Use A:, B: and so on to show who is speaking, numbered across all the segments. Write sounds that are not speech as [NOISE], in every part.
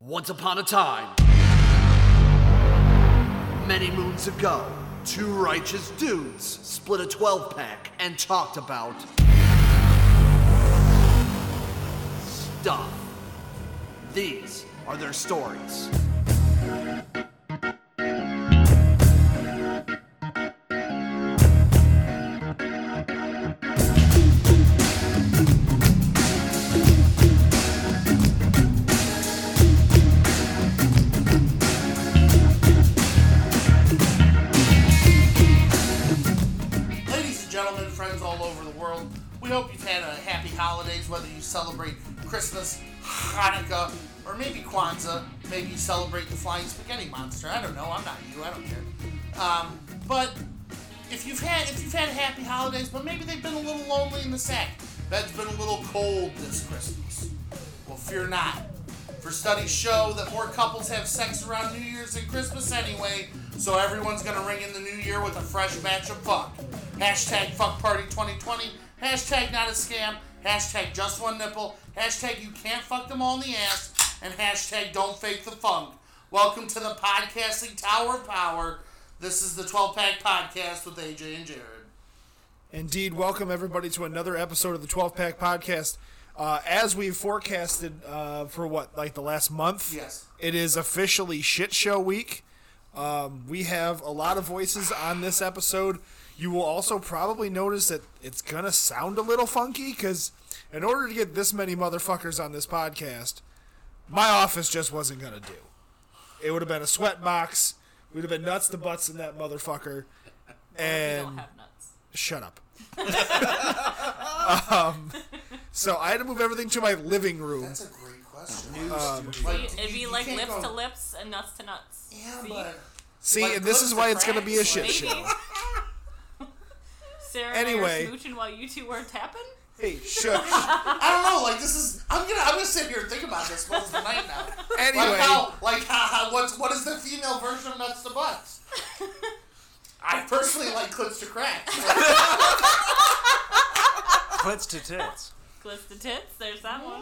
A: Once upon a time, many moons ago, two righteous dudes split a 12 pack and talked about stuff. These are their stories.
B: Ladies and gentlemen, friends all over the world, we hope you've had a happy holidays, whether you celebrate Christmas, Hanukkah, or maybe Kwanzaa. Maybe you celebrate the flying spaghetti monster. I don't know. I'm not you. I don't care. Um, but if you've had if you've had happy holidays, but maybe they've been a little lonely in the sack. That's been a little cold this Christmas. Well, fear not. For studies show that more couples have sex around New Year's and Christmas anyway, so everyone's gonna ring in the new year with a fresh batch of fuck. Hashtag fuck party 2020, hashtag not a scam, hashtag just one nipple, hashtag you can't fuck them all in the ass, and hashtag don't fake the funk. Welcome to the podcasting tower of power. This is the 12 pack podcast with AJ and Jared.
C: Indeed, welcome everybody to another episode of the 12 Pack Podcast. Uh, as we forecasted uh, for what, like the last month?
B: Yes.
C: It is officially shit show week. Um, we have a lot of voices on this episode. You will also probably notice that it's going to sound a little funky because in order to get this many motherfuckers on this podcast, my office just wasn't going to do. It would have been a sweat box. We'd have been nuts to butts in that motherfucker. And
D: don't have nuts.
C: shut up. [LAUGHS] um, so I had to move everything to my living room.
B: That's a great question. Um,
D: It'd be- It'd be like lips to lips and nuts to nuts.
B: Yeah,
D: See?
B: but.
C: See,
B: Like,
C: and this is
B: look,
C: why
B: the
C: it's going to be a
B: cracks,
C: shit
B: like-
C: show.
D: Maybe. [LAUGHS] Sarah
C: Anyway.
D: and I were smooching while you two were tapping.
C: Hey, shush.
B: I don't know. Like this is. I'm gonna. I'm gonna sit here and think about this most of the night
E: [LAUGHS]
B: now.
C: Anyway.
B: Like how. Like how. how what's. What is the female version of nuts to butts? I personally like clips to cracks.
E: Clits to tits.
D: Glitz the tits. There's that one.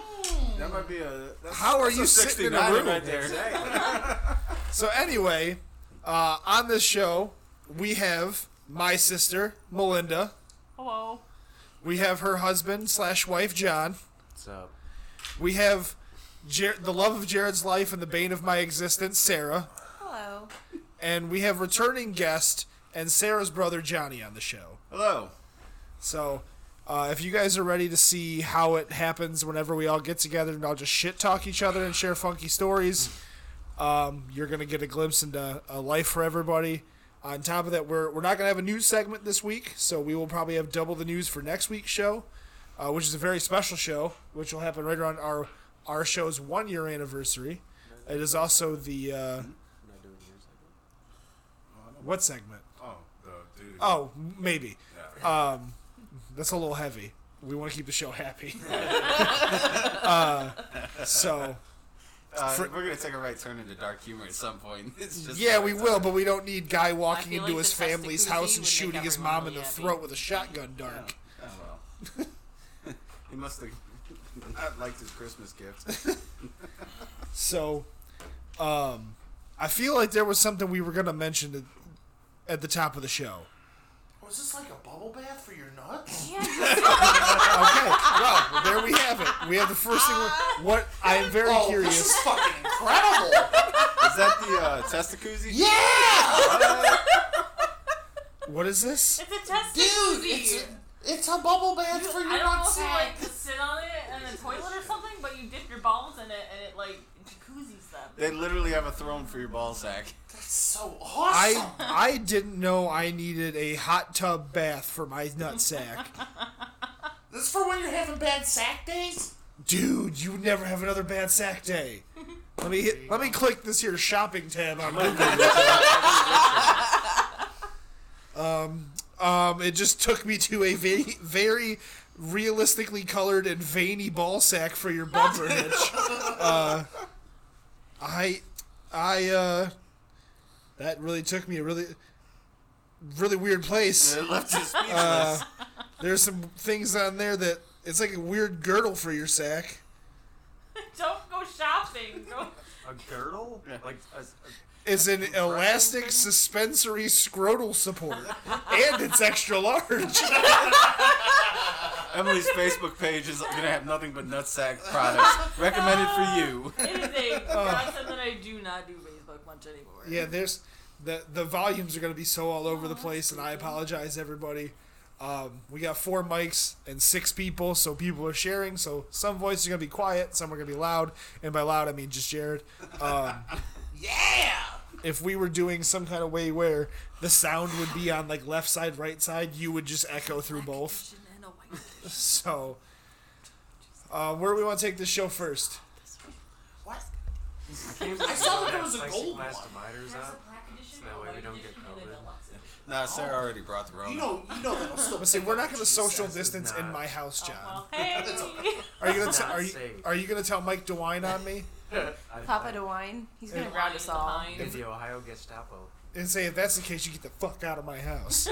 E: That might be a. That's,
C: How are
E: that's
C: you
E: a
C: sitting in a
E: 69
C: room?
E: right there?
C: [LAUGHS] So anyway, uh, on this show, we have my sister Melinda.
D: Hello.
C: We have her husband slash wife John.
E: so,
C: We have Jer- the love of Jared's life and the bane of my existence, Sarah.
D: Hello.
C: And we have returning guest and Sarah's brother Johnny on the show.
E: hello.
C: So, uh, if you guys are ready to see how it happens whenever we all get together and all just shit talk each other and share funky stories, um, you're gonna get a glimpse into a life for everybody. On top of that, we're we're not gonna have a news segment this week, so we will probably have double the news for next week's show, uh, which is a very special show, which will happen right around our our show's one year anniversary. It is also the uh, what segment?
F: Oh, the dude.
C: Oh, maybe.
F: Yeah.
C: That's a little heavy. We want to keep the show
D: [LAUGHS]
C: happy. uh, so
E: Uh,
C: Fr-
E: we're gonna take a right turn into dark humor at some point. [LAUGHS] It's just
C: yeah, we will, but we don't need guy walking
D: feel
C: into
D: like
C: his
D: the Tesla
C: family's
D: koozie
C: house
D: would
C: and
D: make
C: shooting his
D: everyone
C: mom in
D: really
C: the
D: happy.
C: throat with a shotgun dark.
E: Oh well. [LAUGHS] he must have not liked his Christmas gift.
C: So, um, I feel like there was something we were gonna mention at, at the top of the show.
B: Was this like a bubble bath for your nuts?
D: Yeah, you
C: Okay, well there we have it. We have the first thing. We're, what I am very
B: oh, this
C: curious.
B: is fucking
C: [LAUGHS]
B: incredible.
E: Is that the uh, testacuzzi?
B: yeah,
C: What is this?
D: it's a test
B: dude. It's a, it's a bubble bath for
D: I
B: your
D: don't know
B: nuts.
D: if you like to sit on it in the toilet or something, but you dip your balls in it and it like jacuzzis them.
E: They literally have a throne for your ball sack.
B: That's so awesome.
C: I I didn't know I needed a hot tub bath for my nutsack.
B: this is for when you're having bad sack days.
C: dude, you would never have another bad sack day. Let me hit, let me click this here shopping tab on Google. um, um, it just took me to a very, very realistically colored and veiny ball sack for your bumper hitch. Uh, I, I, uh, that really took me a really, really weird place.
E: It left you speechless.
C: There's some things on there that it's like a weird girdle for your sack.
B: [LAUGHS]
D: Don't go shopping. Go,
F: a girdle?
E: Yeah.
F: Like a, a-
C: Is an elastic suspensory scrotal support, and it's extra large.
E: Emily's Facebook page is gonna have nothing but nutsack products recommended for you.
D: It is a
B: Oh.
D: godsend that I do not do Facebook much anymore.
C: Yeah, there's the the volumes are gonna be so all over the place, and I apologize, everybody. Um, we got four mics and six people, so people are sharing. So some voices are gonna be quiet, some are gonna be loud, and by loud I mean just Jared. Um,
B: Yeah!
C: if we were doing some kind of way where the sound would be on like left side, right side, you would just echo through both.
D: Kitchen and
C: [LAUGHS]
D: a white dish.
C: So, uh, where do we want to take this show first?
B: What?
F: Games
B: I saw that there
F: have
B: was a gold one.
F: plexiglass dividers
D: There's a
F: up.
D: black edition,
F: That
D: a
F: way we
D: white
F: don't get
D: edition, and
F: COVID.
D: an Alexa.
E: Nah, Sarah already brought the wrong.
B: You know, you know that'll still.
C: Let's see.
B: pick
C: We're
B: up
C: not
B: what
C: going to
B: she
C: social
B: says.
C: distance in
F: not.
C: my house,
D: Oh,
C: John.
D: well,
B: [LAUGHS]
D: hey!
C: Are you gonna
F: That's
C: t-
F: not
C: are you
F: safe.
C: are you gonna tell Mike DeWine on me
F: I
G: Papa
F: think
G: DeWine. He's gonna
D: Lion
G: ground us all.
D: behind.
F: in the Ohio Gestapo.
C: and say if that's the case, you get the fuck out of my house?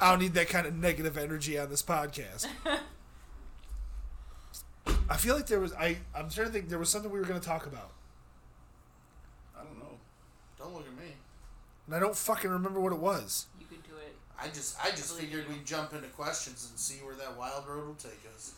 C: I don't need that kind of negative energy on this podcast.
B: [LAUGHS]
C: I feel like there was I I'm trying to think there was something we were gonna talk about,
E: I don't know.
B: Don't look at me.
C: and I don't fucking remember what it was.
D: You could do it.
B: I just, I just figured we'd jump into questions and see where that wild road will take us.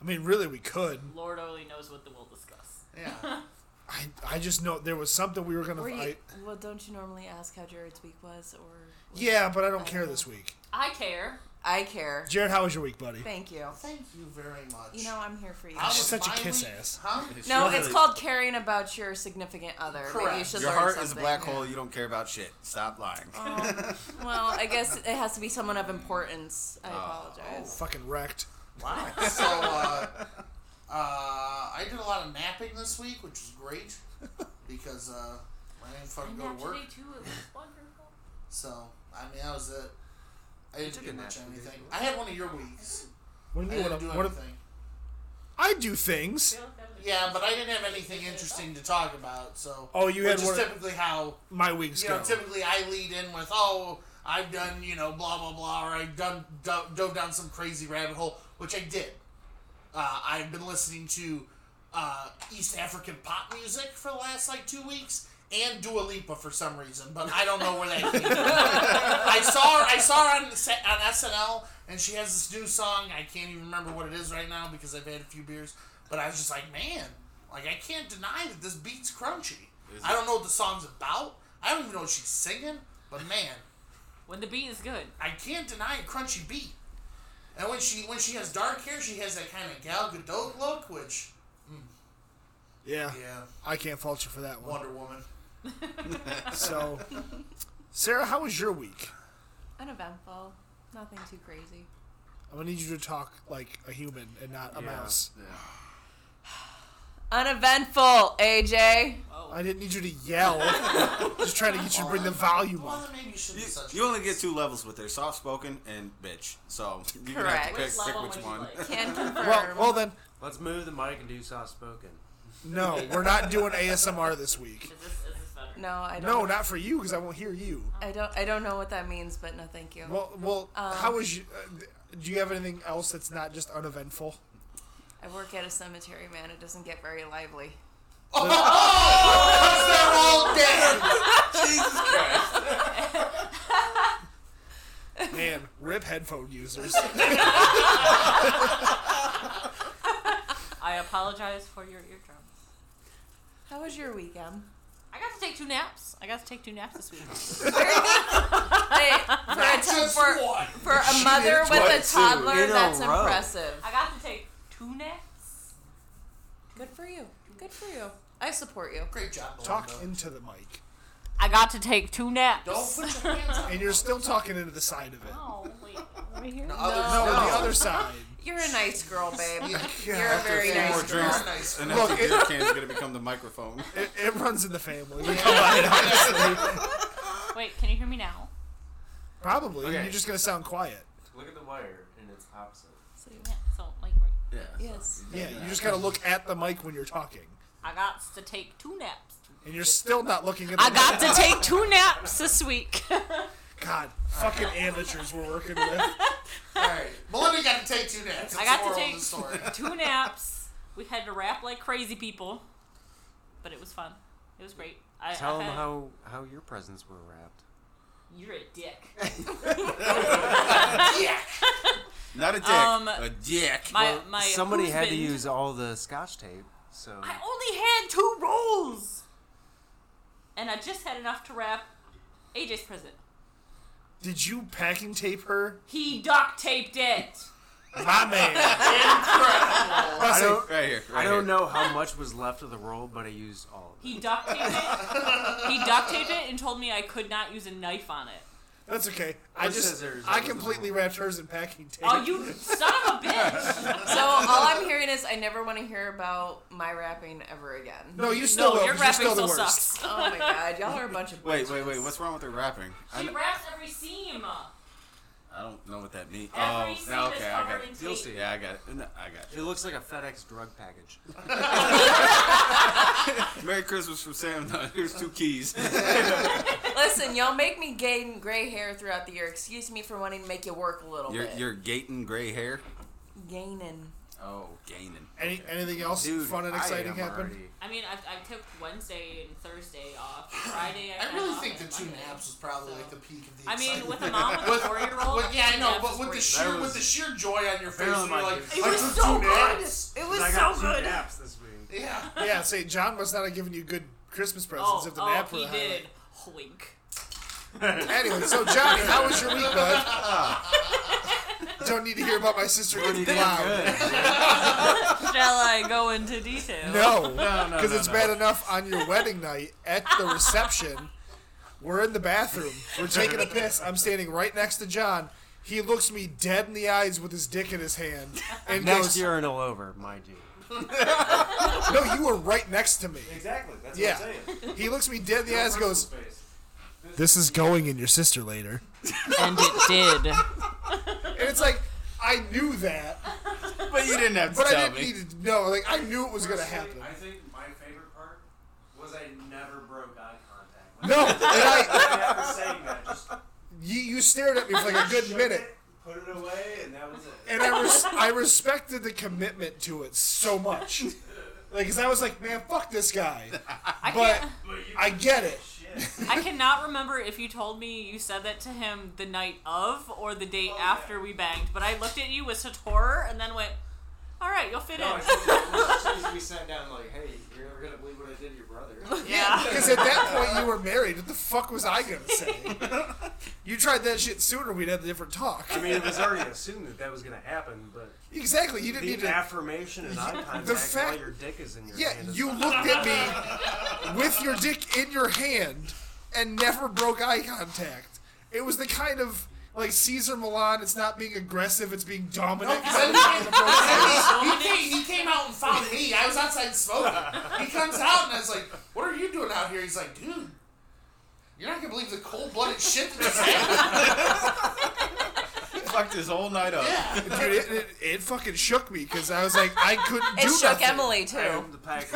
C: I mean, really, we could.
D: Lord only knows what the we'll discuss.
B: [LAUGHS] Yeah.
C: I I just know there was something we were gonna.
G: Were you,
C: I,
G: well, don't you normally ask how Jared's week was, or
C: yeah, but I don't care this
G: Uh-huh.
C: week.
D: I care.
G: I care.
C: Jared, how was your week, buddy?
G: Thank you.
B: Thank you very much.
G: You know I'm here for you.
B: How
C: She's
B: was
C: such a
B: my
C: kiss
B: week?
C: ass.
B: Huh?
G: [LAUGHS]
C: [LAUGHS]
G: No,
E: Sure.
G: it's called caring about your significant other. Maybe you
B: Correct.
G: should
E: Your
G: learn
E: heart
G: something.
E: is a black hole. You don't care about shit. Stop lying.
G: Well, I guess it has to be someone of importance.
C: Oh.
G: I apologize.
C: Fucking wrecked.
B: Wow. So, uh, uh, I did a lot of napping this week, which was
C: [LAUGHS]
B: great because uh, I didn't fucking
D: And
B: go to work.
D: actually, too, it was [LAUGHS] wonderful.
B: So, I mean, that was it. I didn't
F: took
B: do
F: a
B: much
F: nap,
B: anything.
F: didn't you?
B: I had one of your weeks.
C: What
B: I
C: do you mean?
B: didn't
C: What,
B: do
C: what,
B: anything.
C: I do things.
D: I feel like that was-
B: Yeah, but I didn't have anything interesting to talk about. So,
C: Oh, you had
B: which
C: one
B: is
C: of-
B: typically how
C: My weeks
B: you know.
C: go.
B: Typically, I lead in with, "Oh, I've done you know blah blah blah," or I've done dove, dove down some crazy rabbit hole, which I did. Uh, I've been listening to uh, East African pop music for the last like two weeks. And Dua Lipa for some reason, but I don't know where that came from.
C: [LAUGHS]
B: I saw her, I saw her on, the set- on SNL, and she has this new song. I can't even remember what it is right now because I've had a few beers. But I was just like, man, like I can't deny that this beat's crunchy. I don't know what the song's about. I don't even know what she's singing. But man,
D: When the beat is good.
B: I can't deny a crunchy beat. And when she when she has dark hair, she has that kind of Gal Gadot look, which
C: Yeah,
B: yeah,
C: I can't fault you for that one.
B: Wonder Woman.
C: So, Sarah, how was your week?
G: Uneventful. Nothing too crazy.
C: I'm gonna need you to talk like a human and not a
F: Yeah.
C: mouse.
G: Uneventful, AJ.
C: I didn't need you to yell. Just trying to get you to bring the volume
B: Well,
C: up.
B: then maybe you shouldn't.
E: You,
B: be such
E: you
B: a-
E: only get two levels with her: soft spoken and bitch. So you're gonna have to pick,
G: Correct.
E: pick
D: level
E: which
D: would you
E: one.
D: like?
G: Can confirm.
C: Well, well then,
F: Let's move the mic and do soft spoken.
C: no, we're not doing ASMR this week.
D: Is this, is this better?
G: no, I don't.
C: No, not for you because I won't hear you.
G: I don't. I don't know what that means, but no, thank you.
C: Well, well, how was you? Uh, do you have anything else that's not just uneventful?
G: I work at a cemetery, man. It doesn't get very lively.
B: They're all dead.
C: Man, rip headphone users.
D: I apologize for your eardrums.
G: How was your weekend?
D: I got to take two naps. I got to take two naps this week.
B: [LAUGHS]
G: Hey, for, a, t-
B: Just
G: for,
B: one.
G: for a mother with
E: twice,
G: a
E: too, in
G: toddler,
E: a
G: that's
E: row.
G: impressive.
D: I got to take two naps.
G: Good for you. Good for you. I support you.
B: Great job,
C: Talk
B: Belinda.
C: into the mic,
D: I got to take two naps.
B: Don't put your hands on.
C: and you're still talking into the side of it.
D: Oh,
C: [LAUGHS]
D: wait. Over here?
C: No,
B: Others-
C: the other side.
G: You're a nice
E: [LAUGHS]
G: girl, babe.
C: Yeah.
G: You're a very
E: Four
G: nice
E: more
G: girl.
E: drinks,
B: Nice.
E: and
C: Look,
E: after
C: it-
E: beer can's gonna become the microphone. [LAUGHS]
C: It, it runs in the family. We combine, honestly. [LAUGHS]
D: Wait, can you hear me now?
C: Probably.
F: Okay.
C: You're just gonna sound quiet.
F: Look at the wire and it's opposite.
D: Yeah, so, like, right.
E: Yeah.
G: Yes.
C: Yeah, you just gotta look at the mic when you're talking,
D: I got to take two naps.
C: and you're still not looking at. The
D: I got
C: mic.
D: to take two naps this week. [LAUGHS]
C: God, fucking amateurs we're working with.
B: All right, Melinda got to take two naps. That's
D: I got
B: the
D: to
B: moral
D: take-
B: of
D: [LAUGHS]
B: the story.
D: two naps. We had to rap like crazy people, but it was fun. It was great. I, I
F: Tell them
D: had-
F: how, how your presents were wrapped.
D: you're a dick.
E: Not a dick.
D: Um,
E: a dick.
D: My my
F: Somebody had to
D: husband-
F: use all the scotch tape, so
D: I only had two rolls, and I just had enough to wrap AJ's present.
C: Did you packing tape her?
D: He duct taped it.
C: My man.
B: Incredible.
E: I
C: So-
E: don't, right here. Right
F: I don't
E: here.
F: know how much was left of the roll, but I used all of it.
D: He duct taped it. he duct taped it and told me I could not use a knife on it.
C: That's okay. I
F: Or
C: just
F: scissors,
C: I
F: that was the
C: completely
F: one.
C: wrapped hers in packing tape.
D: Oh, you son of a bitch!
G: So all I'm hearing is I never want to hear about my rapping ever again.
C: no, you still
D: No,
C: will,
D: your
C: 'cause you're
D: rapping
C: still,
D: still
C: the worst.
D: sucks.
G: Oh my god, y'all are a bunch of
E: Wait, wait,
G: bitches.
E: wait. What's wrong with the rapping? I,
D: She
E: don't-
D: wraps every seam.
E: I don't know what that means.
D: Every
E: oh,
D: seam
E: no,
D: is
E: okay, I
D: covered
E: got
D: in
E: it.
D: tape.
E: You'll see. Yeah, I got it. No, I got
F: It looks like a FedEx drug package.
E: it. Merry Christmas from Sam. No, here's two [LAUGHS] keys.
G: Listen, y'all make me gain gray hair throughout the year. Excuse me for wanting to make you work a little
E: you're,
G: bit.
E: you're gating gray hair.
G: gaining.
E: Oh, gaining.
C: Any, anything else
F: Dude,
C: fun and
F: I
C: exciting
F: am
C: happen?
F: already-
D: I mean, I, I took Wednesday and Thursday
B: [CLEARS THROAT]
D: off. Friday, I,
B: I
D: had
B: really
D: off
B: think the
D: and [LAUGHS]
B: two
D: Monday.
B: naps was probably like the peak of the.
D: I mean,
B: excitement.
D: with a
B: [LAUGHS]
D: mom with a four-year-old.
B: Well, yeah, I
D: two
B: know,
D: naps
B: but
D: is
B: with the
D: great.
B: sheer
F: That
B: with the
F: was-
B: sheer joy on your face,
F: Barely
B: and you're
F: my
B: like,
F: kids.
D: It
B: I
D: was
B: took
D: so
B: two
D: good.
B: naps.
G: It
F: I
G: was
F: got
G: so
F: two
G: good.
F: naps this week.
D: [LAUGHS]
B: Yeah.
C: Yeah, say John must not have given you good Christmas presents
B: [LAUGHS]
D: Oh,
C: if the
D: oh,
C: nap were
D: he
C: the
D: did.
C: highlight.
D: Wink.
C: Anyway, so Johnny, how was your week, bud?
D: [LAUGHS]
C: Don't need to hear about my sister getting plowed.
D: Shall I go into detail?
C: No,
F: No, no,
C: because
F: no,
C: it's
F: no.
C: bad enough on your wedding night at the reception. We're in the bathroom. We're taking a piss. I'm standing right next to John. He looks me dead in the eyes with his dick in his hand and
F: Next
C: goes,
F: urinal over, mind you.
C: "No, you were right next to me."
F: Exactly. That's
C: Yeah. He looks me dead in the eyes and goes,
F: Face.
C: "This is going in your sister later."
D: And it did.
C: And it's like, I knew that,
E: But you didn't have to
C: but
E: tell
C: I didn't
E: me.
C: need to know. Like, I knew it was gonna
F: Personally,
C: happen.
F: I think my favorite part was I never broke eye contact. Like,
C: No, and I,
F: never saying that. Just
C: you, you stared at me for like a good
F: shook
C: minute.
F: it, put it away, and that was it.
C: and I res- I respected the commitment to it so much. Like, cause I was like, man, fuck this guy.
D: I
C: But
D: can't.
C: I get it.
D: I cannot remember if you told me you said that to him the night of or the
B: Oh,
D: day after we banged. But I looked at you with such horror and then went, "All right, you'll fit
F: No,
D: in."
F: as
B: Oh,
F: soon as- as soon as we sat down, like, hey, you're never gonna believe what I did to your brother.
B: [LAUGHS]
D: yeah.
C: Cause at that point you were married. What the fuck was I gonna say? You tried that shit sooner. We'd had a different talk.
F: I mean, it was already assumed that that was gonna happen, but
C: Exactly. You didn't
F: the
C: need to.
F: affirmation
C: [LAUGHS]
F: and eye contact
C: fact-
F: while your dick is in your
C: Yeah,
F: hand. is
C: you looked at me with your dick in your hand and never broke eye contact. It was the kind of like Caesar Milan. It's not being aggressive. It's being dominant.
B: [LAUGHS] He came, he came out and found me. I was outside smoking. He comes out and I was like, "What are you doing out here?" He's like, "Dude, you're not gonna believe the cold-blooded shit that just happened."
E: Fucked this whole night up.
C: Dude, it, it, it fucking shook me because I was like, I couldn't
G: It
C: do
G: shook
C: nothing.
G: Emily too.
F: I opened
C: [LAUGHS]
F: the pack.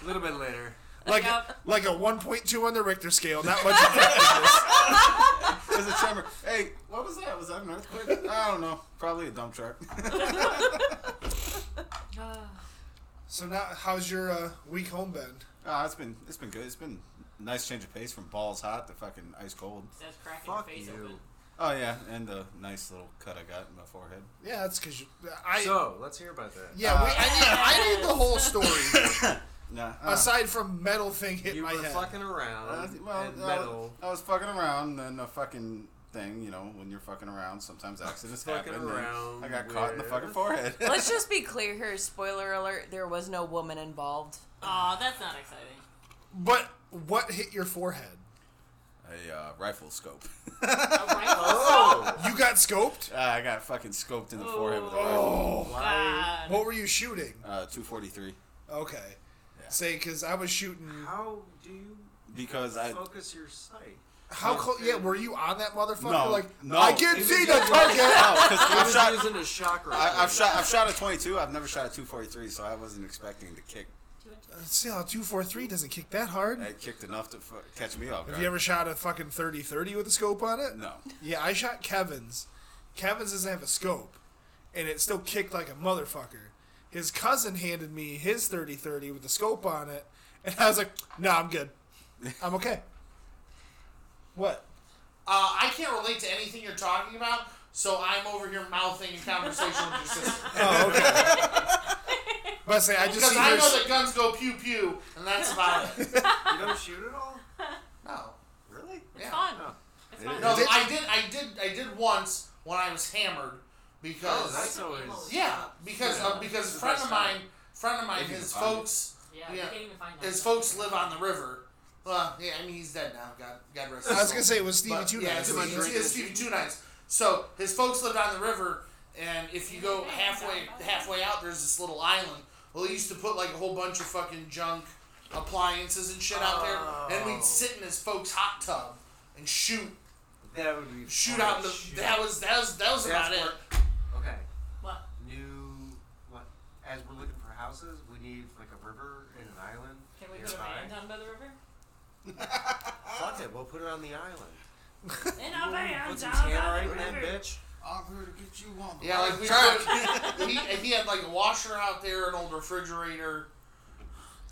F: a little bit later.
C: Like,
D: Yep.
C: like a 1.2 on the Richter scale. Not much. [LAUGHS] effectiveness.
E: [LAUGHS] There's a tremor. Hey, what was that? Was that an earthquake? I don't know. Probably a dump truck. [LAUGHS]
C: so now, how's your uh, week home been?
E: Ah, it's been it's been good. It's been a nice change of pace from balls hot to fucking ice cold.
D: That's cracking your
F: Fuck
D: face
F: you.
D: open.
E: Oh yeah, and the nice little cut I got in my forehead.
C: Yeah, that's because I.
F: So let's hear about that.
C: yeah, we, I, need, I need the
F: [LAUGHS]
C: whole story
E: Nah. uh,
C: aside from metal thing hitting
F: You
C: my
F: were
C: head.
F: fucking around
E: uh, well,
F: and
E: I,
F: metal.
E: was, I was fucking around, and then a fucking thing. You know, when you're fucking around, sometimes accidents
F: Fucking
E: happen. and
F: around
E: I got caught in the fucking
F: with-
E: forehead. [LAUGHS]
G: Let's just be clear here. Spoiler alert: there was no woman involved.
D: Aw, that's not exciting.
C: But what hit your forehead?
E: a uh, rifle scope.
B: [LAUGHS]
D: A rifle.
F: Oh,
C: You got scoped?
E: Ah, I got fucking scoped in the forehead with a rifle.
D: God.
C: What were you shooting?
E: Uh, 243.
C: Okay. Say, because I was shooting.
F: How do you
E: Because I
F: focus your sight?
C: How close? Yeah, were you on that motherfucker?
E: No,
C: like,
E: no.
C: I can
E: It
C: see the target!
E: [LAUGHS] Oh,
F: [LAUGHS]
E: 'cause
F: I
E: I've
F: was
E: shot,
F: using a shock rifle.
E: I, I've shot, I've shot a 22. I've never shot a 243, so I wasn't expecting to kick.
C: See how 243 doesn't kick that hard?
E: It kicked enough to fu- catch me off guard.
C: Have you ever shot a fucking 30 30 with a scope on it?
E: No.
C: Yeah, I shot Kevin's. Kevin's doesn't have a scope, and it still kicked like a motherfucker. His cousin handed me his 30-30 with the scope on it, and I was like, "No, I'm good. I'm okay." What?
B: Uh, I can't relate to anything you're talking about, so I'm over here mouthing in conversation with your sister.
C: Oh, okay. [LAUGHS] but I say I just
B: Because
C: see
B: I
C: her.
B: know that guns go pew pew, and
C: [LAUGHS]
B: that's about it.
F: You don't shoot at all?
B: No,
F: Really?
B: yeah.
D: Fun.
F: Oh.
D: It's fun.
B: No, I did, I did, I did once when I was hammered
F: Oh,
B: because
F: that's always.
B: yeah, because uh, because a friend of mine, friend of mine,
E: If you
B: his
E: can find it.
B: folks,
D: Yeah,
B: Yeah.
D: you can't even find that.
B: his folks live on the river. Well, yeah, I mean he's dead now. God, God rest. his
C: I was
B: soul.
C: gonna say it was Stevie
B: But,
C: Two
B: yeah,
C: Nights.
B: Stevie,
F: Stevie
B: it's Stevie Two Nights. So his folks lived on the river, and if you go halfway halfway out, there's this little island. Well, they used to put like a whole bunch of fucking junk appliances and shit out there, and we'd sit in his folks' hot tub and shoot,
F: That would be.
B: shoot
F: fun.
B: out the.
F: Shoot.
B: That was that was that was about
F: That's
B: it.
F: Okay.
D: What?
F: New. What? As we're looking for houses, we need like a river and an island.
D: Can we put a
F: nearby.
D: van down by the river?
F: Fuck it, we'll put it on the island.
D: In a van
F: Put some
D: down by
F: tannerite
D: the
F: in that
D: river.
F: bitch.
E: I'm here to get you on the
B: Yeah,
E: right
B: like we
E: track.
B: put, he, he had like a washer out there, an old refrigerator,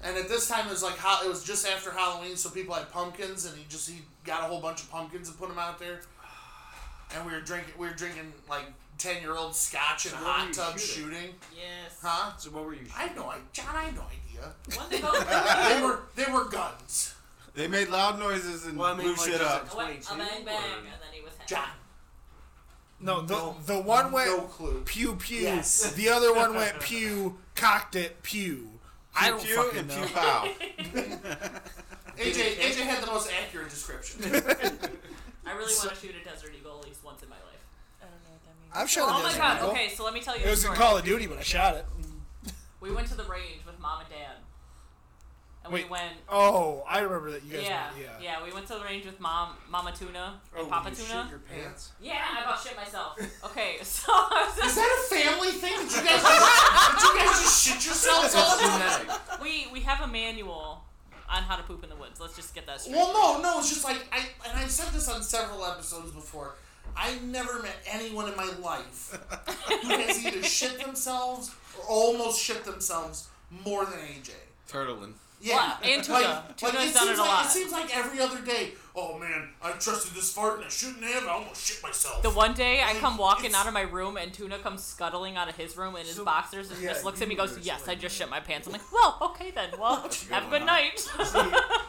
B: and at this time it was like ho- it was just after Halloween, so people had pumpkins, and he just he got a whole bunch of pumpkins and put them out there, and we were drinking we were drinking like ten year old scotch and
F: So what were
B: hot
F: you
B: tub
F: shooting?
B: shooting,
D: Yes.
B: huh?
F: So what were you?
B: I have no idea, John. I have no idea.
D: One
C: [LAUGHS]
D: they both do.
B: They were they were guns,
E: They made loud noises and
F: Well, I mean,
E: blew
F: like,
E: shit
F: just
E: up.
D: What? A
F: 22
D: bang bang,
F: or-
D: and then he was hit.
B: John.
C: No, the the one went
B: No clue.
C: pew pew.
B: Yes.
C: The other one went pew, cocked it pew. I don't
E: pew
C: fucking
E: and
C: know.
E: pew
F: [LAUGHS]
E: pow.
B: AJ AJ had the most accurate
F: [LAUGHS]
B: description.
D: I really want to shoot a desert eagle at least once in my life.
G: I don't know what that means.
C: I've shot
D: Oh
C: a
D: my
C: Desert
D: god.
C: Eagle.
D: Okay, so let me tell you.
C: It
D: a
C: was in
D: story.
C: Call of Duty, but I shot it.
D: We went to the range with mom and dad, and
C: Wait.
D: we went.
C: Oh, I remember that you guys.
D: Yeah,
C: went- yeah.
D: yeah, we went to the range with mom, Mama Tuna, and
F: Oh,
D: Papa
F: you
D: Tuna.
F: Shoot your pants.
D: Yeah, I about
C: [LAUGHS]
D: shit myself. Okay, [LAUGHS] so I was
B: Is that a family thing? Did you guys just, did you guys just shit yourselves all over?
D: [LAUGHS] we we have a manual on how to poop in the woods. Let's just get that straight.
B: Well, no, no. It's just like I and I've said this on several episodes before. I've never met anyone in my life who has either shit themselves or almost shit themselves more than AJ.
E: Turtling.
B: Yeah,
D: Wow, and Tuna. Tuna's
B: it
D: done it
B: seems
D: a
B: like,
D: lot.
B: It seems like every other day. Oh man, I trusted this fart and I shouldn't have. I almost shit myself.
D: The one day I come walking out of my room and Tuna comes scuttling out of his room in his boxers and
F: yeah,
D: just looks at me
F: you
D: and goes,
F: were
D: Yes, I
F: like-
D: just shit my pants. I'm like, Well, okay then. Well,
E: a good
D: have a
E: one,
D: good
E: huh?
D: night.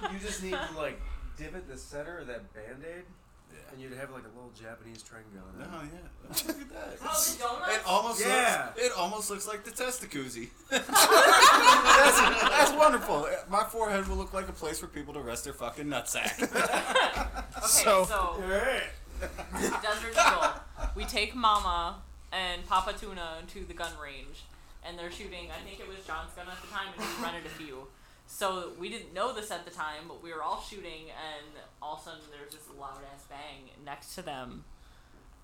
F: you, you just need to like dip it in the center of that band aid, and you'd have like a little Japanese train going.
E: Oh
F: on.
E: yeah. Look at that. It
D: donuts?
E: almost
F: Yeah.
E: looks, it almost looks like the [LAUGHS] testacuzzi. that's, that's wonderful. My forehead will look like a place for people to rest their fucking nutsack.
D: Okay,
C: So-
D: so Desert Eagle. We take Mama and Papa Tuna to the gun range, and they're shooting. I think it was John's gun at the time, and we rented a few. So we didn't know this at the time, but we were all shooting, and all of a sudden there's this loud ass bang next to them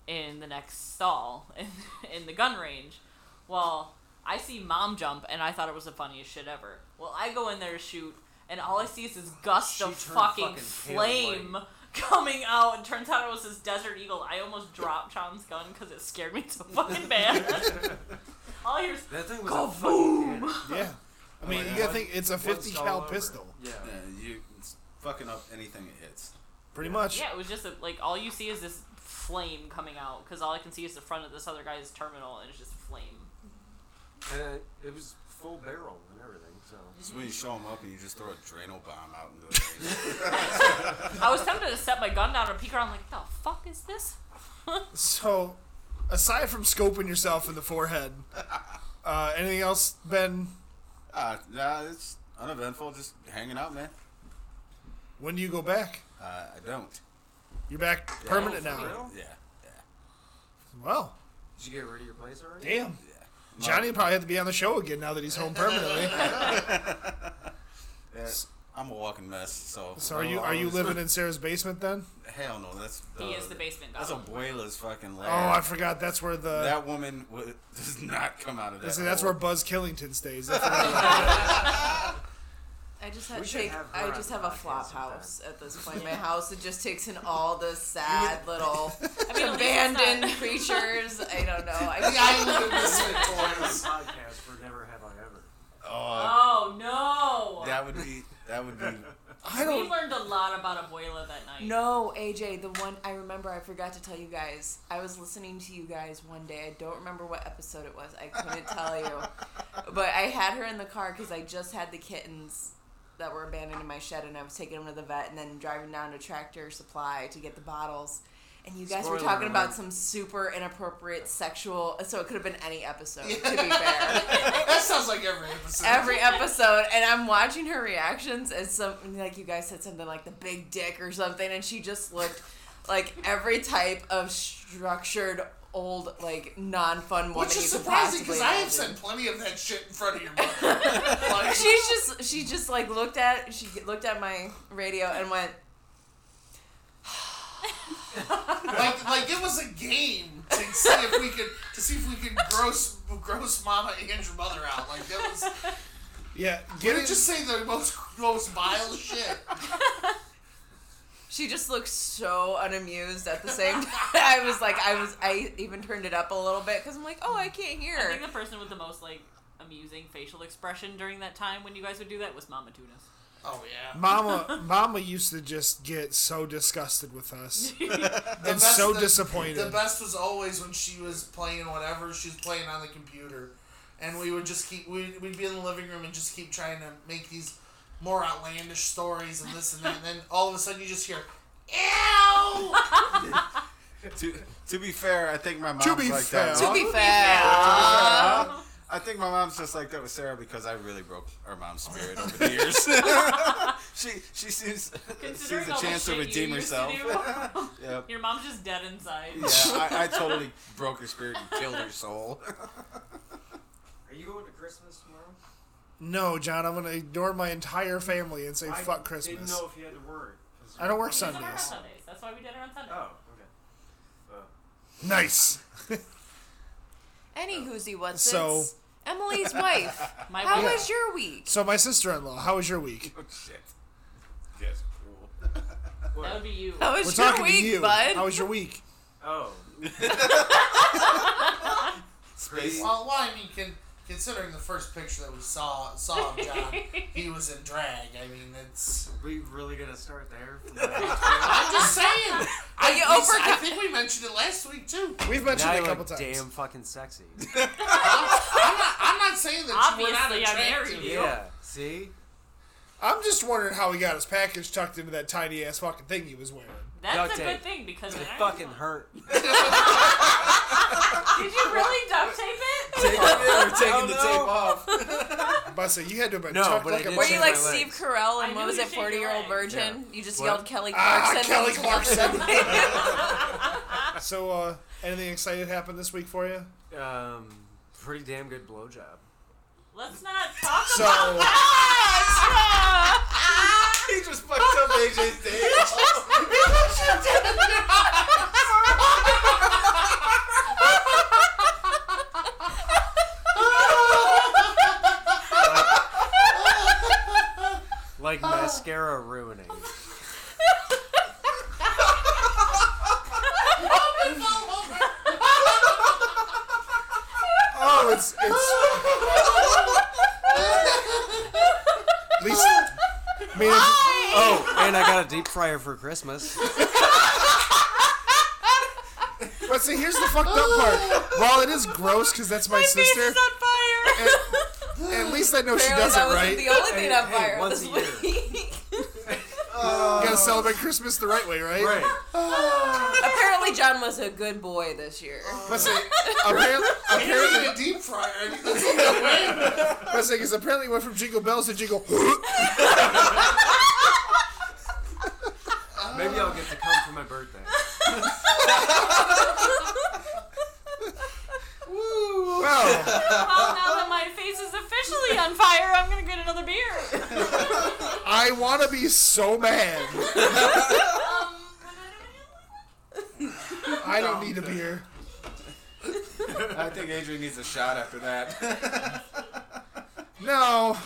D: in the next stall [LAUGHS] in, in the gun range. Well, I see mom jump, and I thought it was the funniest shit ever. Well, I go in there to shoot, and all I see is this gust
F: She
D: of
F: turned
D: fucking,
F: fucking pale white.
D: flame [LAUGHS] coming out. And turns out it was this desert eagle. I almost dropped John's gun because it scared me so [LAUGHS] fucking bad. all I hear is,
F: That thing was a fucking cannon.
C: Yeah. I mean,
E: my
C: you
E: God.
C: gotta think it's a 50
F: Once all
C: cal
F: over.
C: pistol,
F: Yeah.
E: yeah, you it's fucking up anything it hits.
C: pretty much.
D: yeah, it was just a, like all you see is this flame coming out because all I can see is the front of this other guy's terminal, and it's just flame.
F: And it, it was full barrel and everything. So
E: It's when you show them up and you just throw a Drano bomb out into the [LAUGHS] air.
D: I was tempted to set my gun down and peek around, like, the fuck is this?
C: So, aside from scoping yourself in the
E: [LAUGHS]
C: forehead, uh, anything else been?
E: Ah, nah, it's uneventful. Just hanging out, man.
C: When do you go back?
E: Uh, I don't.
C: You're back permanent
F: For
C: now.
F: real?
E: Yeah, yeah,
C: Well,
F: Did you get rid of your place already? [LAUGHS]
C: damn.
E: yeah.
C: Johnny will probably have to be on the show again now that he's home permanently.
E: [LAUGHS] Yeah, I'm a walking mess. So.
C: So are you are you living in Sarah's basement then?
E: Hell no, that's.
D: He is the basement
E: Uh, That's [LAUGHS]
D: goblin.
E: abuela's fucking lair.
C: Oh, I forgot. That's where the
E: That woman w- [LAUGHS] does not come out of that.
C: that's, that's where
E: [LAUGHS] hole.
C: Buzz Killington stays. I forgot.
G: I just have,
F: We should
G: take,
F: have her
G: I
F: on
G: just
F: the
G: have a
F: podcast
G: flop
F: sometime.
G: house at this point. My house it just takes in all
F: [LAUGHS]
G: the sad little
D: [LAUGHS] I mean, at least it's not-
G: abandoned creatures. I don't know. I
B: The island of
C: [LAUGHS]
B: misfit toys.
F: podcast for Never Have I Ever.
E: Oh,
D: Oh no!
E: that would be that would be
C: I
D: we
C: don't.
D: learned a lot about Abuela that night.
G: No, AJ, the one I remember I forgot to tell you guys. I was listening to you guys one day. I don't remember what episode it was. I couldn't tell
F: [LAUGHS]
G: you. But I had her in the car because I just had the kittens that were abandoned in my shed and I was taking them to the vet and then driving down to Tractor Supply to get the bottles. And you guys were
F: Spoiler
G: talking about
F: alert.
G: some super inappropriate sexual. So it could have been any episode, to
F: [LAUGHS]
G: be fair
B: That sounds like every episode.
G: every episode and I'm watching her reactions and some like you guys said something like the big dick or something and she just looked like every type of structured old like non fun woman.
B: Which
G: you
B: is
G: could
B: surprising because
G: possibly
B: I have said
G: imagine.
B: plenty of that shit in front of your mother. Like,
G: She's just she just like looked at she looked at my radio and went
B: like, like it was a game to see if we could to see if we could gross gross Mama and your mother out. Like that was.
C: Yeah,
B: Did
C: getting
B: it just say the most [LAUGHS] most vile shit?
G: she just looked so unamused at
B: [LAUGHS]
G: the same time. I was like I was I even turned it up a little bit because I'm like oh I can't hear.
D: I think the person with the most like amusing facial expression during that time when you guys would do that was Mama Tunas.
B: Oh yeah.
C: Mama, Mama used to just get so disgusted with us and
B: best-
C: so
B: the-
C: disappointed.
B: The best was always when she was playing whatever she was playing on the computer, and we would just keep we'd, we'd be in the living room and just keep trying to make these more outlandish stories and this and that, and then all of a sudden you just hear. Ew!
E: to to be fair, I think my mom's
C: be
E: like that.
C: fair.
G: to be fair, Uh-huh.
E: I think my mom's just like that with Sarah because I really broke our mom's spirit over
G: [LAUGHS]
E: the years. she she sees
D: Considering
E: sees a
D: all the
E: chance to
D: shit you
E: redeem
D: used to
E: herself.
D: do,
E: [LAUGHS] Yep.
D: your mom's just dead inside.
E: Yeah, I, I totally broke her spirit and killed her soul. [LAUGHS]
F: Are you going to Christmas tomorrow?
C: no, John, I'm gonna ignore my entire family and say fuck
F: Didn't
C: Christmas.
F: know if you had to worry. 'cause-
C: I don't work
D: She doesn't work on
C: Sundays.
D: Sundays. That's why we did it on Sunday.
F: Oh, okay. Well,
C: Nice.
G: any whoosie what's
C: So-
G: this? Emily's wife.
E: Ah.
D: My
G: How
D: week-
G: was your week?
C: So my sister-in-law, how was your week?
E: Oh shit. Yes, cool.
D: that would be you.
G: How was
C: We're
G: your
C: talking
G: week,
C: to you.
G: bud?
C: How was your week?
F: oh,
E: Space. Oh,
B: Well, well, I mean, con- considering the first picture that we saw saw of [LAUGHS] John, he was in drag. I mean, it's.
F: we really gonna start there? [LAUGHS] From now
B: I'm [LAUGHS] just saying. I,
G: you
B: we- I
G: overco-
B: think we mentioned it last week too.
C: We've mentioned it
F: you're
C: a couple
F: like,
C: times.
F: damn fucking [LAUGHS] sexy.
B: I'm not. I'm not saying that you were not
D: Obviously, I
B: attractive.
D: married you.
F: yeah. See,
C: I'm just wondering how he got his package tucked into that tiny ass fucking thing he was wearing.
D: That's
F: Duct
D: a good
F: tape.
D: thing because
F: it
D: I-
F: fucking [LAUGHS] hurt.
D: [LAUGHS] Did you
F: [LAUGHS]
D: really duct tape it?
E: Take it in, we're taking
F: Oh,
E: the
F: no.
E: tape off.
C: Bussy, you had to have been
F: No,
C: tucked
F: but I
C: like a
F: did
G: Were
F: Shake
G: you
C: mother-
F: my
G: like
F: legs.
G: Steve Carell
D: I
G: and what
D: knew
G: was
D: you
G: it,
D: shake your
G: 40 year old
D: legs.
G: virgin? You just
F: What?
G: yelled Kelly
C: Ah,
G: Clarkson.
C: Kelly Clarkson. [LAUGHS] so, uh, anything exciting happened this week for you?
F: Um, pretty damn good blowjob.
D: Let's not talk
C: So,
D: about
E: He just fucked up AJ's day. [LAUGHS]
C: Oh.
F: Like mascara
C: [LAUGHS]
F: ruining.
C: Oh, it's it's. At least, I mean, it's-
F: Oh, and I got a deep fryer for Christmas.
C: but see, here's the fucked up part. While it is gross because that's my,
G: Face
C: sister,
G: is on
C: [LAUGHS]
G: fire.
C: at least I know she
G: Apparently
C: does it
G: that wasn't
C: right.
G: the only thing on
F: hey,
G: fire
F: once
G: this
F: a year.
C: [LAUGHS]
G: week.
C: You gotta celebrate Christmas the right way, right?
G: Apparently, John was a good boy this year.
C: But see, apparently,
B: You're
C: apparently,
B: in a deep fryer. I mean, that's the way.
C: but see, 'cause apparently it went from Jingle Bells to Jingle.
F: Maybe I'll get to come for my birthday.
C: Well.
D: Mom, now that my face is officially on fire, I'm gonna get another beer.
C: I want to be so
G: [LAUGHS]
C: mad.
G: Um,
C: I don't need a beer.
E: [LAUGHS] I think Adrian needs a shot after that.
C: No.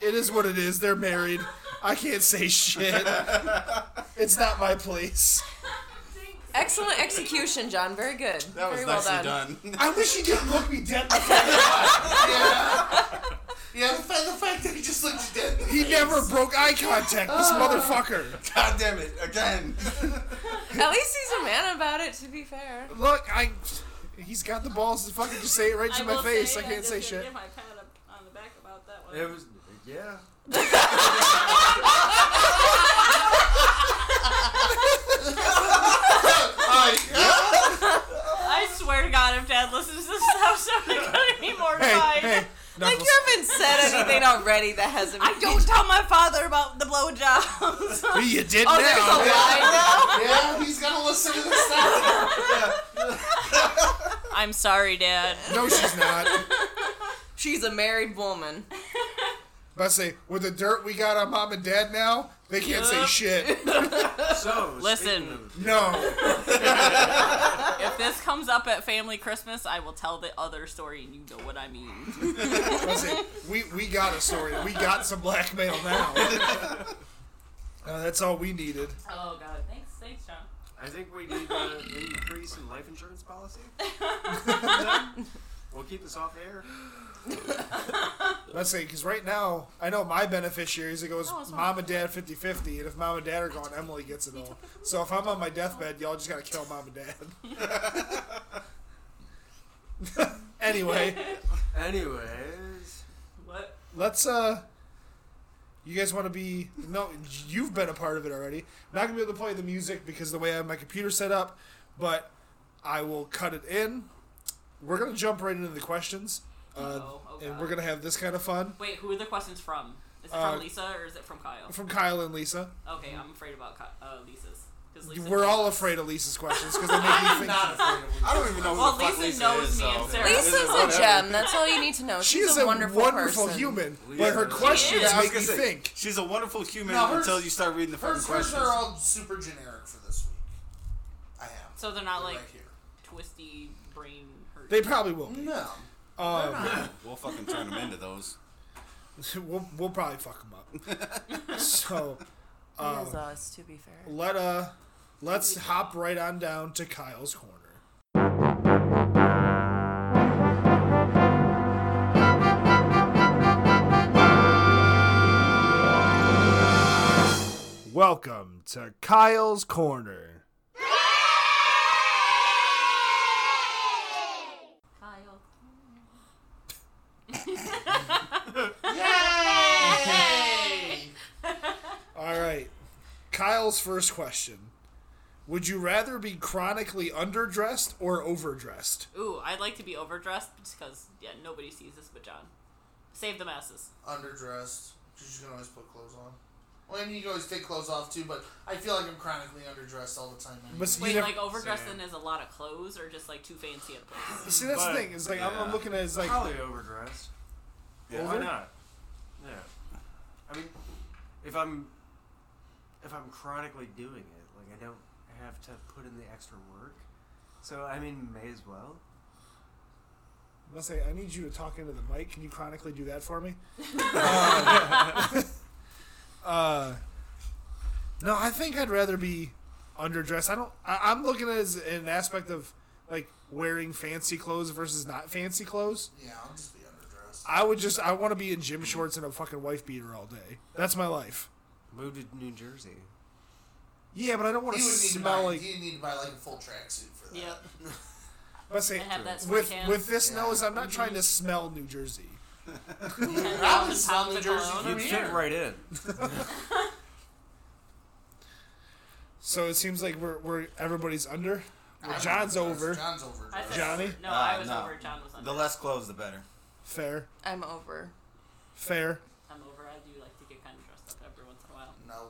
C: It is what it is. They're married. I can't say shit. It's not my place.
G: Excellent execution, John. Very good.
E: That was
G: Very well
E: nicely
G: done.
E: done.
C: I wish you didn't look me dead. in the face.
B: Yeah, the fact, the fact that he just looked you dead.
C: He never broke eye contact. This motherfucker.
E: God damn it, again.
G: At least he's a man about it. To be fair.
C: Look, I. He's got the balls to fucking just say it right
D: I
C: to my
D: will
C: face.
D: say
C: I
D: that
C: can't
D: just
C: say
D: to
C: shit.
D: Give my pat up on the back about that one.
F: It was yeah.
D: I swear to God, if Dad listens to this [LAUGHS] episode, I'm gonna be
C: Hey,
D: mortified.
C: hey,
G: Like
C: Knuckles.
G: you haven't said
D: [LAUGHS]
G: anything already that hasn't.
D: I don't tell my father about the
C: [LAUGHS]
D: blowjobs.
C: You did
G: Oh, there's
C: now.
G: a lie
B: Yeah, he's gonna listen to this now.
D: I'm sorry, Dad.
C: No, she's not.
G: now. She's a married woman.
C: But I say, with the dirt we got on mom and dad now, they can't say
D: Yup.
C: shit.
F: So
D: Listen.
F: speaking of-
C: No.
D: If this comes up at family Christmas, I will tell the other story, and you know what I mean.
C: I say, we we got a story. We got some blackmail now. [LAUGHS] Uh, that's all we needed.
D: Oh God, thanks, thanks, John.
F: I think we need uh, an increase in life insurance policy. we'll keep this off air.
C: Let's say because right now I know my beneficiaries. It goes
D: Oh, it's
C: mom and dad 50-50, and if mom and dad are gone, Emily gets it all. So if I'm on my deathbed, y'all just gotta kill mom and dad. [LAUGHS] anyway,
F: Anyways,
D: What?
C: let's uh. You guys want to be no? You've been a part of it already. Not gonna be able to play the music because the way I have my computer set up, but I will cut it in. We're gonna jump right into the questions, uh,
D: Uh-oh. Oh,
C: and
D: God.
C: we're gonna have this kind of fun
D: Wait, who are the questions from? Is it
C: Uh,
D: from Lisa or is it from Kyle?
C: from Kyle and Lisa.
D: Okay, I'm afraid about Ky- uh, Lisa's. 'cause Lisa
C: We're all afraid of Lisa's questions because they make you
G: [LAUGHS]
C: think.
B: Not afraid of
E: I don't even know who
D: Well,
E: the fuck
D: Lisa
E: Lisa
D: knows
E: is,
D: me
E: so-
D: and Sarah.
E: Yeah,
G: Lisa's a
E: whatever.
G: gem. That's all you need to know. She's,
C: She's
G: a wonderful,
C: wonderful
G: person.
C: human,
F: Lisa
C: but her
F: is.
C: questions
E: Yeah, I was
C: make me
E: gonna say,
C: think.
E: She's a wonderful human
B: No, hers-
E: until you start reading the
B: Her
E: fucking
B: squares
E: questions.
B: are all super generic for this week. I have.
D: So they're not
B: They're
D: like
B: right here.
D: twisty brain hurt.
C: They probably will. be.
B: No.
C: Um,
E: [LAUGHS] We'll fucking turn them into those.
C: [LAUGHS] we'll, we'll probably fuck them
G: [LAUGHS]
C: up. so
G: She is us, to be fair.
C: let uh, let's hop right on down to Kyle's corner. Welcome to Kyle's corner.
D: Kyle.
C: All right. Kyle's first question. Would you rather be chronically underdressed or overdressed?
D: Ooh, I'd like to be overdressed because yeah, nobody sees this but John. Save the masses.
B: Underdressed. 'cause You can always put clothes on. Well, I mean, you can always take clothes off too, but I feel like I'm chronically underdressed all the time. Anyway.
C: But
D: Wait,
C: you never-
D: like overdressed then is a lot of clothes or just like too fancy at a place?
C: see, that's
F: But-
C: the thing. Is like I'm
E: yeah.
C: looking at it, it's like
F: probably overdressed.
E: Yeah.
F: Why not? Yeah. I mean, if I'm if I'm chronically doing it, like I don't have to put in the extra work, so I mean, may as well.
C: I say I need you to talk into the mic. Can you chronically do that for
D: [LAUGHS]
C: me? uh, uh, no, I think I'd rather be underdressed. I don't. I, I'm looking at it as an aspect of like wearing fancy clothes versus not fancy clothes.
B: yeah, I'll just be underdressed.
C: I would just. I want to be in gym shorts and a fucking wife beater all day. That's my life.
F: Move to New Jersey.
C: Yeah, but I don't want to
B: You would need to
C: smell
B: buy.
C: like.
B: you need to buy like a full tracksuit for that.
D: Yep.
C: Let's say
D: I have that Mm-hmm.
C: with
D: sweatpants.
C: with this
B: Yeah.
C: nose, I'm not trying to smell New Jersey.
B: I would smell New
D: Pounds of
B: Jersey
D: cologne.
B: from
F: You'd fit
B: here.
F: right in.
C: So it seems like we're, we're everybody's under. Well,
B: I'm
C: John's
B: overdressed.
C: over.
B: John's
D: I
B: overdressed.
D: said-
C: Johnny?
D: No,
E: Uh,
D: I was
E: no.
D: over. John was under.
E: The less clothes, the better.
C: Fair,
G: I'm over.
C: fair.
D: I'm over. I do like to get kind of dressed up every once in a while.
B: No.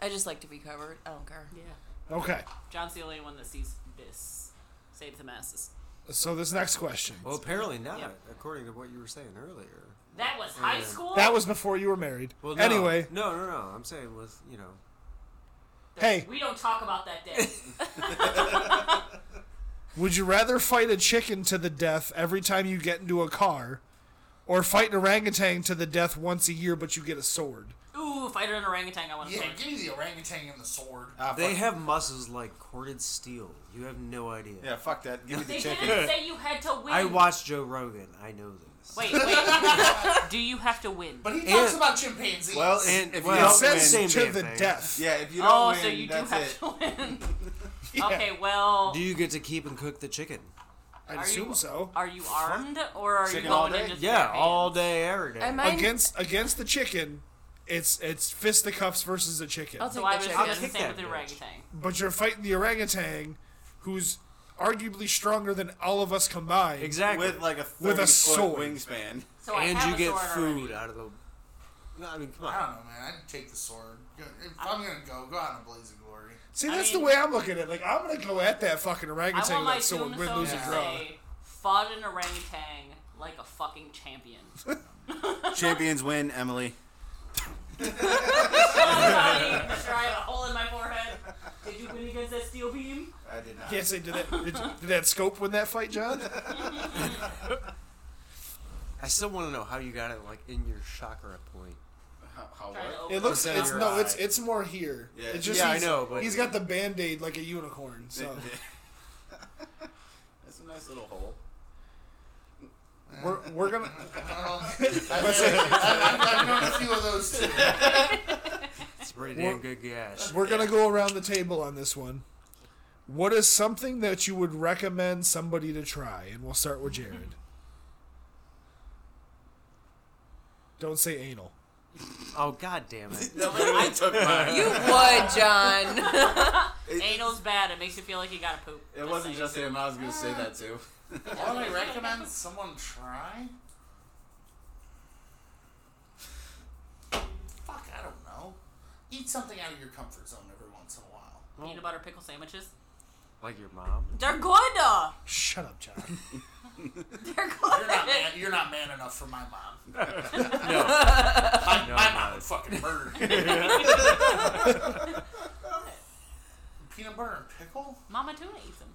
G: I just like to be covered. I don't care.
D: Yeah.
C: Okay.
D: John's the only one that sees this. Save the masses.
C: So this next question.
F: Well, apparently not,
D: Yeah.
F: according to what you were saying earlier.
D: That was high
F: Yeah.
D: school.
C: That was before you were married.
F: Well, no,
C: anyway,
F: no, no, no. I'm saying with you know,
C: hey,
D: We don't talk about that
C: [LAUGHS]
D: day.
C: would you rather fight a chicken to the death every time you get into a car Or fight an orangutan to the death once a year, but you get a sword.
D: Ooh, fighter and orangutan. I want to
B: Yeah,
D: play.
B: give me the orangutan and the sword.
E: Ah,
F: They
E: fuck-
F: have muscles like corded steel. You have no idea.
E: yeah, fuck that. Give me
D: They
E: the chicken.
D: didn't say you had to win.
F: I watched Joe Rogan. I know this. [LAUGHS]
D: Wait, wait. Do you have to win?
B: But he talks
F: And-
B: about chimpanzees.
E: Well, and if
F: Well,
E: you
C: It
E: don't
C: says
E: win,
F: same
C: to
F: damn
C: the
F: thing.
C: death.
E: yeah, if you don't
D: oh,
E: win,
D: so you do
E: that's
D: have
E: it.
D: to win. [LAUGHS]
E: [LAUGHS]
D: Okay, well,
F: Do you get to keep and cook the chicken?
C: I
D: Are
C: assume
D: you-
C: so.
D: are you armed or are you
E: Chicken all
D: going in
E: day?
D: just
F: Yeah,
D: bare
F: all
D: hands?
F: day, every day.
G: Am I?
C: Against against the chicken, it's it's fisticuffs versus a chicken.
G: I'll
D: So
G: take
D: I
G: the
D: was
G: chicken.
D: doing the
F: I'll kick
D: same
F: that
D: with the
F: bitch.
D: orangutan.
C: But you're fighting the orangutan, who's arguably stronger than all of us combined.
F: exactly.
E: With like a 30
C: With a
E: foot
C: sword.
E: wingspan.
D: So
B: Oh,
D: I
F: and
D: have
F: you
D: a
F: get
D: sword
F: food
D: already.
F: out of the. No, I mean, come
B: I
F: on.
B: don't know, man. I'd take the sword. Go- If I'm gonna go, go out in a blaze of glory.
C: See,
D: I
C: that's
D: mean-
C: the way I'm looking at it. Like, I'm going to go at that fucking
D: I
C: orangutan with
D: want my
C: that sword,
D: tombstone
C: win, lose, or
D: to
C: draw.
D: say, fought an orangutan like a fucking champion.
E: [LAUGHS] Champions win, Emily.
D: Sorry, sure I have a hole in my forehead. Did you win against that steel beam?
E: I did not.
C: Can't say, did that, did, did that scope win that fight,
F: [LAUGHS]
C: John?
F: I still want to know how you got it like in your chakra point.
E: How, how
D: Try to
E: what?
D: open
C: It looks,
F: It's in
C: it's,
F: your
C: no,
F: eye.
C: it's it's more here.
E: Yeah.
C: It's just
F: Yeah, I
C: he's-
F: know, but-
C: He's got the band-aid like a unicorn,
F: [LAUGHS]
C: so.
E: That's a nice little hole.
C: we're we're going to...
B: I've, I've known a few of those too.
F: It's a pretty
C: Well-
F: damn good gash.
C: We're gonna go around the table on this one. What is something that you would recommend somebody to try? And we'll start with Jared. Don't say anal.
F: Oh god damn it!
E: Nobody really [LAUGHS] took mine.
G: You would, John.
D: Anal's bad. It makes you feel like you gotta poop.
E: It wasn't just him. I was going to say that too.
B: What do I recommend someone try? Fuck, I don't know. Eat something out of your comfort zone every once in a while.
D: Peanut butter pickle sandwiches.
F: Like your mom.
D: They're good. uh,
C: Shut up, John.
D: [LAUGHS] They're
B: You're not
D: good.
B: man, you're not man enough for
F: [LAUGHS]
B: my mom.
F: No,
B: My
F: no.
B: mom would fucking murder
F: [LAUGHS]
B: me. Peanut butter and pickle?
D: Mama Tuna eats them,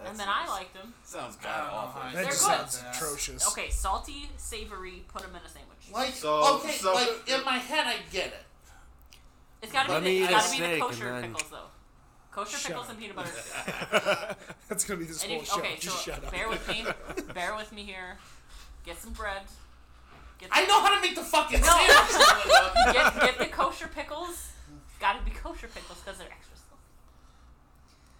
E: That
D: and then I
E: sounds-
D: like them.
E: Sounds
B: I
E: god
B: don't know how I
E: awful.
C: That
B: feel
C: just
B: about
C: sounds
B: that.
C: atrocious.
D: Okay, salty, savory. Put them in a sandwich.
B: Like
E: So-
B: okay,
E: so-
B: like in my head I get it.
D: It's gotta
F: Let
D: be the,
F: me
D: it's
F: eat a
D: gotta be the
F: snake and
D: kosher
F: then-
D: pickles though. Kosher
C: Shut
D: pickles
C: up.
D: and peanut butter. pickles.
C: [LAUGHS] That's gonna be this
D: And
C: whole
D: if,
C: show.
D: okay,
C: Just
D: so
C: shut up.
D: bear with
C: [LAUGHS]
D: me. Bear with me here. Get some bread. Get
B: I know how to make the fucking
D: No.
B: sandwich.
D: get, get the kosher pickles. Gotta be kosher pickles because they're extra salty.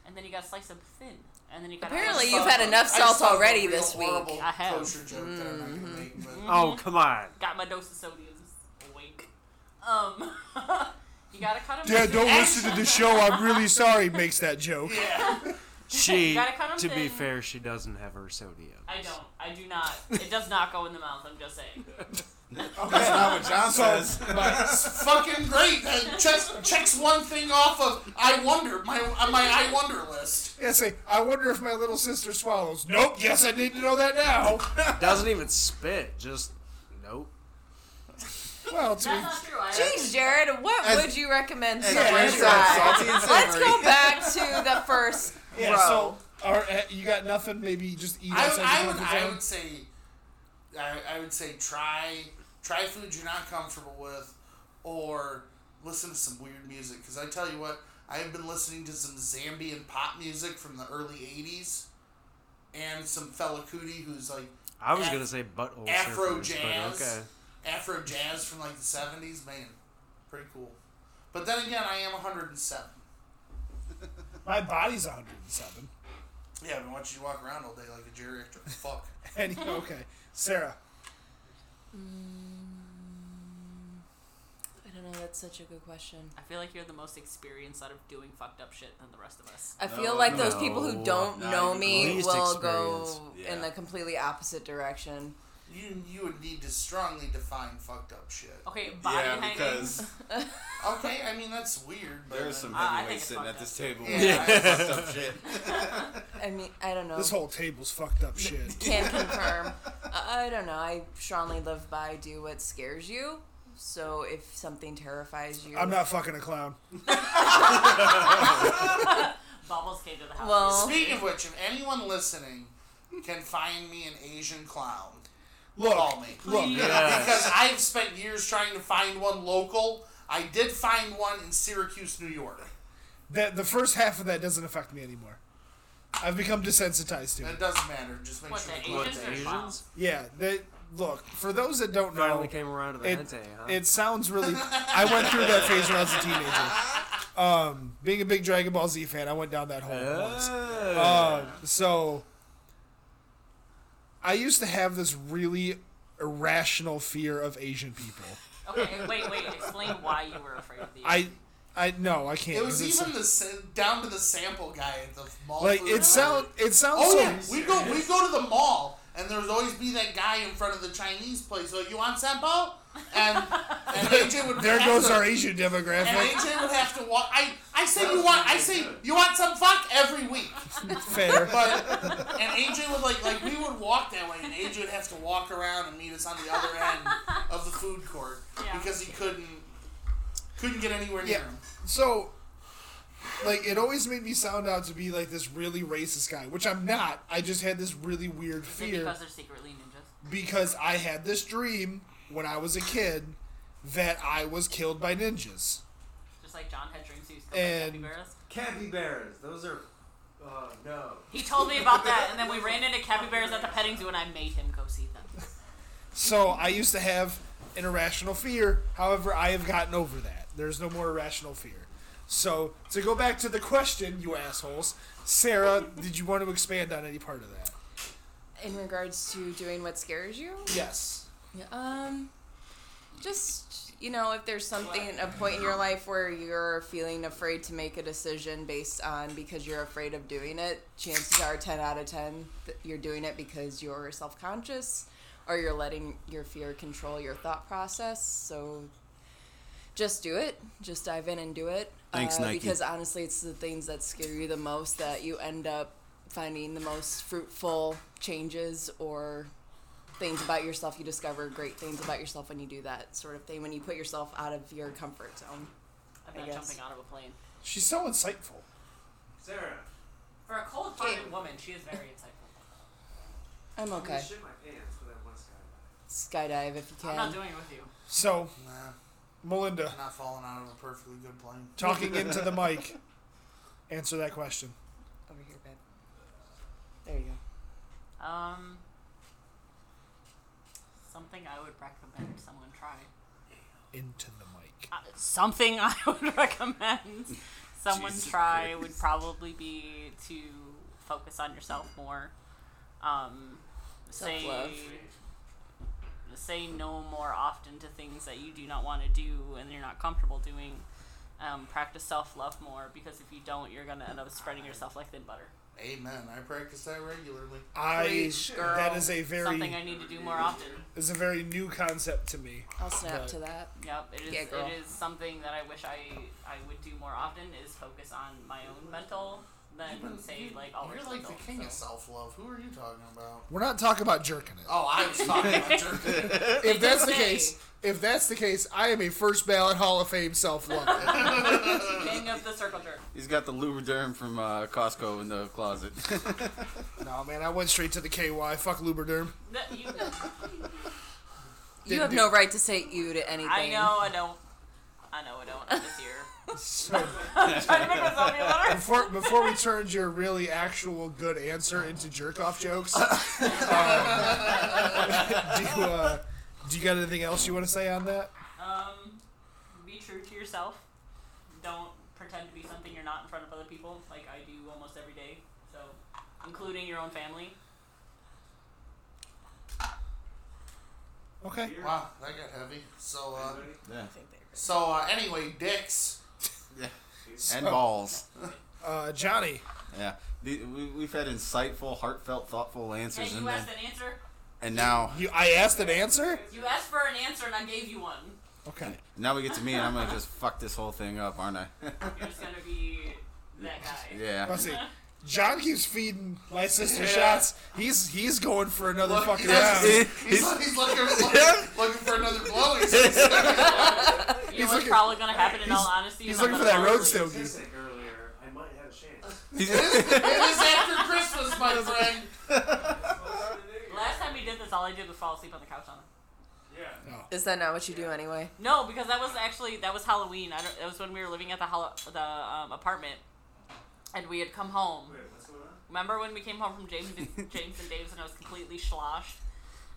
D: And then you gotta slice them thin. And then you gotta.
G: Apparently you've had enough salt already this week.
D: I have.
B: Kosher joke that I'm not gonna make, but
F: Oh come [LAUGHS] on!
D: Got my dose of sodium. Wink. Um. [LAUGHS] you gotta cut them.
C: Dad, don't listen
D: [LAUGHS]
C: to the show. I'm really sorry. Makes that joke.
B: yeah.
F: She,
D: Gotta cut 'em
F: to be
D: thin.
F: fair, she doesn't have her sodium.
D: I don't. I do not. It does not go in the mouth. I'm just saying.
E: That's not what John says.
B: It's fucking great. That checks, checks one thing off of I wonder my uh, my I wonder list.
C: Yeah, say. I wonder if my little sister swallows. Nope. Yes, I need to know that now.
F: Doesn't even spit. Just nope.
C: Well, to
D: That's
C: be,
D: not true. I
G: Jeez, Jared, what
E: As-
G: would you recommend someone
E: Jared said
G: try?
E: salty and
G: Let's
E: savory.
G: go back to the first
C: yeah.
G: row.
C: So, or, uh, you got nothing? Maybe just eat
B: I,
C: outside your
B: I would
C: comfort
B: I
C: zone?
B: would say I, I would say try try food you're not comfortable with, or listen to some weird music. Because I tell you what, I have been listening to some Zambian pop music from the early '80s, and some fella Cootie who's like
F: I was
B: Af-
F: gonna say butthole
B: Afro
F: surfers,
B: jazz,
F: but okay.
B: Afro jazz from like the '70s. Man, pretty cool. But then again, I am 107.
C: My body's [LAUGHS] 107.
B: Yeah, I've been watching you walk around all day like a geriatric [LAUGHS] fuck.
C: And okay, Sarah.
G: I don't know, that's such a good question.
D: I feel like you're the most experienced out of doing fucked up shit than the rest of us.
G: I feel
E: No,
G: like those people
F: no,
G: who don't
E: not
G: know
E: even
G: me
F: least
G: will
F: experience.
G: go
E: Yeah.
G: in the completely opposite direction.
B: You you would need to strongly define fucked up shit.
D: Okay, [LAUGHS] body
E: Yeah,
D: hanging. [LAUGHS]
E: because
B: Okay, I mean that's weird, but
E: there's some
D: I think
E: heavyweights
D: it's
E: sitting at
D: fucked
E: this table.
B: Yeah.
E: with fucked up shit. [LAUGHS]
G: I mean, I don't know.
C: This whole table's fucked up shit.
G: Can't confirm. I I don't know. I strongly live by do what scares you. So if something terrifies you,
C: I'm not fucking a clown.
D: Bubbles came to the house.
G: Well,
B: Speaking of which, if anyone listening can find me an Asian clown,
C: Look,
B: call me.
D: Oh,
C: look.
B: Because I've spent years trying to find one local. I did find one in Syracuse, New York.
C: That the first half of that doesn't affect me anymore. I've become desensitized to it.
B: It doesn't matter. Just make
D: What,
B: sure
D: the
B: you
D: Asians
B: call it
D: or
B: Asian.
D: Asians?
C: Yeah, they look for those that don't know.
F: Finally came around to the
C: it,
F: Hente, huh?
C: it sounds really. I went through that phase when I was a teenager. Um, being a big Dragon Ball Z fan, I went down that hole once.
F: Oh.
C: Um, so I used to have this really irrational fear of Asian people.
D: Okay, wait, wait. Explain why you were afraid of the.
C: I, I no, I can't.
B: It was
C: 'cause it's-
B: even the sa- down to the sample guy at the mall.
C: like
B: food
C: it
B: court.
C: sound. It sounds.
B: Oh
C: so,
B: yeah, we go we go to the mall, and there's always be that guy in front of the Chinese place. So you want sampo? And and AJ would
C: There
B: have
C: goes
B: to-
C: our Asian
B: And
C: [LAUGHS] demographic.
B: AJ would have to walk. I I say you want I say you want some fuck every week.
C: Fair.
B: But and AJ would like like we would walk that way, and AJ would have to walk around and meet us on the other end of the food court
D: Yeah.
B: because he couldn't couldn't get anywhere near
C: Yeah.
B: him.
C: So, like, it always made me sound out to be like this really racist guy, which I'm not. I just had this really weird
D: Is it
C: fear
D: because they're secretly ninjas?
C: because I had this dream when I was a kid that I was killed by ninjas.
D: Just like John had dreams he was killed by
C: And-
D: capybaras.
F: Capybaras. Those are. Oh no.
D: He told me about that, and then we ran into capybaras at the petting zoo, and I made him go see them.
C: So I used to have an irrational fear. However, I have gotten over that. There's no more irrational fear. So to go back to the question, you assholes, Sarah, did you want to expand on any part of that?
G: In regards to doing what scares you?
C: Yes.
G: Um, just you know, if there's something a point in your life where you're feeling afraid to make a decision based on because you're afraid of doing it, chances are ten out of ten that you're doing it because you're self-conscious or you're letting your fear control your thought process. So just do it. Just dive in and do it.
E: Thanks,
G: uh,
E: Nike.
G: Because honestly, it's the things that scare you the most that you end up finding the most fruitful changes or things about yourself. You discover great things about yourself when you do that sort of thing. When you put yourself out of your comfort zone.
D: I'm
G: I
D: not
G: guess.
D: jumping out of a plane.
C: She's so insightful.
F: Sarah.
D: For a cold-blooded woman, she is very insightful.
G: I'm
F: I'm gonna
G: okay.
F: shit my pants for that one skydive.
G: Skydive if you
D: I'm not
G: can.
D: doing it with you.
C: So,
B: Nah,
C: Melinda,
B: I'm not falling out of a perfectly good plane.
C: talking into the mic, answer that question.
G: Over here, babe. There you go.
D: Um, something I would recommend someone try.
C: Into the mic.
D: Uh, something I [LAUGHS] would recommend someone
E: Jesus
D: try
E: Christ.
D: would probably be to focus on yourself more. Um, say
G: Self-love.
D: say no more often to things that you do not want to do and you're not comfortable doing. Um, practice self love more because if you don't, you're gonna end up spreading yourself like thin butter.
B: Amen. I practice that regularly.
C: I
G: Preach, girl.
C: that is a very
D: Something I need to do more often.
C: is a very new concept to me.
G: I'll snap
C: But-
G: to that.
D: Yep, it is.
G: Yeah, girl.
D: It is something that I wish I I would do more often is focus on my own mental than say like always
B: You're like
D: mental.
B: the king of self love. Who are you talking about?
C: We're not talking about jerking it.
B: Oh, I was talking about jerky.
C: if that's the
D: say.
C: case, if that's the case, I am a first ballot Hall of Fame self [LAUGHS] lover.
D: king of the circle jerk.
E: He's got the Lubriderm from uh, Costco in the closet. [LAUGHS]
C: no man, I went straight to the KY. Fuck Lubriderm.
B: [LAUGHS]
D: That- you-
G: you
C: Didn't
G: have
C: do-
G: no right to say you to anything.
D: I know. I don't. I know. I don't. I'm just here.
B: [LAUGHS]
D: [LAUGHS]
C: So
D: Trying to make myself feel better.
C: before before we turned your really actual good answer into jerk off jokes, um, [LAUGHS] do you, uh, do you got anything else you want to say on that?
D: Um, be true to yourself. Don't pretend to be something you're not in front of other people, like I do almost every day. So, including your own family.
C: Okay.
B: Wow, that got heavy. So, uh,
E: yeah.
B: so uh, anyway, dicks.
E: And balls.
C: Uh, Johnny,
E: Yeah. The, we, we've had insightful, heartfelt, thoughtful
D: And
E: answers.
D: you
E: and,
D: asked
E: then,
D: an answer.
E: and now
C: you I asked an answer.
D: You asked for an answer, and I gave you one.
C: Okay.
E: now we get to me, and I'm going to just fuck this whole thing up, aren't I? [LAUGHS]
D: You're just gonna be that guy.
E: yeah.
C: Let's see. John keeps feeding my sister shots. He's he's going for another fucking round.
B: he's, he's, he's looking, looking, looking for another blowing. [LAUGHS]
D: You know what's
C: looking-
D: probably gonna happen in all
C: he's-
D: honesty.
C: He's
D: is I'm
C: looking for that
D: gonna
C: road
D: probably-
C: stogie.
F: Statistic earlier, I might have a [LAUGHS] chance.
B: it is after Christmas, my friend.
D: Last time he did did this, all I did was fall asleep on the couch on them.
G: Is that not what you do anyway?
D: No, because that was actually that was Halloween. I don't, that was when we were living at the hol- the um, apartment, and we had come home.
F: Wait, what's going on?
D: Remember when we came home from James
C: [LAUGHS]
D: James and Dave's and I was completely sloshed?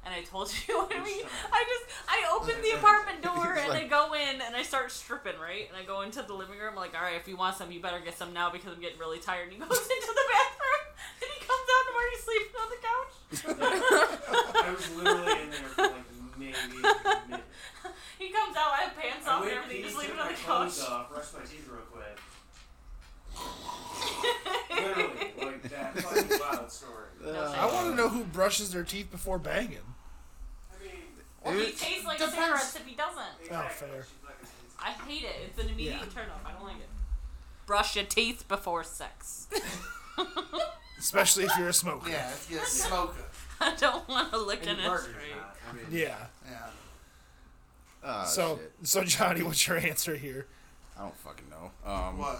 D: And I told you [LAUGHS] what I mean. I just I
C: [LAUGHS]
D: opened the apartment door and I go in and I start stripping, right? And I go into the living room like, all right, if you want some, you better get some now because I'm getting really tired. And he goes [LAUGHS] into the bathroom [LAUGHS] and he comes out and I'm already sleeping on the couch.
F: I was literally in there for like maybe
D: [LAUGHS]
F: a minute.
D: He comes out, I have pants
F: I
D: off and
F: went
D: everything,
F: pee,
D: just
F: took
D: leaving on
F: my
D: the
F: clothes
D: couch.
F: off, brushed my teeth real
D: [LAUGHS]
F: quick. Literally, like that fucking wild story.
D: No shit.
C: I want to know who brushes their teeth before banging.
F: I mean,
D: Well, he tastes like
B: Depends.
D: cigarettes if he doesn't.
F: exactly,
C: Oh, fair.
F: she's like, it's-
D: I hate it. It's an immediate
C: Yeah.
D: turn off. I don't like it. Brush your teeth before sex. [LAUGHS]
C: Especially if you're a smoker.
B: Yeah, if you smoke it.
D: I don't want to look in
F: and
D: it
F: burgers
D: straight.
F: not. I mean,
C: Yeah.
B: Yeah.
E: Ah,
C: so,
E: shit.
C: so Johnny, what's your answer here?
E: I don't fucking know. Um,
B: What?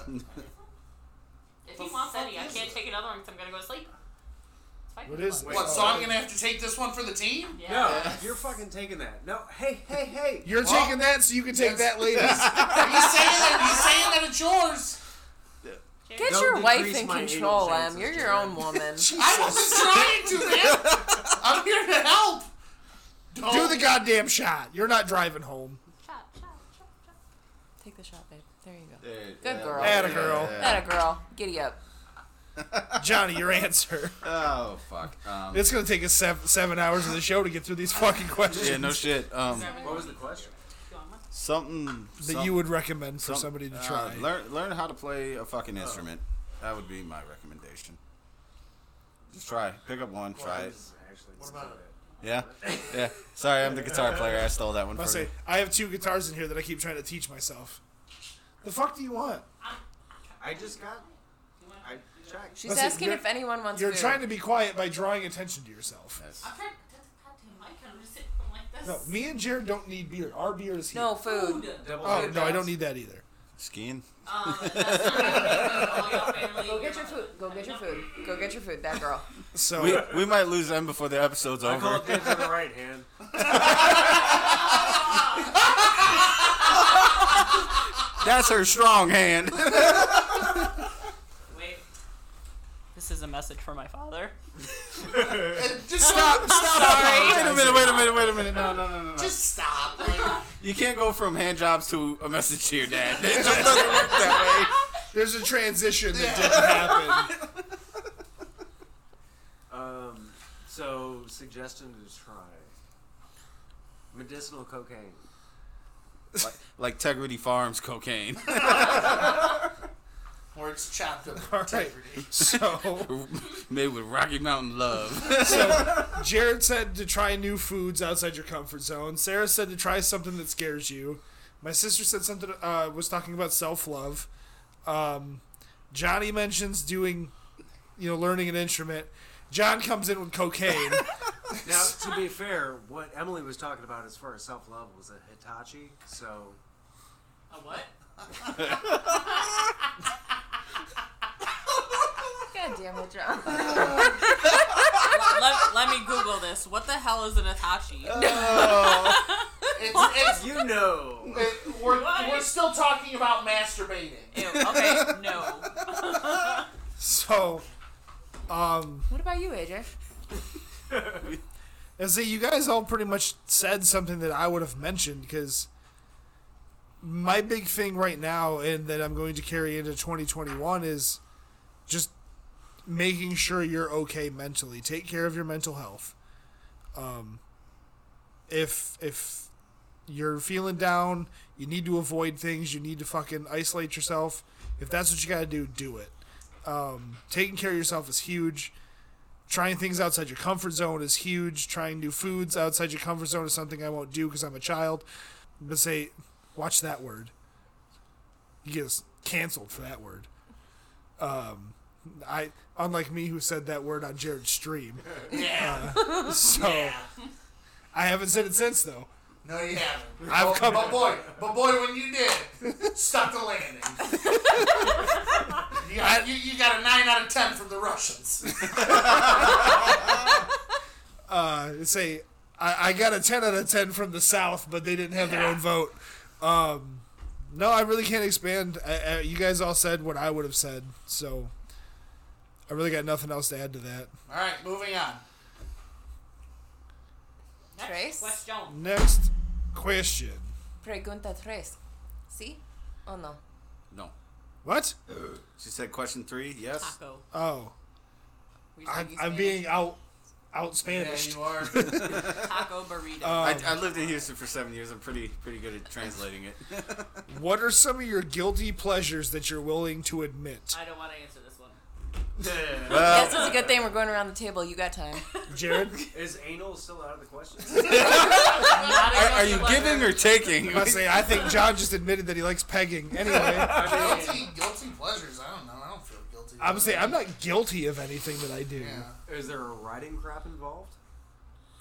D: If
B: The
D: he wants
B: fuck
D: any, I
B: is
D: can't
B: it?
D: take another one because I'm gonna go to sleep. It's fine.
C: What is it?
B: What, so I'm gonna have to take this one for the team?
D: Yeah.
F: No, you're fucking taking that. No, hey, hey, hey.
C: You're
B: Well,
C: taking that, so you can take
B: yes.
C: that, ladies.
E: [LAUGHS]
B: Are you saying that you saying that it's yours?
G: Get
F: Don't
G: your wife
F: decrease
G: in
F: my anal
G: control, Em.
F: chances,
G: You're your
F: Jared.
G: own woman.
C: [LAUGHS]
B: I wasn't trying to, man. I'm here to help.
E: Oh.
B: Don't.
C: Do the goddamn shot. You're not driving home.
D: Chop, chop, chop, chop.
G: Take the shot, babe. There you go.
E: There-
G: Good
E: yeah,
G: girl.
E: Oh, yeah,
C: Atta girl.
E: yeah, yeah.
G: That a girl. Giddy up.
C: Johnny, your answer.
E: Oh fuck. Um,
C: It's gonna take us seven, seven hours of the show to get through these fucking questions
E: yeah, no shit. Um,
F: What was the question?
D: You want one?
E: something
C: that
E: some-
C: you would recommend for
E: some-
C: somebody to
E: uh,
C: try.
E: learn learn how to play a fucking instrument. That would be my recommendation. Just try. Pick up one. Try it.
F: Actually,
B: What about
E: Yeah. Yeah. Sorry, I'm the [LAUGHS] guitar player. I stole that one
C: I
E: from
C: say
E: you.
C: I have two guitars in here that I keep trying to teach myself. The fuck do you want?
F: I just got. I checked.
G: She's
C: Listen,
G: asking
C: you're-
G: if anyone wants
C: You're
G: food.
C: trying to be quiet by drawing attention to yourself.
E: Yes.
D: I'm trying to that's a goddamn mic. I'm just sitting like this.
C: No, me and Jared don't need beer. Our beer is here.
G: No food.
D: Food.
F: Double
C: Oh
F: check
C: no, I
F: that.
C: don't need that either.
E: Skiing.
D: Um, that's not all y'all family.
G: Go get your food. Go get your food. Go get your food. That girl.
C: So
E: We, we might lose them before the episode's
F: I call
E: over.
F: it the end of the right hand.
E: That's her strong [LAUGHS] hand.
D: Wait. This is a message for my father.
B: that? Just stop.
E: wait a minute, wait a minute, wait a minute. No, no, no, no, no.
B: Just stop. Like,
E: [LAUGHS] You can't go from hand jobs to a message to your dad.
B: [LAUGHS]
E: It just doesn't work that
C: there's a transition that didn't happen.
F: Um, so suggestion to try medicinal cocaine.
E: way. Like, like Tegrity Farms cocaine. [LAUGHS]
B: or it's chopped up.
C: All right. So
E: Made with Rocky Mountain love.
C: [LAUGHS] Jared said to try new foods outside your comfort zone. Sarah said to try something that scares you. My sister said something uh, was talking about self love. Um, Johnny mentions doing, you know, learning an instrument. John comes in with cocaine. [LAUGHS]
F: Now, to be fair, what Emily was talking about as far as self love was a Hitachi. So
D: A what?
G: [LAUGHS] God damn it, John.
D: let, let me Google this. What the hell is an Hitachi?
B: It's, it's,
F: you know,
B: [LAUGHS] it, we're,
D: What?
B: we're still talking about masturbating.
D: Ew, okay, no.
C: so, um,
G: What about you, AJ?
C: and see, you guys all pretty much said something that I would have mentioned because my big thing right now and that I'm going to carry into 2021 is just making sure you're okay mentally. Take care of your mental health. Um, if if you're feeling down, you need to avoid things. You need to fucking isolate yourself. If that's what you got to do, do it. Um, taking care of yourself is huge. Trying things outside your comfort zone is huge. Trying new foods outside your comfort zone is something I won't do because I'm a child. But say, watch that word. You get us canceled for that word. Um, I unlike me who said that word on Jared's stream. Uh,
B: Yeah.
C: So I haven't said it since though.
B: No, you haven't.
C: I've
B: But,
C: come.
B: but boy, but boy, when you did, stuck the landing. you, got, you, you got a nine out of ten from the Russians.
C: Uh, It's a I, I got a ten out of ten from the South, but they didn't have their own vote. Um, no, I really can't expand. I, I, you guys all said what I would have said, so I really got nothing else to add to that.
B: All right, moving on.
D: Next,
G: Trace?
D: Wes Jones.
C: Next question.
G: Pregunta tres. ¿Sí o no?
E: No. Uh-huh.
C: What?
E: She said question three. Yes.
D: Taco.
C: Oh,
D: We
C: I,
D: speak
C: I'm
D: Spanish.
C: being out out
B: Yeah,
C: Spanish.
B: you are.
D: taco burrito.
E: I, I lived in Houston for seven years. I'm pretty pretty good at translating it.
C: What are some of your guilty pleasures that you're willing to admit?
D: I don't want to answer this one.
G: Yes, it's a good thing we're going around the table. You got time.
C: Jared,
F: Is anal still out of the question?
D: Not a
E: are, are
D: guilty
E: you
D: pleasure.
E: giving or taking?
C: I say I think John just admitted that he likes pegging.
B: [LAUGHS]
C: Anyway,
F: I mean,
B: [LAUGHS] guilty, guilty pleasures. I don't know. I don't feel guilty.
C: I'm saying I'm not guilty of anything that I do.
B: Yeah.
F: is there a riding crop involved?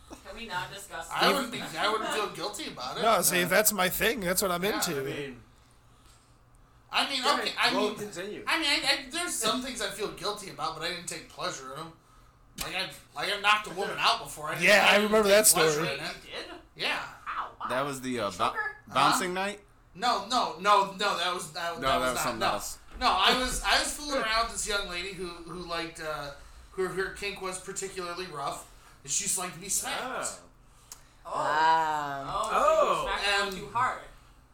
D: Can we not discuss?
B: I wouldn't think I wouldn't feel guilty about it.
C: No, see, if that's my thing, that's what I'm
B: Yeah,
C: into.
B: I
F: I mean,
B: I mean, okay. I
F: we'll
B: mean,
F: continue.
B: I mean, I, I, there's some things I feel guilty about, but I didn't take pleasure in them. Like I, like I knocked a woman out before. I didn't,
C: Yeah, I
B: didn't
C: remember
B: take
C: that
B: pleasure
C: story.
B: in
D: You
B: it.
D: did?
B: Yeah.
D: Ow, wow.
E: [LAUGHS] That was the uh, bo-
D: Sugar?
E: bouncing night.
B: No, no, no, no. That was that,
E: No,
B: that
E: that
B: was
E: was
B: not,
E: something
B: no.
E: else.
B: No, I was I was fooling around with this young lady who who liked uh, who her kink was particularly rough, and she just liked to be smacked.
F: Oh.
D: Oh,
G: [LAUGHS] Wow.
D: oh,
F: Oh.
D: so you smacked
B: Um,
D: them too hard.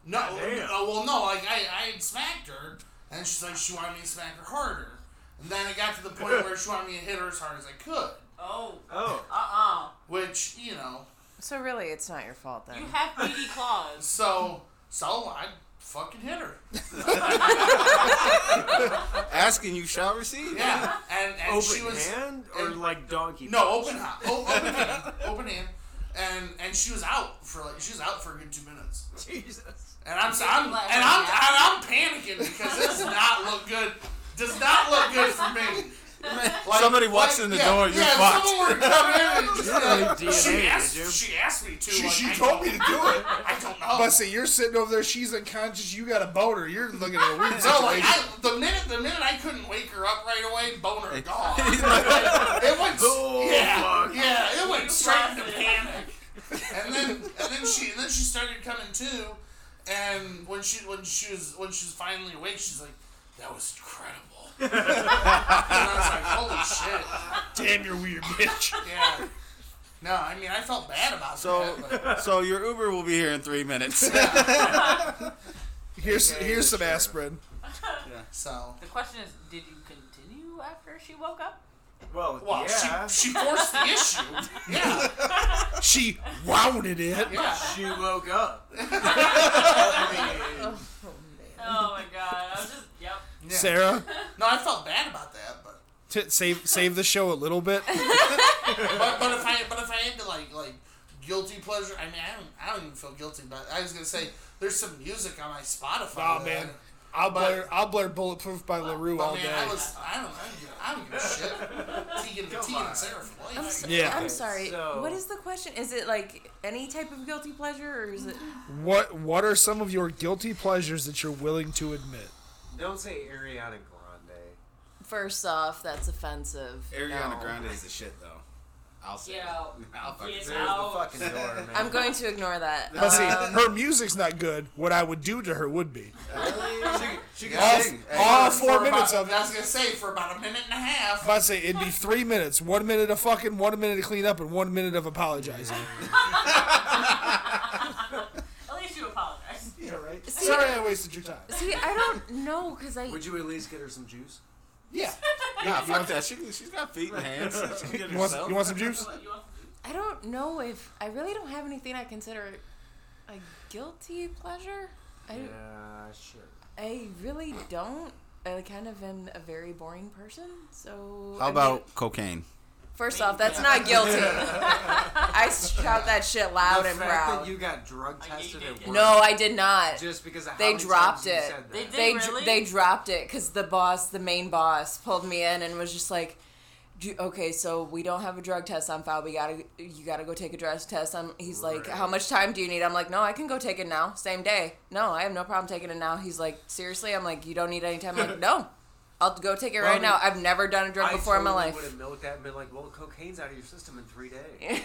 B: No,
F: Goddamn.
B: no, well, no, like I, I had smacked her, and she's like, she wanted me to smack her harder. And then it got to the point where she wanted me to hit her as hard as I could,
D: Oh,
F: Oh.
D: uh, uh
B: which, you know,
G: So really, it's not your fault then.
D: You have beady claws.
B: so, so I fucking hit her.
E: Asking you shall receive. [LAUGHS]
B: Yeah, and, and
F: Open
B: she was,
F: hand or
B: and-
F: like donkey?
B: no, open, ha- oh, open hand, open hand. And, and she was out for like she was out for a good two minutes,
F: Jesus.
B: and I'm so I'm and I'm, and I'm panicking because this does not look good, does not look good for me. Like-
E: Somebody walks
B: like-
E: in the
B: yeah,
E: door. You're
B: yeah, if
E: fucked.
B: someone were to come in and just, uh,
F: DNA,
B: she asked.
F: did you?
B: She asked me to.
C: She,
B: like,
C: she
B: I
C: told me to
B: don't-
C: do it.
B: I don't know.
C: But see, you're sitting over there. She's unconscious. You got a boner. You're looking at a weird
B: [LAUGHS] no, like
C: situation.
B: I, the minute the minute I couldn't wake her up right away,
E: [LAUGHS]
B: boner gone. it went.
E: Oh,
B: yeah,
E: fuck.
B: yeah, it went straight into
D: Flaccid.
B: panic. [LAUGHS] And then and then she and then she started coming to, and when she when she was when she was finally awake, she's like, "That was incredible." [LAUGHS] and I was like, "Holy shit!"
C: Damn, you're weird, bitch.
B: Yeah. No, I mean I felt bad about
E: So-
B: that. but-
E: [LAUGHS] So your Uber will be here in three minutes.
C: Here's
F: Okay,
C: here's some
F: sure.
C: aspirin.
B: so.
D: The question is, did you continue after she woke up?
F: Well,
B: Well,
F: yeah.
B: she, she forced the issue. Yeah,
C: She wowed it.
B: yeah.
F: She woke up.
D: Oh my god, I was just yep.
B: Yeah.
C: Sarah,
B: No, I felt bad about that, but
C: t- save save the show a
B: [LAUGHS]
C: little bit.
B: but, but if I but if I had to like like guilty pleasure, I mean I don't I don't even feel guilty about. It. I was gonna say there's some music on my Spotify.
C: Oh
B: that
C: man,
B: I-
C: I'll blare I'll blare bulletproof by Larue
B: But
C: all
B: man, I
C: day.
B: was I don't I don't give, I don't give a shit. Tegan,
F: Come
B: Tegan
F: on.
B: and Sarah for
G: I'm,
B: life.
G: so-
C: Yeah.
G: I'm sorry.
F: So-
G: What is the question? Is it like any type of guilty pleasure, or is it?
C: What what are some of your guilty pleasures that you're willing to admit?
F: Don't say Ariana Grande.
G: First off, that's offensive.
E: Ariana
G: No.
E: Grande is the shit, though. I'll say.
D: Get
E: it.
D: out.
E: I'll fucking
D: Get
E: say it.
D: out.
F: Fucking [LAUGHS] door, man.
G: I'm going to ignore that.
C: But see,
B: Uh,
G: Um,
C: her music's not good. What I would do to her would be.
E: She
C: All-
E: can sing.
C: all
E: Hey,
C: four
B: For about-
C: minutes of
B: I
C: it.
B: was gonna say for about a minute and a half.
C: If I say it'd be three minutes, one minute of fucking, one minute of clean up, and one minute of apologizing.
D: At least [LAUGHS] you apologized.
C: Yeah, right. Sorry, I wasted your time.
G: see, I don't know because I.
F: Would you at least get her some juice?
C: Yeah.
E: Nah, fuck that. She, she's got feet and hands.
B: [LAUGHS]
E: She can get
C: You want,
E: herself.
C: you want some juice?
D: What, you want-
G: I don't know if I really don't have anything I consider a guilty pleasure. I
F: Yeah, sure.
G: I really don't. I kind of am a very boring person, so. I
E: How
G: mean,
E: about cocaine?
G: first off, that's not guilty. [LAUGHS] I shout that shit loud
F: the
G: and
F: fact
G: proud.
F: that you got drug
D: I
F: tested
D: hate
F: at
D: it.
F: work
G: no, I did not.
F: just because of
G: They
F: how many
G: dropped
F: times you
G: it.
F: said that.
D: They did
G: they
D: really.
G: they dropped it because the boss, the main boss, pulled me in and was just like, "Do- "Okay, so we don't have a drug test on file. We gotta you gotta go take a drug test." i he's like, "How much time do you need?" I'm like, "No, I can go take it
F: [LAUGHS]
G: now, same day. No, I have no problem taking it now." He's like, "Seriously?" I'm like, "You don't need any time." I'm like, "No." I'll go take it
F: Well,
G: right
F: I
G: now.
F: mean,
G: I've never done a drug
F: I
G: before in my
F: totally
G: life.
F: would have milked that and been like, well, cocaine's out of your system in three [LAUGHS] days.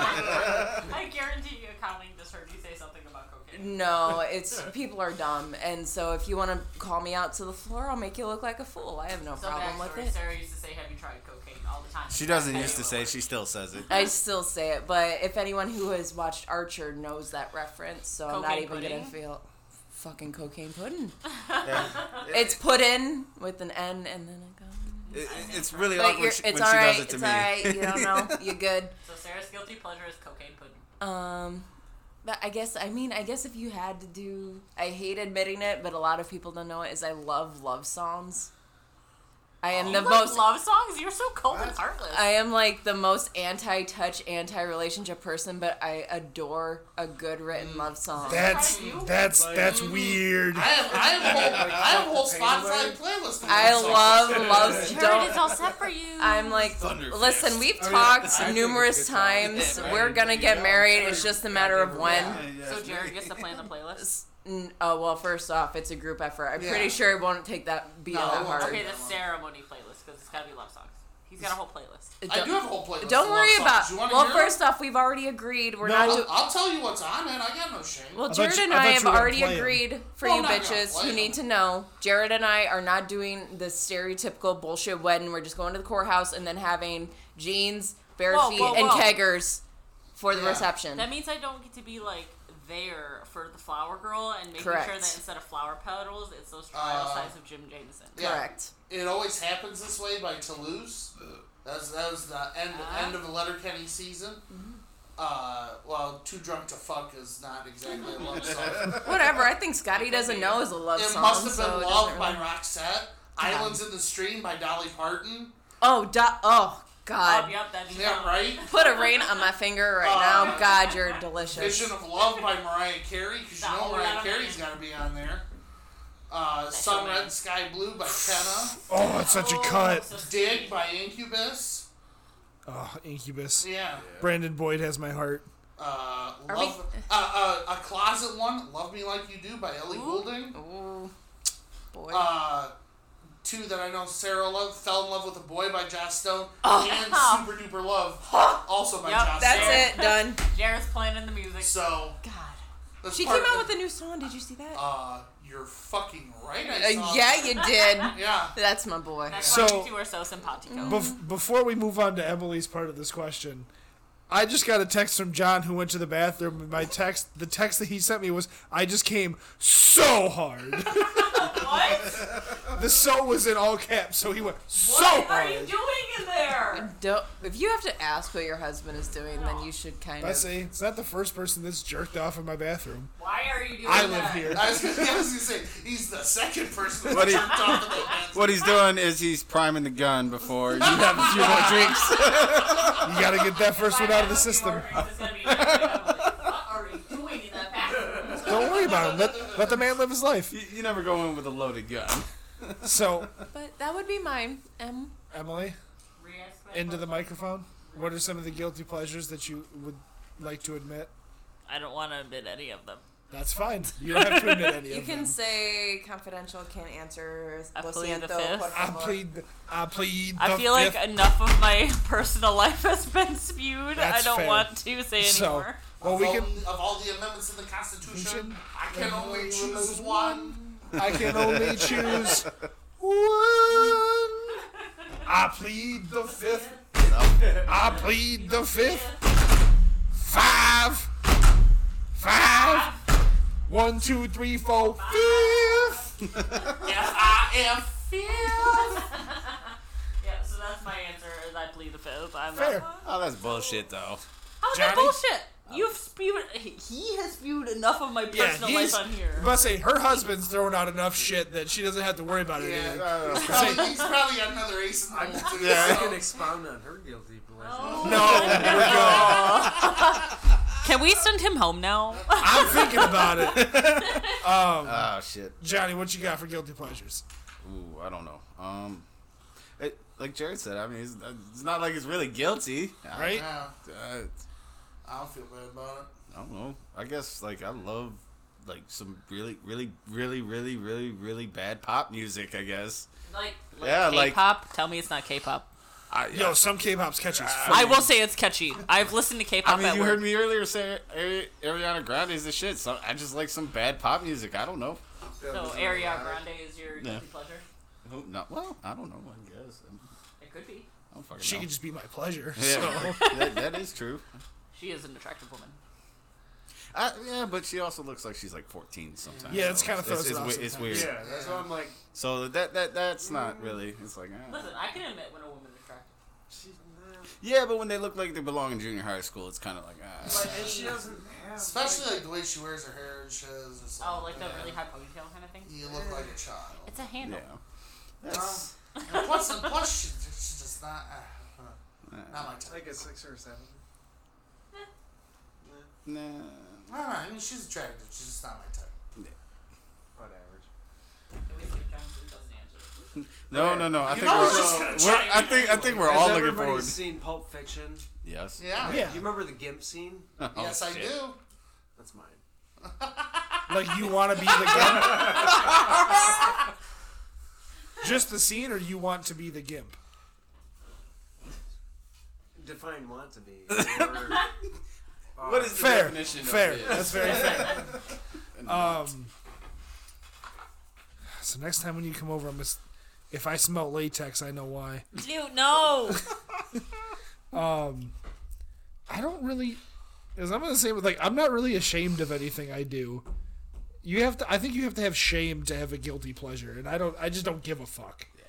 D: I guarantee you, accounting just heard you say something about cocaine.
F: [LAUGHS]
G: No, it's people are dumb, and so if you want to call me out to the floor, I'll make you look like a fool. I have no
D: So
G: problem with
D: backstory,
G: it.
D: Sarah used to say, "Have you tried cocaine?" all the time.
E: She doesn't used to say. She still says it.
G: I still say it, but if anyone who has watched Archer knows that reference, so I'm not
D: Cocaine
G: even gonna
D: pudding?
G: feel fucking cocaine pudding. it's put in with an N and then a gum.
E: It- it's really
G: But
E: awkward
G: you're,
E: sh- when
G: it's
E: she
G: all right.
E: does it to
G: it's
E: me.
G: all right. You
E: [LAUGHS]
G: don't know. You're good.
D: So Sarah's guilty pleasure is cocaine pudding.
G: Um, but I guess I mean I guess if you had to do, I hate admitting it, but a lot of people don't know it. Is I love love songs. I am the
D: you
G: most.
D: like love songs. You're so cold and heartless.
G: I am like the most anti-touch, anti-relationship person, but I adore a good written love song.
C: That's that's that's weird.
B: I have, I have whole, I have whole Spotify playlist. of
G: I
B: love songs.
G: love love.
D: Jared, it's
G: Don't,
D: all set for you.
G: [LAUGHS] I'm like,
E: Thunderfist.
G: listen, we've
B: Oh,
E: I mean,
G: talked
E: I think
G: numerous
E: it's a good song.
G: times.
E: Yeah, right.
G: We're gonna get married. It's just a matter of when.
D: So Jared gets to plan the playlist.
G: N- Oh well, first off, it's a group effort. I'm
B: Yeah.
G: pretty sure it won't take that beat
B: No, it
G: that
B: won't.
G: hard.
D: Okay, the ceremony playlist because it's gotta be love songs. He's got a whole playlist.
B: I do have a whole playlist. of
G: Don't
B: love
G: worry
B: songs.
G: about.
B: You wanna
G: Well,
B: hear 'em?
G: first off, we've already agreed we're
C: No.
G: not.
B: I'll,
G: Do-
B: I'll tell you what's on it. I got no shame.
G: well,
C: I thought
G: Jared
C: you-
G: and
C: I
G: I
C: thought
G: have
C: you were gonna
G: already
C: play 'em.
G: agreed for
B: Well,
G: you
B: I'm not gonna
G: bitches
B: play
G: who
B: 'em.
G: need to know. Jared and I are not doing the stereotypical bullshit wedding. We're just going to the courthouse and then having jeans, bare
D: Whoa,
G: feet,
D: whoa,
G: and
D: whoa.
G: keggers for the
B: Yeah.
G: reception.
D: That means I don't get to be like there for the flower girl and making
G: Correct.
D: sure that instead of flower petals, it's those trial
B: Uh,
D: size of Jim Jameson.
B: yeah.
G: Correct.
B: It always happens this way by Toulouse. That was, that was the end
D: Ah.
B: end of the Letterkenny season.
G: Mm-hmm.
B: Uh, well, too drunk to fuck is not exactly a
G: [LAUGHS]
B: love song.
G: Whatever. I think Scotty doesn't know is a love
B: it
G: song.
B: must have
G: so
B: been
G: it doesn't
B: Love
G: really-
B: by Roxette. Islands in the Stream by Dolly Parton.
G: Oh, du- oh God.
D: Oh, yep, that is
B: Yeah, right.
G: Put a ring on my finger right now. God, you're delicious.
B: Vision of Love by Mariah Carey, because you
D: That
B: know
D: whole
B: Mariah
D: lot of
B: Carey's
D: money.
B: got to be on there. Uh, Sun
D: amazing.
B: Red Sky Blue by
G: [LAUGHS]
B: Kenna.
C: Oh, it's such a cut.
B: Dig by Incubus.
C: Oh, Incubus.
B: Yeah.
C: Brandon Boyd has my heart.
B: Uh,
G: Are
B: love, uh, uh, a closet one, "Love Me Like You Do" by Ellie Goulding.
G: Ooh, boy.
B: Uh, two that I know Sarah loved, "Fell in Love with a Boy" by Joss Stone,
G: [LAUGHS]
B: and "Super Duper Love" also by
D: Yep,
B: Joss
G: Oh. That's
B: Stone.
G: it. Done.
D: Jared's planning the music.
B: So
G: God.
B: that's
G: She came
B: part
G: out
B: of-
G: with a new song. Did you see that?
B: Uh, you're fucking right. I saw
G: Uh, yeah,
B: that.
G: you did.
B: yeah.
G: That's my boy.
D: That's
C: So-
D: why you two are so simpatico.
C: Bef- before we move on to Emily's part of this question, I just got a text from John who went to the bathroom. and My text, the text that he sent me was, "I just came so hard." [LAUGHS]
D: what?
C: the "so" was in all caps, so he went so
D: What are you
C: hard.
D: doing in there?
G: Don't, if you have to ask what your husband is doing, then you should kind
C: I
G: of.
C: say it's not the first person that's jerked off in my bathroom.
D: Why are you doing
C: I live
D: that?
C: here.
B: I was, I was gonna say he's the second person that
E: What do you-
B: jumped off
G: [LAUGHS]
B: the bed.
E: What he's doing is he's priming the
B: [LAUGHS]
E: gun before you have a few more drinks.
C: [LAUGHS] You got to get that first
D: Why
C: one
D: am
C: out of the
D: I looking
C: system.
D: [LAUGHS] more drinks? It's gonna be like, What are you doing in that bathroom?
C: Don't worry about him. Let, let the man live his life.
E: You, you never go in with a loaded gun.
C: So,
G: But that would be mine. Um,
C: Emily,
D: Re-ask that
C: into the
D: question.
C: microphone. What are some of the guilty pleasures that you would like to admit?
D: I don't want to admit any of them.
C: That's fine. You don't have to admit any
G: you
C: of
G: can
C: them.
G: say confidential, can't answer.
D: I
G: lo
D: plead the
G: siento,
D: fifth.
G: por
C: I
G: favor.
C: plead. I plead.
D: I
C: the
D: feel like
C: fifth.
D: enough of my [LAUGHS] personal life has been spewed. I
C: That's
D: don't
C: fair.
D: want to say
C: so.
D: anymore.
C: Well,
B: of,
C: we
B: all,
C: can.
B: of all the amendments in the Constitution,
C: Constitution,
B: I can
C: I
B: only
C: only
B: choose
C: choose
B: one.
C: I can only choose one. I plead the fifth. I plead the fifth. Five. Five. One, two, three, four, fifth.
B: If I am
D: [LAUGHS] Yeah, so that's my answer. Is I plead the fifth. I'm
C: Fair.
E: Oh, that's bullshit, though.
C: that
D: How's that
C: Johnny?
D: bullshit? You've spewed. He he has spewed enough of my personal life
C: he's-
D: on here.
C: But I say her husband's throwing out enough shit that she doesn't have to worry about it
B: Yeah.
C: anymore.
G: [LAUGHS]
B: probably, he's probably got another ace in the
F: [LAUGHS]
B: hole too.
F: I
E: Yeah.
F: can expound on her guilty pleasure.
C: No, we're good.
D: [LAUGHS] Can we send him home now?
C: I'm thinking about it.
E: Oh shit.
C: Johnny, what you got for guilty pleasures?
E: Ooh, I don't know. Um, it, like Jared said, I mean, it's, it's not like it's really guilty, I-
C: Right?
B: Yeah,
E: Uh,
B: I don't feel bad about
E: I don't know. I guess like I love like some really, really, really, really, really, really bad pop music. I guess.
D: Like,
E: Yeah, like-
D: K-pop. Tell me it's not K-pop.
E: I,
C: Yo, some K-pop's catchy. as fuck.
D: I will say it's catchy. I've listened to K-pop
E: I mean,
D: at
E: you
D: work.
E: heard me earlier say Ari- Ariana Grande is the shit. So I just like some bad pop music. I don't know.
D: so Ariana Grande is your guilty
E: Yeah.
D: pleasure.
E: Who? No. Well, I don't know. I guess. I
D: It could be.
E: don't fucking
C: she
E: know.
C: could just be my pleasure.
E: [LAUGHS] Yeah,
C: So
E: that, that is true.
D: She is an attractive woman.
E: I, yeah, but she also looks like she's like 14 sometimes.
C: Yeah, it's
E: so
C: kinda throws
E: it's,
C: it off
E: it's, we- it's weird.
F: Yeah, that's why I'm like,
E: So that that that's not really. It's like. eh.
D: Listen, I can admit when a woman is attractive.
F: she,
E: Yeah, but when they look like they belong in junior high school, it's kind of like. ah.
F: and she doesn't [LAUGHS] have.
B: Especially like the way she wears her hair and shows. It's like,
D: Oh, like the really high ponytail kind of thing.
B: you look like a child.
D: It's a
E: yeah.
D: handle.
E: That's,
B: And plus, and plus she, she's just not. Uh, not my type.
F: like a six or a seven.
E: nah.
B: I don't know. I mean, she's attractive. She's just not my type.
F: About average.
D: Can we skip John so he doesn't answer?
E: No, no, no. I think
B: know
E: we're,
B: it's just gonna
E: we're- I think I think we're all
F: Has
E: looking
F: everybody
E: forward.
F: seen Pulp Fiction?
E: Yes.
B: Yeah.
C: yeah,
F: Do you remember the Gimp scene?
E: Oh,
B: yes, I
E: shit.
B: do.
F: That's mine.
C: like you want to be the gimp. Just the scene, or you want to be the gimp?
F: Define want to be. or-
E: What is the
C: Fair,
E: definition
C: fair.
E: of it?
C: That's very fair. Um. So next time when you come over, I'm just, if I smell latex, I know why.
D: Dude, [LAUGHS] no.
C: I don't really. As I'm gonna say, like I'm not really ashamed of anything I do. You have to. I think you have to have shame to have a guilty pleasure, and I don't. I just don't give a fuck.
E: Yeah.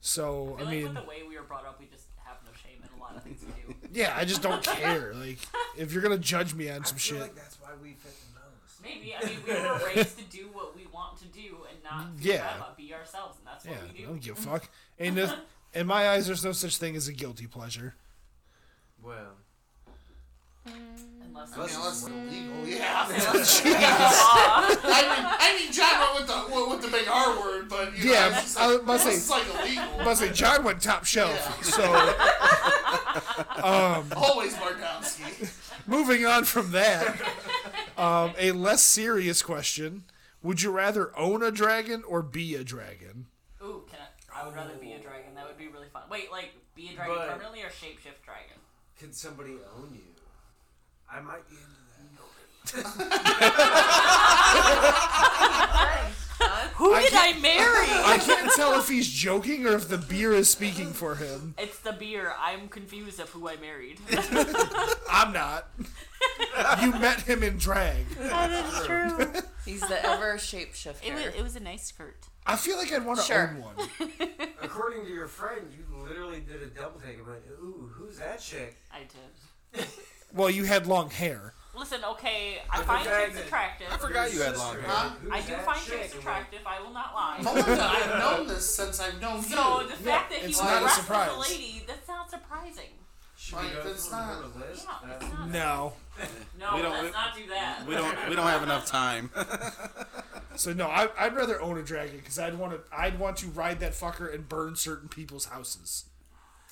C: So I
D: like
C: mean,
D: with the way we were brought up, we just have no shame in a lot of things we do.
C: yeah, I just
F: [LAUGHS]
C: don't care. Like if you're gonna judge me on some
F: I
C: shit,
F: feel like that's why we fit the most.
D: Maybe I mean we were raised to do what we want to do and not feel
C: Yeah.
D: bad about be ourselves, and that's what
C: yeah,
D: we
C: I
D: do.
C: don't give a fuck. And if, in my eyes, there's no such thing as a guilty pleasure.
F: Well,
D: Unless
B: I mean, unless it's illegal. Yeah.
D: Ah,
B: I mean, I mean, John went with the with- with the big R word, but you know,
C: Yeah,
B: it's just
C: I
B: like,
C: was about to
B: this
C: say-
B: is like illegal.
C: But I say John went top shelf. [LAUGHS] So, um,
B: Always Bardowski.
C: moving on from that, um, a less serious question: Would you rather own a dragon or be a dragon?
D: Ooh, can I? I would rather be a dragon. That would be really fun. Wait, like be a dragon
F: But-
D: permanently or shapeshift dragon?
F: could somebody own you? I might be into that.
D: Who did I
C: [LAUGHS]
D: marry?
C: I can't tell if he's joking or if the beer is speaking for him.
D: It's the beer. I'm confused of who I married.
C: I'm not. You met him in drag.
D: that is true.
G: He's the ever shapeshifter.
D: It was, it was a nice skirt.
C: I feel like I'd want to
G: Sure.
C: own one.
F: According to your friend, you literally did a double take. I'm like, ooh, who's that chick?
D: I did.
C: Well, you had long hair.
D: Listen, okay, I
F: I
D: find
F: forgot
D: chicks
F: that-
D: attractive.
E: I forgot you had long hair.
B: Huh?
F: Who's
D: I do
F: that
D: find
F: chick?
D: chicks
F: I'm like,
D: attractive. I will not lie.
B: Melinda, I've known this since I've known
D: So
B: you.
D: the fact that he
C: it's
D: was
C: not a
D: dressed as a
C: surprise.
D: lady, that's not surprising.
F: Should
B: Like,
F: we go
B: that's
F: through and
B: not-
F: do a list?
D: Yeah,
F: Uh,
D: it's not.
C: No.
D: No,
E: We don't-
D: let's
E: we-
D: not do that.
E: We don't we don't have enough time.
C: So no, I, I'd rather own a dragon because I'd want to. I'd want to ride that fucker and burn certain people's houses.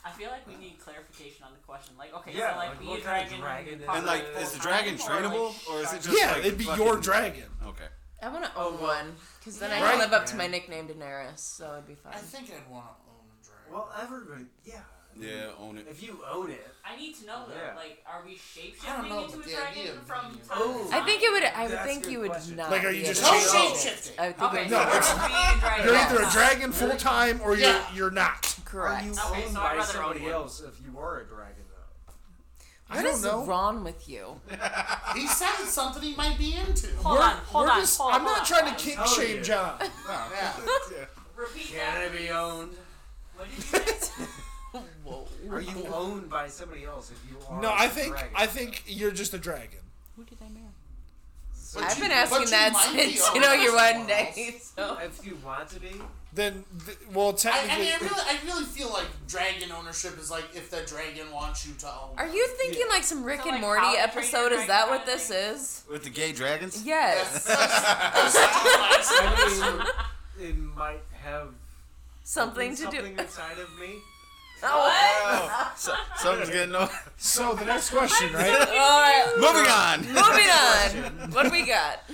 D: I feel like we need clarification on the question. Like, okay,
F: Yeah,
D: so like,
F: like,
D: be
F: what
D: a
F: kind of
D: dragon,
F: dragon
D: be
F: is
D: part
E: And
D: of
E: like,
D: the
E: is the
D: full
E: dragon
D: time, or, like,
E: trainable or is it just
C: yeah,
E: like
C: it'd be
E: fucking-
C: your dragon.
E: Okay.
G: I want
D: Oh,
G: to own one because then I
C: Right.
G: can live up to my nickname Daenerys, so it'd be fun.
B: I think I'd want to own a dragon.
F: Well, everybody, yeah.
E: Yeah, own it.
F: If you own it,
D: I need to know though.
F: Yeah.
D: Like, are we shape
B: I don't
D: shifting
B: know,
D: into
B: but
D: a
B: the
D: dragon
B: idea of
D: from
B: being-
D: time?
F: Oh.
D: to
G: I think it would. I would
F: That's
G: think
F: a
G: you
F: good
G: would
F: question.
G: not.
C: Like, are
G: be
C: you
G: a
C: just-
B: no
G: dragon.
B: shape shifting.
G: I think
D: Okay,
G: it would
D: so
C: No,
G: not.
D: we're
C: it's- [LAUGHS]
D: being a dragon.
C: You're either a dragon full time or you're
B: Yeah.
C: you're not.
F: are
G: Correct.
F: you
D: Okay,
F: owned
D: so I'd
F: by
D: rather own
F: somebody
D: one.
F: else if you are a dragon, though?
C: I
G: What
C: don't
G: is
C: know.
G: wrong with you?
B: He sounded something he might be into.
D: Hold
C: We're-
D: on, hold
C: we're
D: on,
C: just-
D: hold on.
C: I'm not
D: hold on.
C: trying to kick
F: telling
C: shame
F: you.
C: John.
B: Yeah.
D: Repeat
F: Can
D: that.
F: it be owned?
D: What did you say?
C: [LAUGHS]
F: Are you owned by somebody else if you are
C: No,
F: a
C: I think
F: dragon?
C: I think you're just a dragon.
D: Who did I marry?
F: So
G: I've
B: you-
G: been
B: but
G: asking
B: you
G: that
B: might be
G: since you
B: owned
G: know
B: by
G: your
B: someone
G: one day.
B: else.
G: So
F: If you want to be,
C: Then, th- well,
B: I, I
C: technically,
B: mean, I really, I really feel like dragon ownership is like if the dragon wants you to own.
G: are you thinking like some Rick
D: So, like,
G: and
D: How to
G: Morty
D: Train Your
G: episode? Is
D: Dragon
G: that
D: kind
G: what
D: of
G: this
D: thing?
G: is?
E: With the gay dragons?
G: Yes.
B: [LAUGHS]
F: I [LAUGHS] mean, it might have
G: Something to
F: something
G: do. [LAUGHS] Oh.
F: inside of me.
E: So, something's [LAUGHS] getting over.
C: [LAUGHS] so the next question, right?
G: All right.
E: Moving on.
G: Moving on. What do we got?
C: [LAUGHS]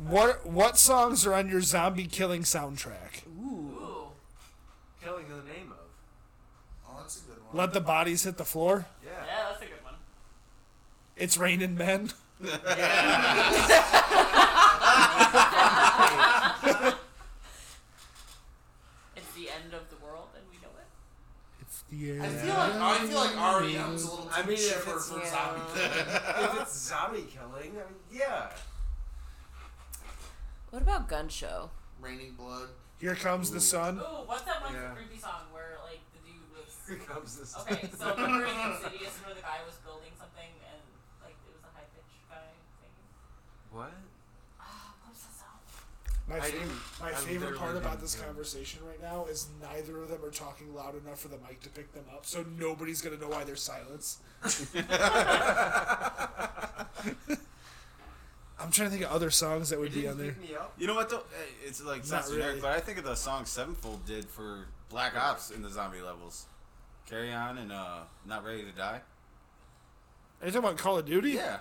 C: What what songs are on your zombie killing soundtrack?
D: Ooh.
F: Killing in the name of.
B: Oh, that's a good one.
C: Let the bodies hit the floor.
F: Yeah.
D: Yeah, that's a good one.
C: It's raining men.
D: It's the end of the world, and we know it.
C: It's the
B: I feel like Oh, I feel like REM's a little too
F: I mean, if
B: chipper
F: it's-
B: for
G: yeah.
B: zombie
F: [LAUGHS] if it's zombie killing, I mean, yeah.
G: What about Gun Show?
B: Raining blood.
C: Here comes the sun.
D: Ooh, what's that one
F: Yeah.
D: creepy song where like the dude was?
F: Here comes this.
D: Okay, so remember in Insidious, where the guy was building something and like it was a high pitched guy thing.
F: What?
D: Oh, what's that song?
C: My,
F: I
C: fav-
F: didn't-
C: my
F: I
C: favorite
F: literally
C: part about
F: didn't
C: this
F: hear it.
C: conversation right now is neither of them are talking loud enough for the mic to pick them up, so nobody's gonna know why there's [LAUGHS] silence. I'm trying to think of other songs that would be on there.
F: Pick me up.
E: You know what though? Eh, It's like
C: Not
E: sounds generic,
C: really.
E: but I think of the song Sevenfold did for Black Ops in the zombie levels. Carry on and uh, not ready to die.
C: Are you talking about Call of Duty?
E: Yeah,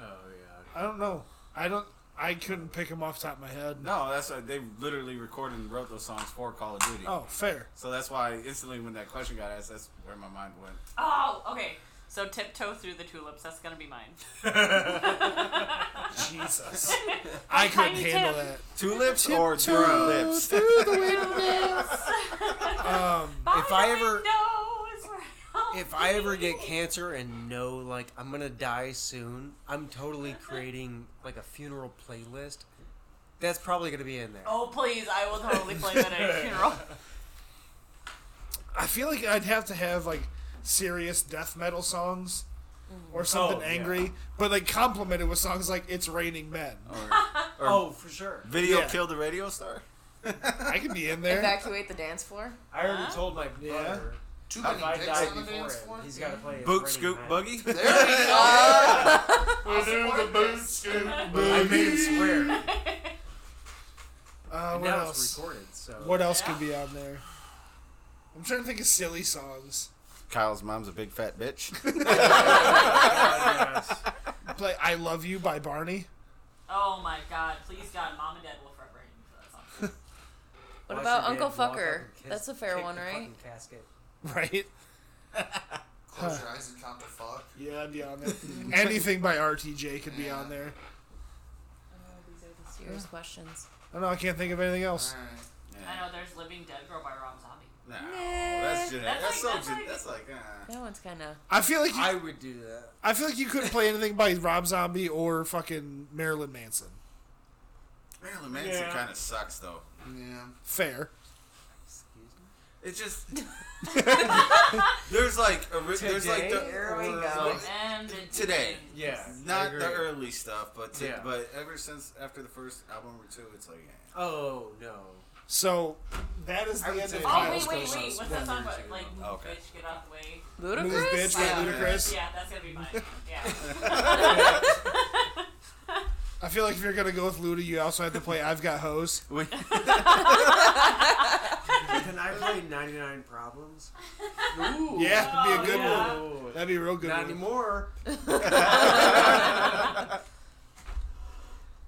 F: Oh yeah.
C: I don't know. I don't. I couldn't pick them off the top of my head.
E: no, that's why they literally recorded and wrote those songs for Call of Duty.
C: Oh, fair.
E: So that's why instantly when that question got asked, that's where my mind went.
D: Oh, okay. So tiptoe through the tulips. That's gonna be mine.
C: Jesus. I couldn't
D: Tiny
C: handle
D: Tim.
C: that.
E: Tulips or Dura lips.
D: If
F: I ever-
D: no,
F: If I ever get cancer and know like I'm gonna die soon, I'm totally creating like a funeral playlist. That's probably gonna be in there.
D: Oh please! I will totally play that at a funeral.
C: I feel like I'd have to have like serious death metal songs or something
F: Oh, yeah.
C: angry, but like complemented with songs like "It's Raining Men."
E: Or
F: Oh, for sure.
E: video
C: Yeah.
E: killed the radio star.
C: I could be in
G: [LAUGHS]
C: there.
G: Evacuate the dance floor?
F: I already
D: Huh?
F: told my
C: Yeah.
F: brother
B: Too
F: if I
B: many dicks
F: die
B: on the
F: before
B: dance
F: him,
B: floor.
F: he's gotta play.
E: Boot scoop
F: buggy.
E: [LAUGHS] boogie.
B: There we go.
D: I'll support this.
B: scoop.
F: I made him [LAUGHS] swear.
C: Uh,
F: And
C: what
F: now
C: else?
F: it's recorded, so
C: What else could be on there? I'm trying to think of silly songs.
E: Kyle's mom's a big fat bitch.
F: [LAUGHS]
C: Play "I Love You" by Barney. [LAUGHS]
D: Oh my God! Please God, Mom and Dad will forever hate me for that song.
G: What
F: Watch
G: about
F: your
G: Uncle
F: dad walk up
G: Fucker?
F: and kiss-
G: That's a fair
F: kick
G: one,
F: the
G: right?
F: fucking Casket.
C: Right?
B: Close your eyes and count the fuck.
C: Yeah, I'd be on there. [LAUGHS] Anything by RTJ could be on there.
G: It's yours questions.
C: I don't know. I can't think of anything else.
B: Alright.
D: I know there's Living Dead Girl by Rob Zombie.
E: No, that's generic.
D: That's
E: That's,
D: like-
E: so
D: that's
E: gen-
D: like-
E: that's like. Uh,
G: That one's kind of.
C: I feel like you,
F: I would do that.
C: I feel like you couldn't play anything by Rob Zombie or fucking Marilyn Manson.
E: Marilyn Manson
F: Yeah.
E: kind of sucks though.
B: Yeah.
C: Fair.
F: Excuse me.
E: It's just there's like a, ri- there's like
F: Today?
E: the
F: Here we
E: or,
F: go.
E: like,
D: And it
E: Today.
D: didn't.
F: Yeah. I
E: not
F: agree.
E: the early stuff, but to,
F: Yeah.
E: but ever since after the first album or two, it's like eh.
F: Oh no.
C: So that is the
F: I would
C: end
F: say-
C: of
D: Oh
C: Kyle's
D: wait, wait,
C: questions.
D: wait! What's that song about? Like,
F: Oh,
D: move,
E: Okay.
D: bitch, get out the way.
G: Ludicrous?
C: Move bitch by
D: Yeah.
C: Ludacris.
D: Yeah, that's gonna be mine.
F: [LAUGHS]
D: Yeah.
C: I feel like if you're gonna go with Luda, you also have to play I've Got Hoes.
F: Can I play 99 Problems? Ooh. Oh,
C: Yeah, that'd be a good
D: yeah.
C: one. That'd be a real good
F: [LAUGHS] Not
C: one.
F: anymore.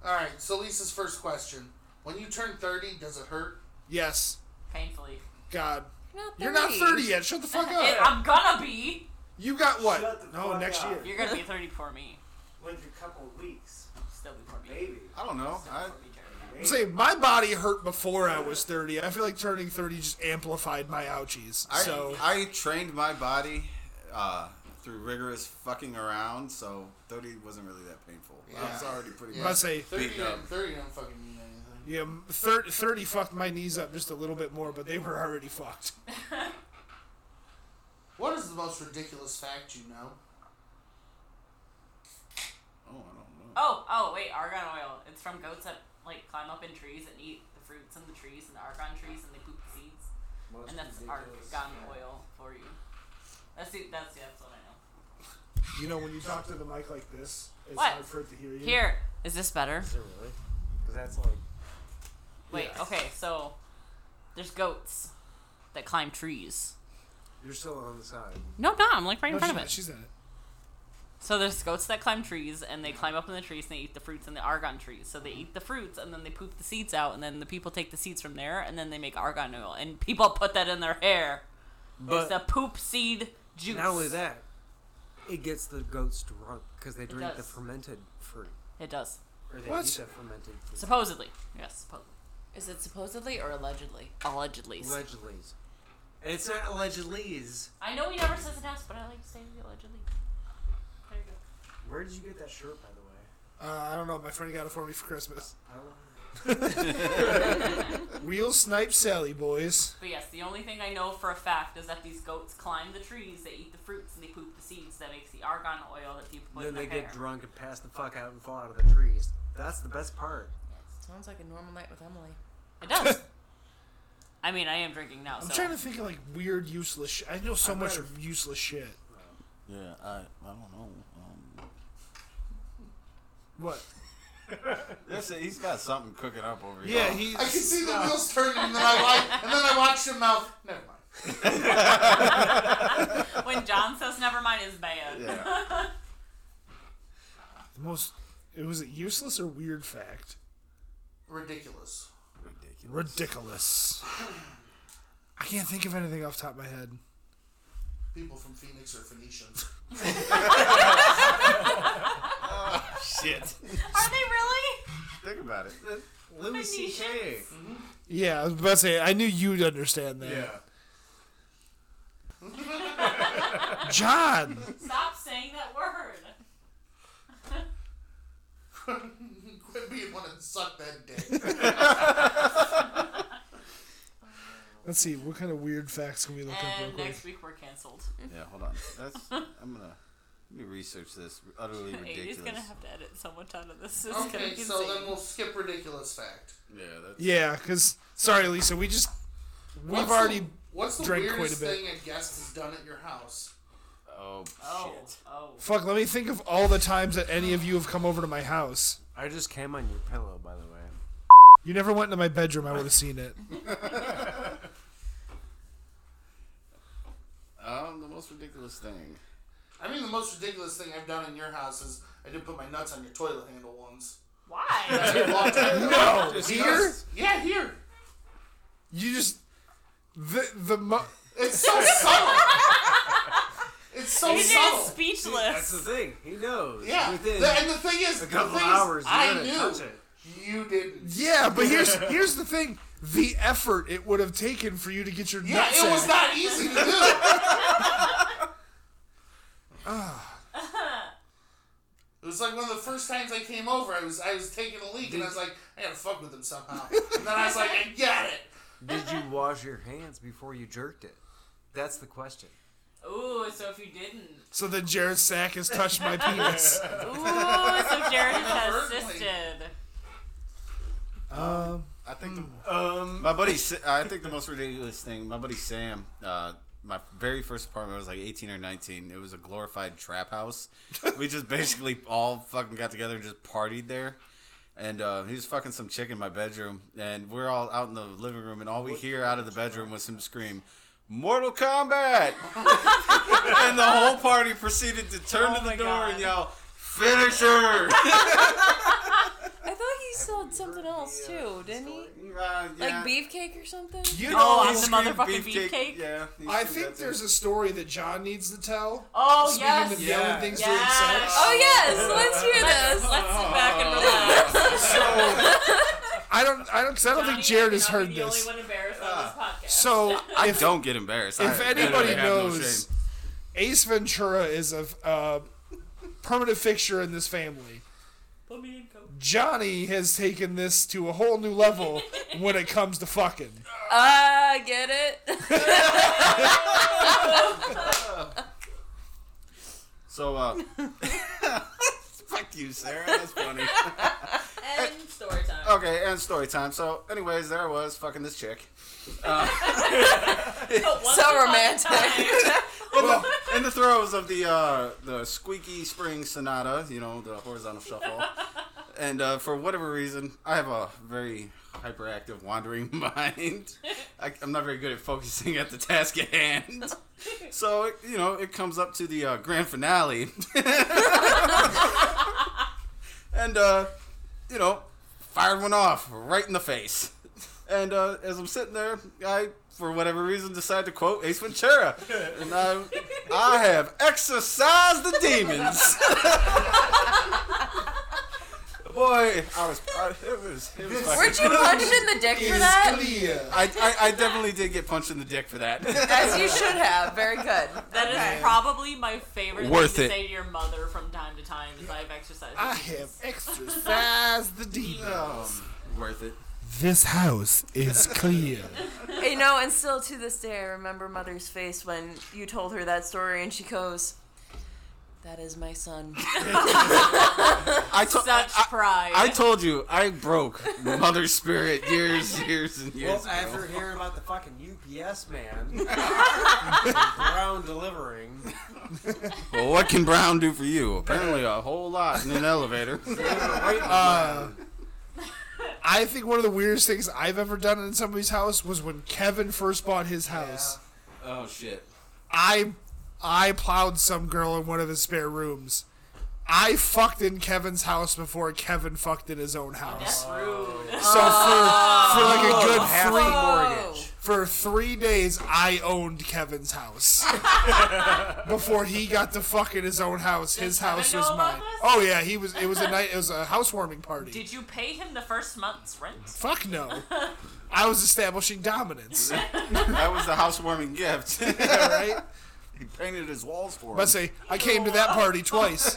B: Alright, so Lisa's first question. When you turn 30, does it hurt?
C: Yes,
D: Painfully.
C: God,
G: Not
C: you're not 30 yet. Shut
F: Oh,
C: the fuck
D: [LAUGHS]
C: up.
D: It- I'm gonna be.
C: You got what?
F: Shut the
C: No,
F: fuck
C: next
F: up.
C: year.
D: You're gonna be 30 before me.
F: Lived a couple weeks,
D: Still before me.
F: maybe.
E: [LAUGHS] I don't know.
D: Still
E: I,
D: before me, Jerry.
C: Say, my body hurt before I was 30. I feel like turning 30 just amplified my ouchies.
E: I,
C: so
E: I trained my body uh, through rigorous fucking around, so thirty wasn't really that painful. I was
B: Yeah.
E: already pretty
B: Yeah.
C: I
E: much.
C: say,
B: 30
E: Beat
B: don't,
E: up.
B: 30 don't fucking mean anything.
C: yeah, 30, 30 fucked my knees up just a little bit more, but they were already fucked.
B: What is the most ridiculous fact you know?
E: Oh, I don't know.
D: Oh, oh, wait, argon oil. It's from goats that like climb up in trees and eat the fruits in the trees and the argon trees and they poop the seeds.
F: Most
D: and that's
F: ridiculous.
D: argon oil for you. That's the, that's yeah, that's what I know.
C: You know, when you talk to the mic like this, it's
D: What?
C: hard for it to hear you.
D: Here, is this better?
F: Is it really? Because that's like.
D: Wait,
F: Yeah.
D: okay, so there's goats that climb trees.
F: You're still on the side.
D: No, no, I'm like right
C: No,
D: in
C: she's
D: front of
C: not-
D: it.
C: she's in it.
D: So there's goats that climb trees, and they climb up in the trees and they eat the fruits in the argon trees. So they
F: Mm-hmm.
D: eat the fruits, and then they poop the seeds out, and then the people take the seeds from there, and then they make argon oil. And people put that in their hair. it's the
F: But
D: poop seed juice.
F: not only that, it gets the goats drunk because they drink the
D: does.
F: fermented fruit.
D: It does.
F: Or they
C: What?
F: eat the fermented fruit.
D: Supposedly. Yes, supposedly.
G: Is it supposedly or allegedly?
D: Allegedly.
F: Allegedly. And it's not allegedly's.
D: I know he never says it else, but I like to say allegedly. There you go.
F: Where did you get that shirt, by the way?
C: Uh, I don't know. My friend got it for me for Christmas. Real snipe Sally, boys.
D: But yes, the only thing I know for a fact is that these goats climb the trees, they eat the fruits, and they poop the seeds that makes the argon oil that people put
F: then
D: in their
F: they get
D: hair.
F: drunk and pass the fuck out and fall out of the trees. That's the best part.
G: Sounds like a normal night with Emily.
D: It
F: [LAUGHS]
D: does. I mean, I am drinking now,
C: I'm
D: so
C: trying to think of like weird, useless. Sh- I know so much useless shit.
E: Yeah, I, I don't know. Um,
C: What?
E: that's it, he's got something cooking up over here.
C: Yeah, he.
B: I can see the wheels turning, and then I watch, and then I watch the mouth. Never mind.
D: when John says "never mind" is bad.
E: Yeah.
C: The most. It was it useless or weird fact?
B: Ridiculous.
E: Ridiculous.
C: Ridiculous. I can't think of anything off the top of my head.
B: People from Phoenix are [LAUGHS] Phoenicians.
E: Shit.
D: Are they really?
E: Think about it.
F: Louis C.K.
C: Yeah, I was about to say. I knew you'd understand that. John.
D: Stop saying that word.
B: Quit being one and suck that dick.
C: Let's see. What kind of weird facts can we look up real
D: And
C: quick?
D: next week we're canceled.
E: Yeah, hold on. That's I'm gonna let me research this. Utterly
D: He's
E: ridiculous.
D: gonna have to edit so much out of this. It's gonna
B: Okay,
D: be
B: so
D: insane.
B: then we'll skip ridiculous fact.
E: Yeah, that's
C: Yeah, because sorry, Lisa. We just we've
B: What's
C: already.
B: The, what's the
C: drank quite
B: weirdest
C: a bit.
B: thing a guest has done at your house?
E: oh,
D: Oh,
E: shit.
D: oh.
C: Fuck, let me think of all the times that any of you have come over to my house.
F: I just came on your pillow, by the way.
C: You never went into my bedroom, I would have seen it.
D: Oh.
E: Um, the most ridiculous thing.
B: I mean, the most ridiculous thing I've done in your house is I did put my nuts on your toilet handle once. [LAUGHS]
D: Why?
B: A long time ago.
C: No!
E: Here?
B: Yeah, here.
C: You just the the mo-
B: It's so subtle. It's so
D: He's
B: subtle.
F: That's the
D: speechless.
F: thing. He knows.
B: Yeah.
F: Within
B: The- and the thing is,
F: a couple
B: the thing
F: hours,
B: is,
F: you
B: I
F: didn't touch
B: knew
F: it.
B: you didn't.
C: Yeah, but
D: [LAUGHS]
C: here's here's the thing. The effort it would have taken for you to get your
B: Yeah,
C: nuts
B: it was
C: out.
B: not easy to do. It was like one of the first times I came over. I was I was taking a leak and I was like, I gotta fuck with them somehow. And then I was like, I got it.
F: Did you wash your hands before you jerked it? That's the question.
D: Ooh, so if you didn't.
C: So then Jared's sack has touched my
D: [LAUGHS]
C: penis.
D: Ooh, so Jared has
B: Inadvertently.
D: assisted.
C: um
E: I think the,
D: Hmm. Um.
E: my buddy. Sa- I think the most ridiculous thing. My buddy Sam. Uh, my very first apartment was like 18 or 19. It was a glorified trap
D: [LAUGHS]
E: house. we just basically all fucking got together and just partied there. And uh, he was fucking some chick in my bedroom, and we're all out in the living room, and all we hear out of the bedroom was him scream,
D: [LAUGHS]
E: "Mortal Kombat!" and the whole party proceeded to turn to
D: Oh
E: the
D: my
E: door and
D: God.
E: yell, "Finisher!"
G: I thought he sold something else too, didn't he?
E: Uh, yeah.
G: Like beefcake or something?
C: you know
D: Oh,
E: He
D: I'm the
E: screamed
D: motherfucking beefcake.
E: Yeah, he
C: I
E: screamed
C: think
E: that too.
C: there's a story that John needs to tell.
D: Oh
C: Speaking
D: yes.
C: of yelling things to
D: Yes.
C: himself.
G: Oh yes, let's hear
D: Let's,
G: this.
D: let's sit back and relax.
C: I don't I don't cause I don't think Jared has heard
D: The only
C: this.
D: one embarrassed on this podcast.
C: So
E: I don't get embarrassed.
C: if
E: I
C: anybody
E: literally have no
C: knows,
E: shame.
C: Ace Ventura is a uh, permanent fixture in this family.
D: Put me in coat.
C: Johnny has taken this to a whole new
D: [LAUGHS]
C: level when it comes to fucking.
G: Ah, get it? [LAUGHS]
E: so uh,
C: [LAUGHS]
E: [LAUGHS] fuck you, Sarah. That's funny.
D: And story time.
E: okay, and story time. So, anyways, there I was fucking this chick,
D: Once
G: So
D: upon a
G: romantic.
D: time.
E: well, in the throes of the uh, the squeaky spring sonata. You know, the horizontal shuffle. And uh, for whatever reason, I have a very hyperactive wandering [LAUGHS] mind. I, I'm not very good at focusing at the task at hand. So, you know, it comes up to the uh, grand finale. [LAUGHS] and, uh, you know, fired one off right in the face. And uh, as I'm sitting there, I, for whatever reason, decide to quote Ace Ventura. And I, I have exorcised the demons. [LAUGHS] Boy, I was, I, it was, it was fucking-
G: Weren't you punched in the dick for that?
E: I, I, I definitely did get punched in the dick for that.
G: As you should have. Very good.
D: That is probably my favorite
E: Worth
D: thing
E: it.
D: to say to your mother from time to time is I've exercised.
C: I have exercised the demon.
E: [LAUGHS] Worth it.
C: This house is clear.
G: You know, and still to this day, I remember Mother's face when you told her that story, and she goes, "That is my son."
E: I, to-
D: Such pride.
E: I told you, I broke Mother's spirit years, years, and years
F: Well,
E: ago.
F: after hearing about the fucking UPS [LAUGHS] man, brown delivering,
E: Well, what can Brown do for you? Apparently, a whole lot in an elevator.
C: I think one of the weirdest things I've ever done in somebody's house was when Kevin first bought his house.
E: oh shit!
C: I I plowed some girl in one of his spare rooms. I fucked in Kevin's house before Kevin fucked in his own house.
D: That's rude. Oh.
C: So for, for like a good
F: half
C: three
F: the
G: Oh,
F: mortgage.
C: for three days I owned Kevin's house. [LAUGHS] Before he got to fuck in his own house. His
D: Kevin
C: house
D: know
C: was
D: about
C: mine.
D: this?
C: Oh yeah, he was it was a night it was a housewarming party.
D: Did you pay him the first month's rent?
C: Fuck
D: [LAUGHS]
C: no. I was establishing dominance.
E: That was the housewarming gift. [LAUGHS] he
C: Alright?
E: painted his walls for him.
C: But say I came to that party twice.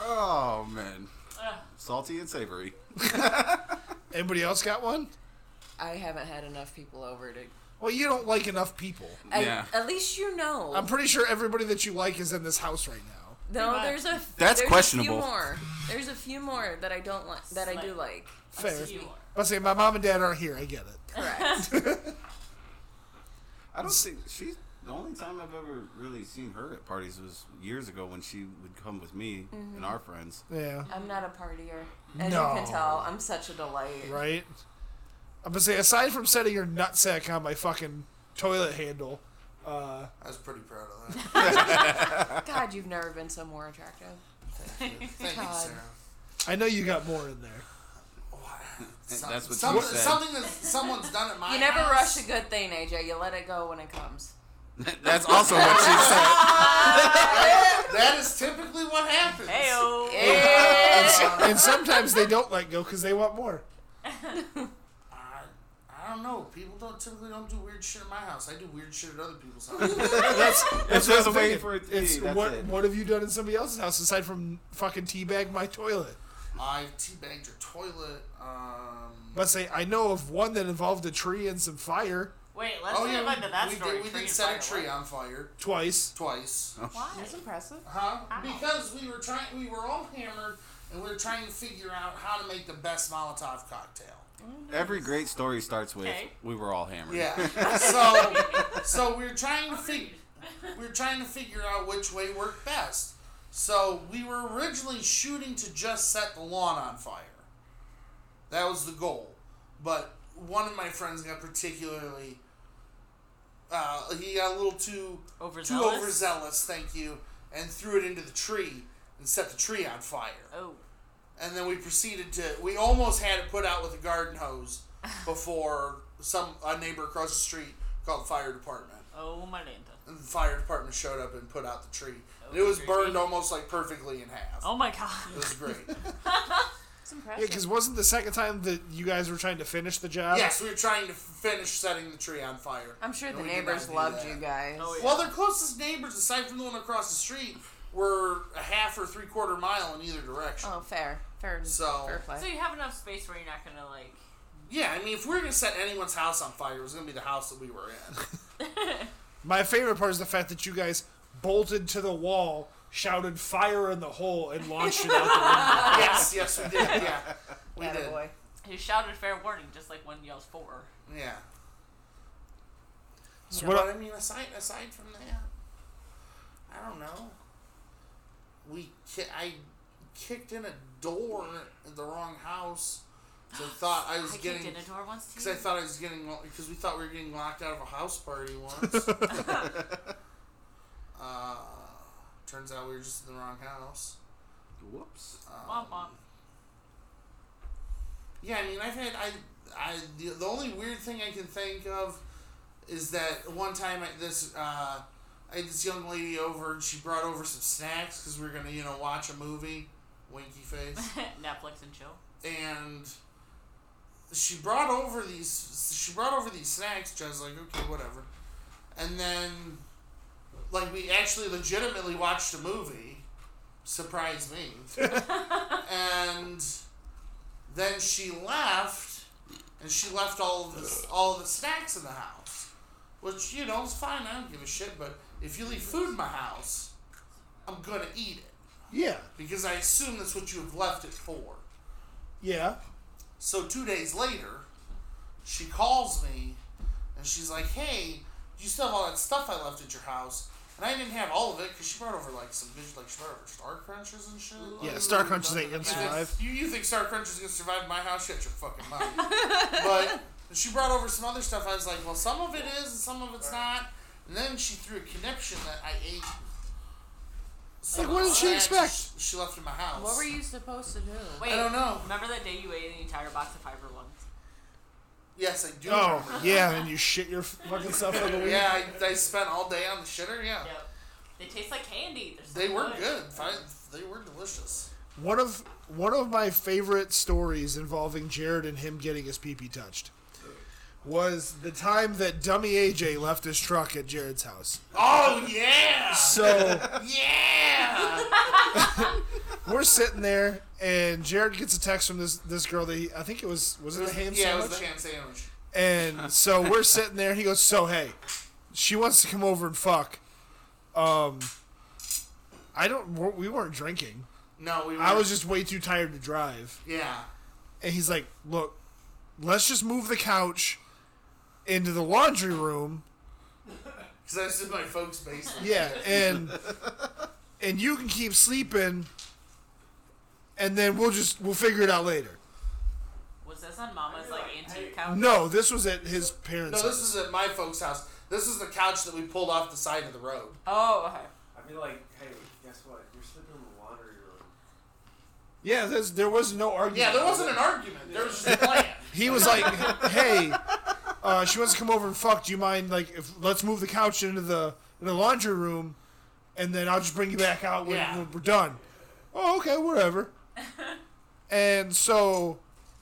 E: Oh man, salty and savory.
C: Anybody else got one?
G: I haven't had enough people over to.
C: Well, you don't like enough people.
G: I-
E: Yeah.
G: At least you know.
C: I'm pretty sure everybody that you like is in this house right now.
G: no, there's a.
E: That's
G: there's A
E: questionable.
G: few more. There's a few more that I don't like. That I do like.
C: Fair.
D: You are.
C: But say my mom and dad aren't here. I get it.
G: Correct.
E: I don't think she's the only time I've ever really seen her at parties was years ago when she would come with me and our friends.
C: Yeah.
G: I'm not a partier, as
C: No.
G: you can tell. I'm such a delight.
C: Right. I'm gonna say aside from setting your nutsack on my fucking toilet handle, uh,
B: I was pretty proud of
G: [LAUGHS]
B: that.
G: God, you've never been so more attractive.
B: Thank you,
G: God.
B: Sarah.
C: I know you got more in there.
B: Some-
E: That's what she
B: something,
E: said.
B: something that someone's done at my
G: You never
B: house.
G: rush a good thing, AJ. You let it go when it comes.
E: That's also what she [LAUGHS] said.
B: That is typically what happens.
D: Heyo.
C: [LAUGHS] And sometimes they don't let go because they want more.
B: I, I don't know. People don't typically don't do weird shit at my house. I do weird shit at other people's
G: [LAUGHS]
B: houses.
E: If there's a
C: I'm
E: way
C: thinking.
E: for it to
C: It's
E: be, that's
C: what
E: it.
C: what have you done in somebody else's house aside from fucking teabag my toilet?
B: I've teabagged your toilet. Um,
C: Let's say I know of one that involved a tree and some fire
D: Wait, let's move
B: we,
D: on to that
B: Oh, we
D: story.
B: did, we
D: Tree
B: did
D: and
B: set a
D: fire,
B: tree
D: what?
B: on fire
C: twice.
B: twice.
E: Oh.
D: Why?
G: impressive.
B: Huh? Because we were trying, we were all hammered, and we were trying to figure out how to make the best Molotov cocktail.
E: Every great story starts with
D: Okay.
E: "We were all hammered."
B: Yeah. so, so we were trying to figure, we were trying to figure out which way worked best. So we were originally shooting to just set the lawn on fire. That was the goal, but one of my friends got particularly. Uh, he got a little too too
D: Overzealous?
B: overzealous. Thank you, and threw it into the tree and set the tree on fire.
D: Oh.
B: and then we proceeded to we almost had it put out with a garden hose before some a neighbor across the street called the fire department
D: Oh, my lanta.
B: and the fire department showed up and put out the tree and
D: Oh,
B: it was
D: creepy.
B: burned almost like perfectly in half
D: Oh, my
B: [LAUGHS]
D: God.
B: it was great
G: It's
C: Yeah,
G: impressive.
C: because wasn't the second time that you guys were trying to finish the job?
B: yes we were trying to finish setting the tree on fire
G: I'm sure
B: And
G: the
B: we did
G: neighbors
B: not do
G: loved
B: that.
G: you guys.
D: Oh, yeah.
B: well their closest neighbors aside from the one across the street were a half or three quarter mile in either direction
G: Oh, fair, fair,
B: So-
G: fair play.
D: So you have enough space where you're not going to, like,
B: yeah i mean if we were going to set anyone's house on fire it was going to be the house that we were in
C: My favorite part is the fact that you guys bolted to the wall, shouted fire in the hole, and launched it [LAUGHS] out
B: yes yes we did yeah we did
G: Attaboy.
D: he shouted fair warning just like one yells four.
B: yeah
C: the window. So
B: But
C: what-
B: I mean, aside aside from that, I don't know. We ki- I kicked in a door in the wrong house.
D: [SIGHS]
B: So I thought I was
D: I
B: getting
D: kicked in a door once
B: because I
D: too.
B: thought I was getting because we thought we were getting locked out of a house party
D: [LAUGHS]
B: once. uh, turns out we were just in the wrong house.
E: Whoops.
D: Womp womp. [LAUGHS]
B: Yeah, I mean, I've had I, I the, the only weird thing I can think of is that one time I, this uh, I had this young lady over and she brought over some snacks because we were gonna you know watch a movie, winky face,
D: Netflix and chill.
B: and she brought over these she brought over these snacks. Just like okay, whatever, and then like we actually legitimately watched a movie. Surprised me, and then she left, and she left all of the all of the snacks in the house, which you know is fine. I don't give a shit. But if you leave food in my house, I'm gonna eat it
C: Yeah.
B: because I assume that's what you have left it for.
C: Yeah.
B: So two days later, she calls me, and she's like, "Hey, do you still have all that stuff I left at your house?" And I didn't have all of it because she brought over like some bitch, like she brought over Star Crunches and shit. Like,
C: Yeah, Star Crunches ain't gonna
B: You think-
C: survive.
B: You, you think Star Crunch is gonna survive my house? Shut your fucking mouth. [LAUGHS] but she brought over some other stuff. I was like, well, some of it is and some of it's not. And then she threw a conniption that I ate. some
C: Like, what did she
B: snacks
C: expect?
B: sh- She left in my house.
G: What were you supposed to do?
D: Wait,
B: I don't know.
D: Remember that day you ate an entire box of fiber ones?
B: Yes, I do. remember.
C: Oh, yeah, and you shit your fucking stuff for [LAUGHS] the week.
B: Yeah, I, I spent all day on the shitter. Yeah,
D: Yep. They taste like candy. They're so
B: they were
D: good.
B: good. Fine. They were delicious.
C: One of one of my favorite stories involving Jared and him getting his pee pee touched was the time that dummy AJ left his truck at Jared's house.
B: Oh yeah,
C: So
B: [LAUGHS] yeah.
C: we're sitting there, and Jared gets a text from this this girl that he, I think it was was it a ham
B: yeah, it
C: sandwich?
B: was the ham sandwich.
C: And so we're sitting there, and he goes, "So hey, she wants to come over and fuck." Um, I don't. we're- We weren't drinking.
B: No, we. Were,
C: I was just way too tired to drive.
B: Yeah.
C: And he's like, "Look, let's just move the couch into the laundry room.
B: Because I was in my folks' basement.
C: Yeah,
B: [LAUGHS]
C: and and you can keep sleeping, and then we'll just we'll figure it out later."
D: Was this on Mama's like antique couch?
C: No, this was at his parents'
B: No, this
C: house.
B: is at my folks' house. This is the couch that we pulled off the side of the road.
D: Oh, okay.
F: I'd be like, hey, guess what? You're sleeping in the laundry room.
C: yeah, this, there was no argument.
B: Yeah, there wasn't an argument. There was [LAUGHS] just a plan.
C: he was like, "Hey, uh, she wants to come over and fuck. Do you mind? Like, if let's move the couch into the in the laundry room, and then I'll just bring you back out when,
B: Yeah.
C: when we're done." Oh, okay,
B: [LAUGHS]
C: whatever. and so,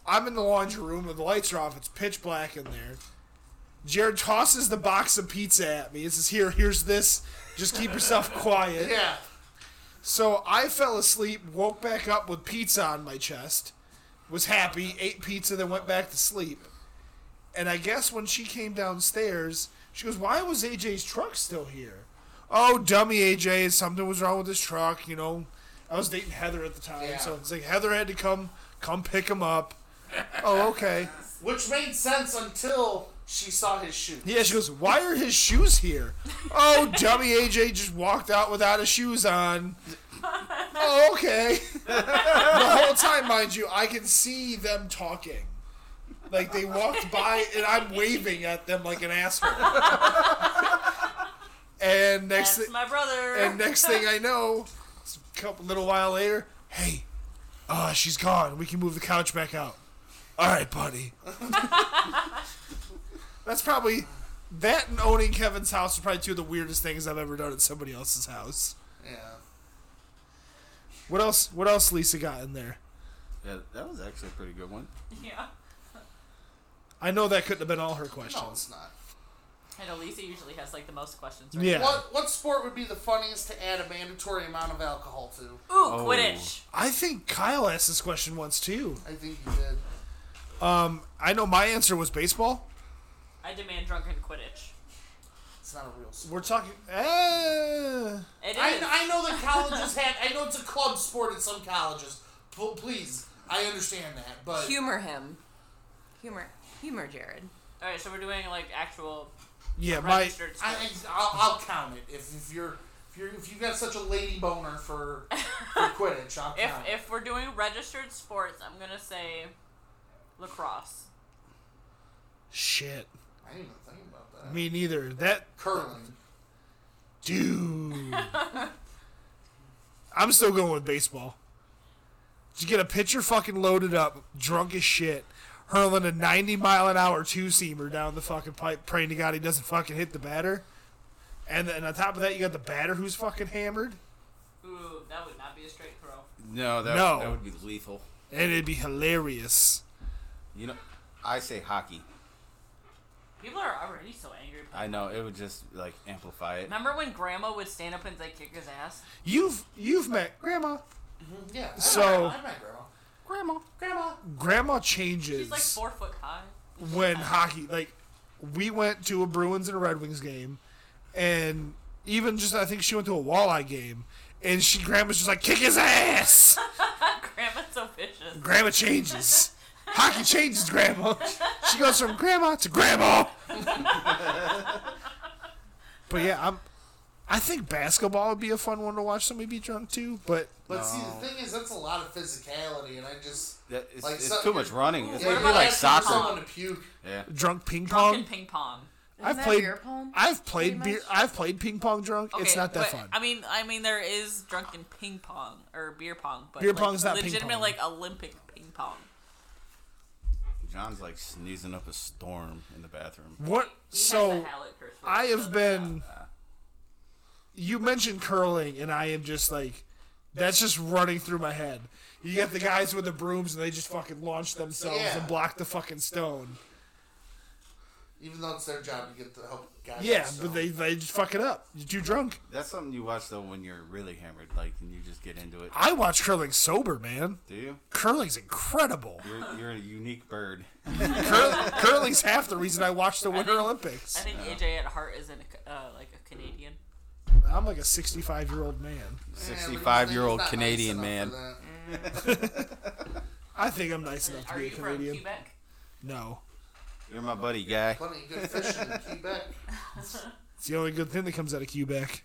C: I'm in the laundry room and the lights are off. It's pitch black in there. Jared tosses the box of pizza at me. It says, "Here, here's this. Just keep
B: [LAUGHS]
C: yourself quiet."
B: yeah.
C: So I fell asleep, woke back up with pizza on my chest, was happy, ate pizza, then went back to sleep. And I guess when she came downstairs, she goes, Why was AJ's truck still here? Oh, dummy AJ, something was wrong with his truck, you know. I was dating Heather at the time,
B: Yeah.
C: so it's like Heather had to come come pick him up. [LAUGHS] oh, okay.
B: Which made sense until she saw his shoe.
C: Yeah, she goes, Why are his shoes here? Oh, dummy AJ just walked out without his shoes on. oh, okay. [LAUGHS] the whole time, mind you, I can see them talking. Like they walked by and I'm waving at them like an asshole. [LAUGHS] and next
D: That's
C: thing
D: my brother.
B: [LAUGHS]
C: and next thing I know, it's a couple little while later, hey, uh, she's gone. We can move the couch back out. All right, buddy. [LAUGHS] That's probably that and owning Kevin's house are probably two of the weirdest things I've ever done at somebody else's house.
B: Yeah.
C: What else? What else? Lisa got in there.
E: Yeah, that was actually a pretty good one.
D: yeah.
C: I know that couldn't have been all her
B: No,
C: questions.
B: it's not.
D: [LAUGHS] And Elisa usually has like the most questions. Right?
C: yeah,
B: What what sport would be the funniest to add a mandatory amount of alcohol to?
D: Ooh, Quidditch.
C: I think Kyle asked this question once too.
B: I think you did.
C: I know my answer was baseball.
D: I demand drunken Quidditch.
B: It's not a real sport.
C: We're talking. Eh,
D: It is.
B: I, I know
D: [LAUGHS]
B: that colleges have. I know it's a club sport at some colleges. P- please, I understand that, but
G: Humor him. Humor, humor Jared.
D: All right, so we're doing like actual
C: yeah, my
D: registered
B: I,
D: sports.
B: I, I'll, I'll count it if, if you're if If, you're, if you've got such a lady boner for,
D: [LAUGHS]
B: for Quidditch, I'll
D: If
B: count.
D: if we're doing registered sports, I'm gonna say lacrosse.
C: Shit.
B: I didn't even think about that.
C: Me neither. That
B: Curling.
C: dude. I'm still going with baseball. Just get a pitcher fucking loaded up, drunk as shit, hurling a 90 mile an hour two seamer down the fucking pipe, praying to God he doesn't fucking hit the batter. And then on top of that, you got the batter who's fucking hammered,
D: Ooh, that would not be a straight throw.
E: No, that,
C: No.
E: that would be lethal.
C: and it'd be hilarious.
E: You know, I say hockey.
D: People are already so angry.
E: I know it would just like amplify it.
D: Remember when Grandma would stand up and like kick his ass?
C: You've you've met Grandma.
B: Mm-hmm. Yeah. I
C: So-
B: met, I met grandma.
C: Grandma.
B: Grandma.
C: Grandma changes.
D: He's like four foot high.
C: when hockey like we went to a Bruins and a Red Wings game and even just I think she went to a walleye game and she grandma's just like kick his ass.
D: [LAUGHS] Grandma's so vicious.
C: Grandma changes. Hockey changes grandma. She goes from grandma to grandma. but yeah, I'm I think basketball would be a fun one to watch somebody be drunk too, but
B: But see, the thing is, that's a lot of physicality, and I just.
E: That- it's
B: Like,
E: it's
B: so-
E: too much running. It's
D: What
E: like,
D: about
E: like
D: asking
E: soccer.
B: Someone to puke.
E: Yeah.
C: drunk ping
D: Drunken
C: pong.
D: ping pong.
C: I've
G: that
C: played
G: beer pong,
C: I've played
G: pretty
C: beer
G: much?
C: I've played ping pong drunk. it's
D: Okay,
C: not that
D: but,
C: fun.
D: I mean, I mean, there is drunken ping pong or beer pong, but
C: Beer
D: like,
C: pong's not ping
D: legitimate
C: pong.
D: like Olympic ping pong.
E: John's like sneezing up a storm in the bathroom.
C: what
D: He
C: so
D: has a Hallett curse word,
C: I
D: so
C: have
D: there's
C: been. You mentioned curling, and I am just like, that's just running through my head. You get the guys with the brooms, and they just fucking launch themselves
B: Yeah.
C: and block the fucking stone.
B: Even though it's their job to get the help guys.
C: Yeah,
B: so.
C: but they they just fuck it up. You're too drunk.
E: That's something you watch though when you're really hammered, like, and you just get into it.
C: I watch curling sober, man.
E: Do you?
C: Curling's incredible.
E: You're, you're a unique bird.
C: Cur- curling's half the reason I watch the Winter
D: I
C: Olympics.
D: think AJ at heart is an, uh, like a Canadian.
C: I'm like a 65 year old man.
B: Yeah, but he's-
E: 65 year old
B: he's not nice
E: Canadian
B: enough
E: man.
B: for that.
C: I think I'm nice enough to
D: Are
C: be a
D: you from
C: Canadian.
D: Quebec?
C: No,
E: You're my buddy, guy.
B: Plenty of good fishing in Quebec.
C: it's the only good thing that comes out of Quebec,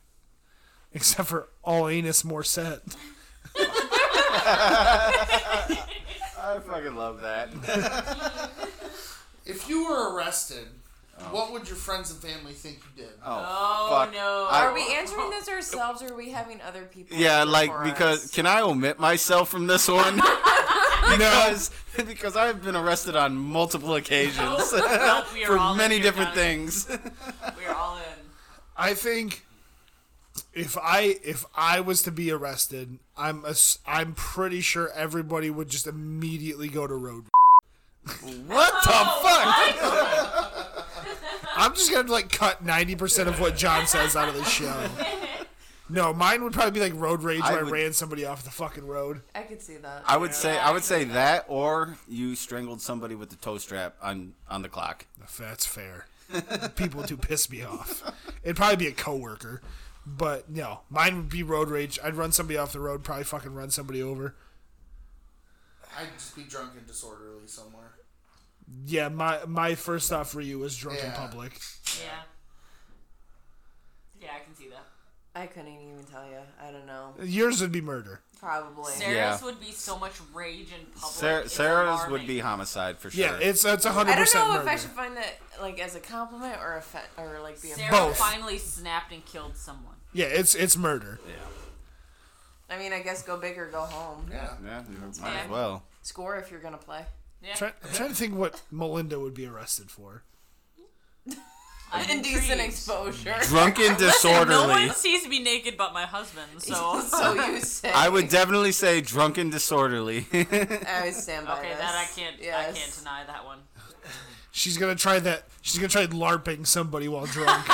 C: except for all anus more set.
E: I fucking
D: [LAUGHS]
E: love that.
B: If you were arrested, what would your friends and family think you did?
E: Oh,
D: Oh
E: fuck.
D: no!
E: I-
G: Are we
D: [LAUGHS]
G: answering this ourselves, or are we having other people?
E: Yeah,
G: answer
E: like
G: for
E: because
G: us?
E: can I omit myself from this one? because because I've been arrested on multiple occasions
D: we are all
E: for
D: in
E: many
D: here,
E: different
D: Johnny.
E: things.
D: We're all in.
C: I think if I if I was to be arrested, I'm ass- I'm pretty sure everybody would just immediately go to road.
E: What the fuck?
C: I'm just gonna like cut ninety percent of what John says out of the show. No, mine would probably be like road rage
E: I
C: where
E: would-
C: I ran somebody off the fucking road.
G: I could see that.
E: I would say I would say that or you strangled somebody with the toe strap on on the clock.
C: That's fair. People do piss me off. It'd probably be a coworker, but no, mine would be road rage. I'd run somebody off the road, probably fucking run somebody over.
B: I'd just be drunk and disorderly somewhere.
C: Yeah, my my first thought for you was drunk in
B: Yeah.
C: public.
D: Yeah. Yeah, I can see that.
G: I couldn't even tell you. I don't know.
C: Yours would be murder.
G: Probably.
D: Sarah's would be so much rage in public.
E: Sarah,
D: Oh, It's
E: Sarah's would
D: alarming.
E: be homicide for sure.
C: Yeah, it's it's a
G: I
C: hundred
G: don't
C: percent
G: know
C: murder.
G: if I should find that like as a compliment or a fe- or like be a.
D: Sarah
C: both.
D: finally snapped and killed someone.
C: Yeah, it's it's murder.
G: I mean, I guess go big or go home.
B: Yeah.
E: yeah, you might
D: fair.
E: as well.
G: Score if you're gonna play.
D: Yeah.
C: Try, I'm trying to think what Melinda would be arrested for.
D: I'm
G: Indecent
D: intrigued.
G: exposure.
E: Drunken disorderly.
D: No one sees me naked but my husband, [LAUGHS] so
G: so you say.
E: I would definitely say drunken disorderly.
G: I would stand by
D: Okay,
G: this.
D: that I can't I can't
G: Yes.
D: deny that one.
C: She's gonna try that. She's gonna try larping somebody while
G: [LAUGHS]
C: drunk.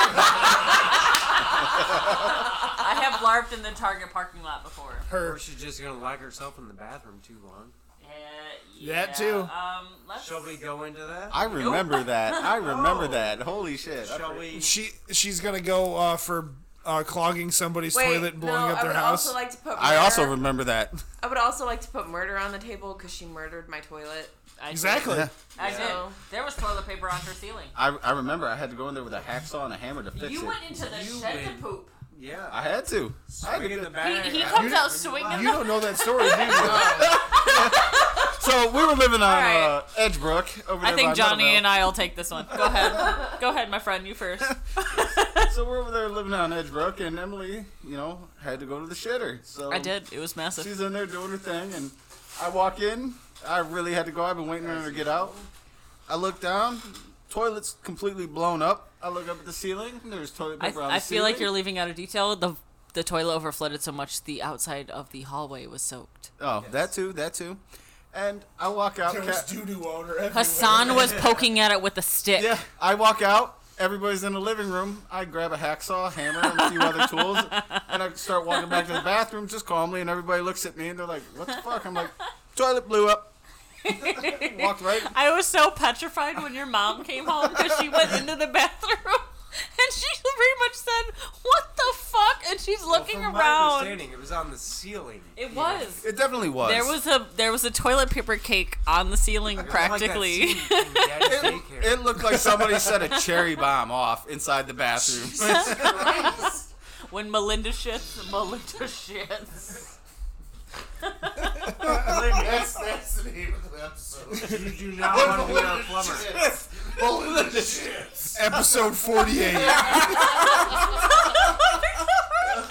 D: I have [LAUGHS] larped in the Target parking lot before.
C: Her
F: Or she's just gonna lock herself in the bathroom too long.
D: Uh, yeah.
C: That too.
D: Um, let's
F: Shall we go into that?
E: [LAUGHS] I remember that. I remember
F: Oh.
E: that. Holy shit. I
F: Shall we?
C: she she's gonna go uh, for uh, clogging somebody's
G: Wait,
C: toilet and blowing
G: no,
C: up
G: I
C: their
G: would
C: house.
G: also like to put. Murder,
E: I also remember that.
G: I would also like to put murder on the table because she murdered my toilet.
D: I did.
C: exactly.
D: I did.
G: Yeah.
D: There was toilet paper on her ceiling.
E: I, I remember I had to go in there with a hacksaw and a hammer to fix
D: You
E: it.
D: went into the
F: You
D: shed
F: win.
D: to poop.
F: Yeah.
E: I had to. I had to
F: Swing in the
D: He,
F: back.
D: he
F: I-
D: comes out swinging.
C: You don't know that story, do you?
E: [LAUGHS] So we were living on
D: Alright.
E: uh, Edgebrook over there.
D: I think
E: by
D: Johnny and
E: Meadowvale.
D: I will take this one. Go
F: [LAUGHS]
D: ahead. Go ahead, my friend. You first.
E: So we're over there living on Edgebrook, and Emily, you know, had to go to the shitter. So
D: I did. It was massive.
E: She's in there doing her thing, and I walk in. I really had to go. I've been waiting on her to get out. I look down. Toilet's completely blown up. I look up at the ceiling. and There's toilet
D: I,
E: paper on the
D: I feel like you're
E: ceiling.
D: leaving out a detail. The the toilet overflooded so much the outside of the hallway was soaked.
E: Oh, that too, that too. And I walk out.
C: There was
E: Cat-
C: doo doo on her. everywhere.
D: Hassan
F: [LAUGHS]
D: was poking at it with a stick.
E: yeah, I walk out. Everybody's in the living room. I grab a hacksaw, hammer, and a few other tools, and I start walking back to the bathroom just calmly. And everybody looks at me and they're like, "What the fuck?" I'm like, "Toilet blew up." [LAUGHS] Walked right.
D: I was so petrified when your mom came home because she went into the [LAUGHS] bathroom and she pretty much said, "What the fuck?" and she's
F: Well,
D: looking
F: from My
D: around.
F: understanding, it was on the ceiling.
D: It was.
E: It definitely was.
D: There was a there was a toilet paper cake on the ceiling practically.
F: Like that scene from Daddy's
E: It,
F: Daycare.
E: it looked like somebody set a cherry bomb off inside the bathroom.
D: [LAUGHS] when Melinda shits, [LAUGHS] Melinda shits.
B: that's, that's the name of the episode.
F: You do not want to be our plumber.
B: Shits. Holy shits.
C: Episode
G: [LAUGHS]
C: 48.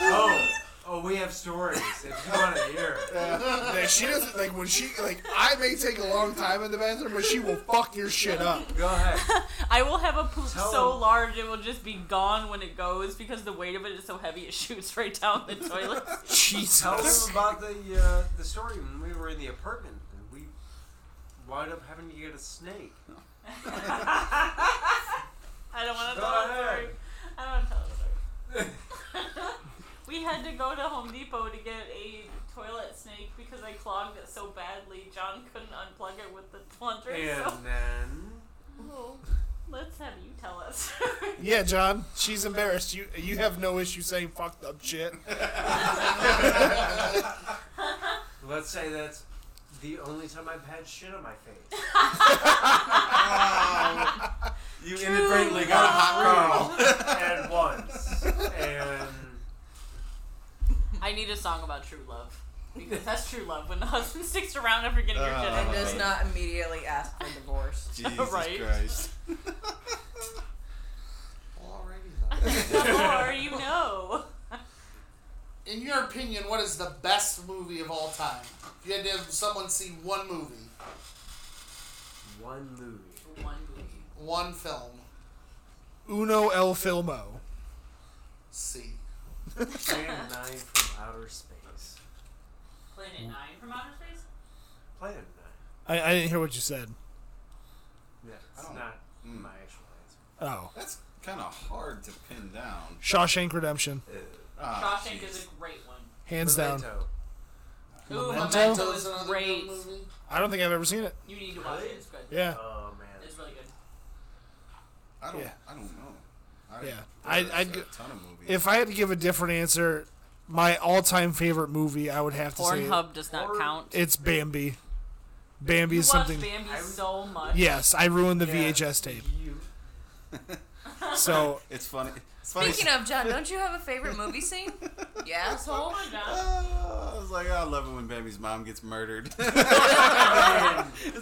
F: Oh, oh, we have stories if you want to hear.
C: Like, she doesn't like when she like I may take a long time in the bathroom, but she will fuck your shit up.
F: Go ahead.
D: I will have a poop
F: Tell
D: so
F: him.
D: large it will just be gone when it goes because the weight of it is so heavy it shoots right down the
F: [LAUGHS]
D: toilet.
F: Tell
C: Jesus.
F: them about the uh, the story when we were in the apartment. and We wound up having to get
D: [LAUGHS]
F: a snake.
D: I don't want to
F: Go
D: tell the
F: ahead.
D: story. I don't want to tell the story.
F: [LAUGHS]
D: we had to go to Home Depot to get a toilet snake because I clogged it so badly. John couldn't unplug it with the plunger.
F: And
D: So,
F: then
D: Well, [LAUGHS] let's have you tell
F: [LAUGHS]
D: us. [LAUGHS]
C: Yeah, John, she's embarrassed. You you have no issue saying fucked up shit.
F: let's say that's the only time I've had shit on my
D: [LAUGHS]
F: face.
E: you inadvertently got a hot girl.
F: and once. And
D: I need a song about true love. Because that's true love when the husband [LAUGHS] sticks around after getting your shit
G: [LAUGHS] And
D: out.
G: does not immediately ask for divorce.
E: Jesus
D: Right.
E: Christ.
B: Alrighty then.
D: The more you know.
B: In your opinion, what is the best movie of all time? If you had to have someone see one movie,
F: one movie.
D: One movie.
B: one film,
C: Uno El Filmo.
B: see.
F: Plan 9 from Outer Space.
D: Planet 9 from Outer Space?
F: Plan 9.
C: I, I didn't hear what you said.
F: Yeah, it's
D: Oh.
E: don't-
F: not my actual answer.
C: Oh.
E: That's kind of hard to pin down.
C: Shawshank Redemption.
E: Ah,
D: Shawshank is a great one.
C: Hands down.
F: Memento.
D: Ooh,
C: Memento?
D: Memento
B: is
D: is
B: another good
D: great.
B: movie.
C: I don't think I've ever seen it.
D: You need to watch it. It's good.
C: Yeah.
F: Oh man.
D: It's really good.
E: I don't.
C: Yeah.
E: I don't know. I,
C: Yeah. I- I'd
E: there's
C: go-
E: a ton of movies.
C: If I had to give a different answer, my all time favorite movie I would have to say
D: Pornhub does not
F: Porn-
D: count.
C: it's Bambi. Bambi
D: You
C: is something
D: watch Bambi
F: I-
D: so much.
C: Yes, I ruined the
F: Yeah,
C: VHS tape.
F: You,
C: [LAUGHS] So
E: it's funny. It's funny.
G: Speaking of John, don't you have a favorite movie [LAUGHS] scene? Yeah,
D: Oh
G: asshole.
D: my god.
E: Ah, I was like, I love it when Bambi's mom gets murdered. and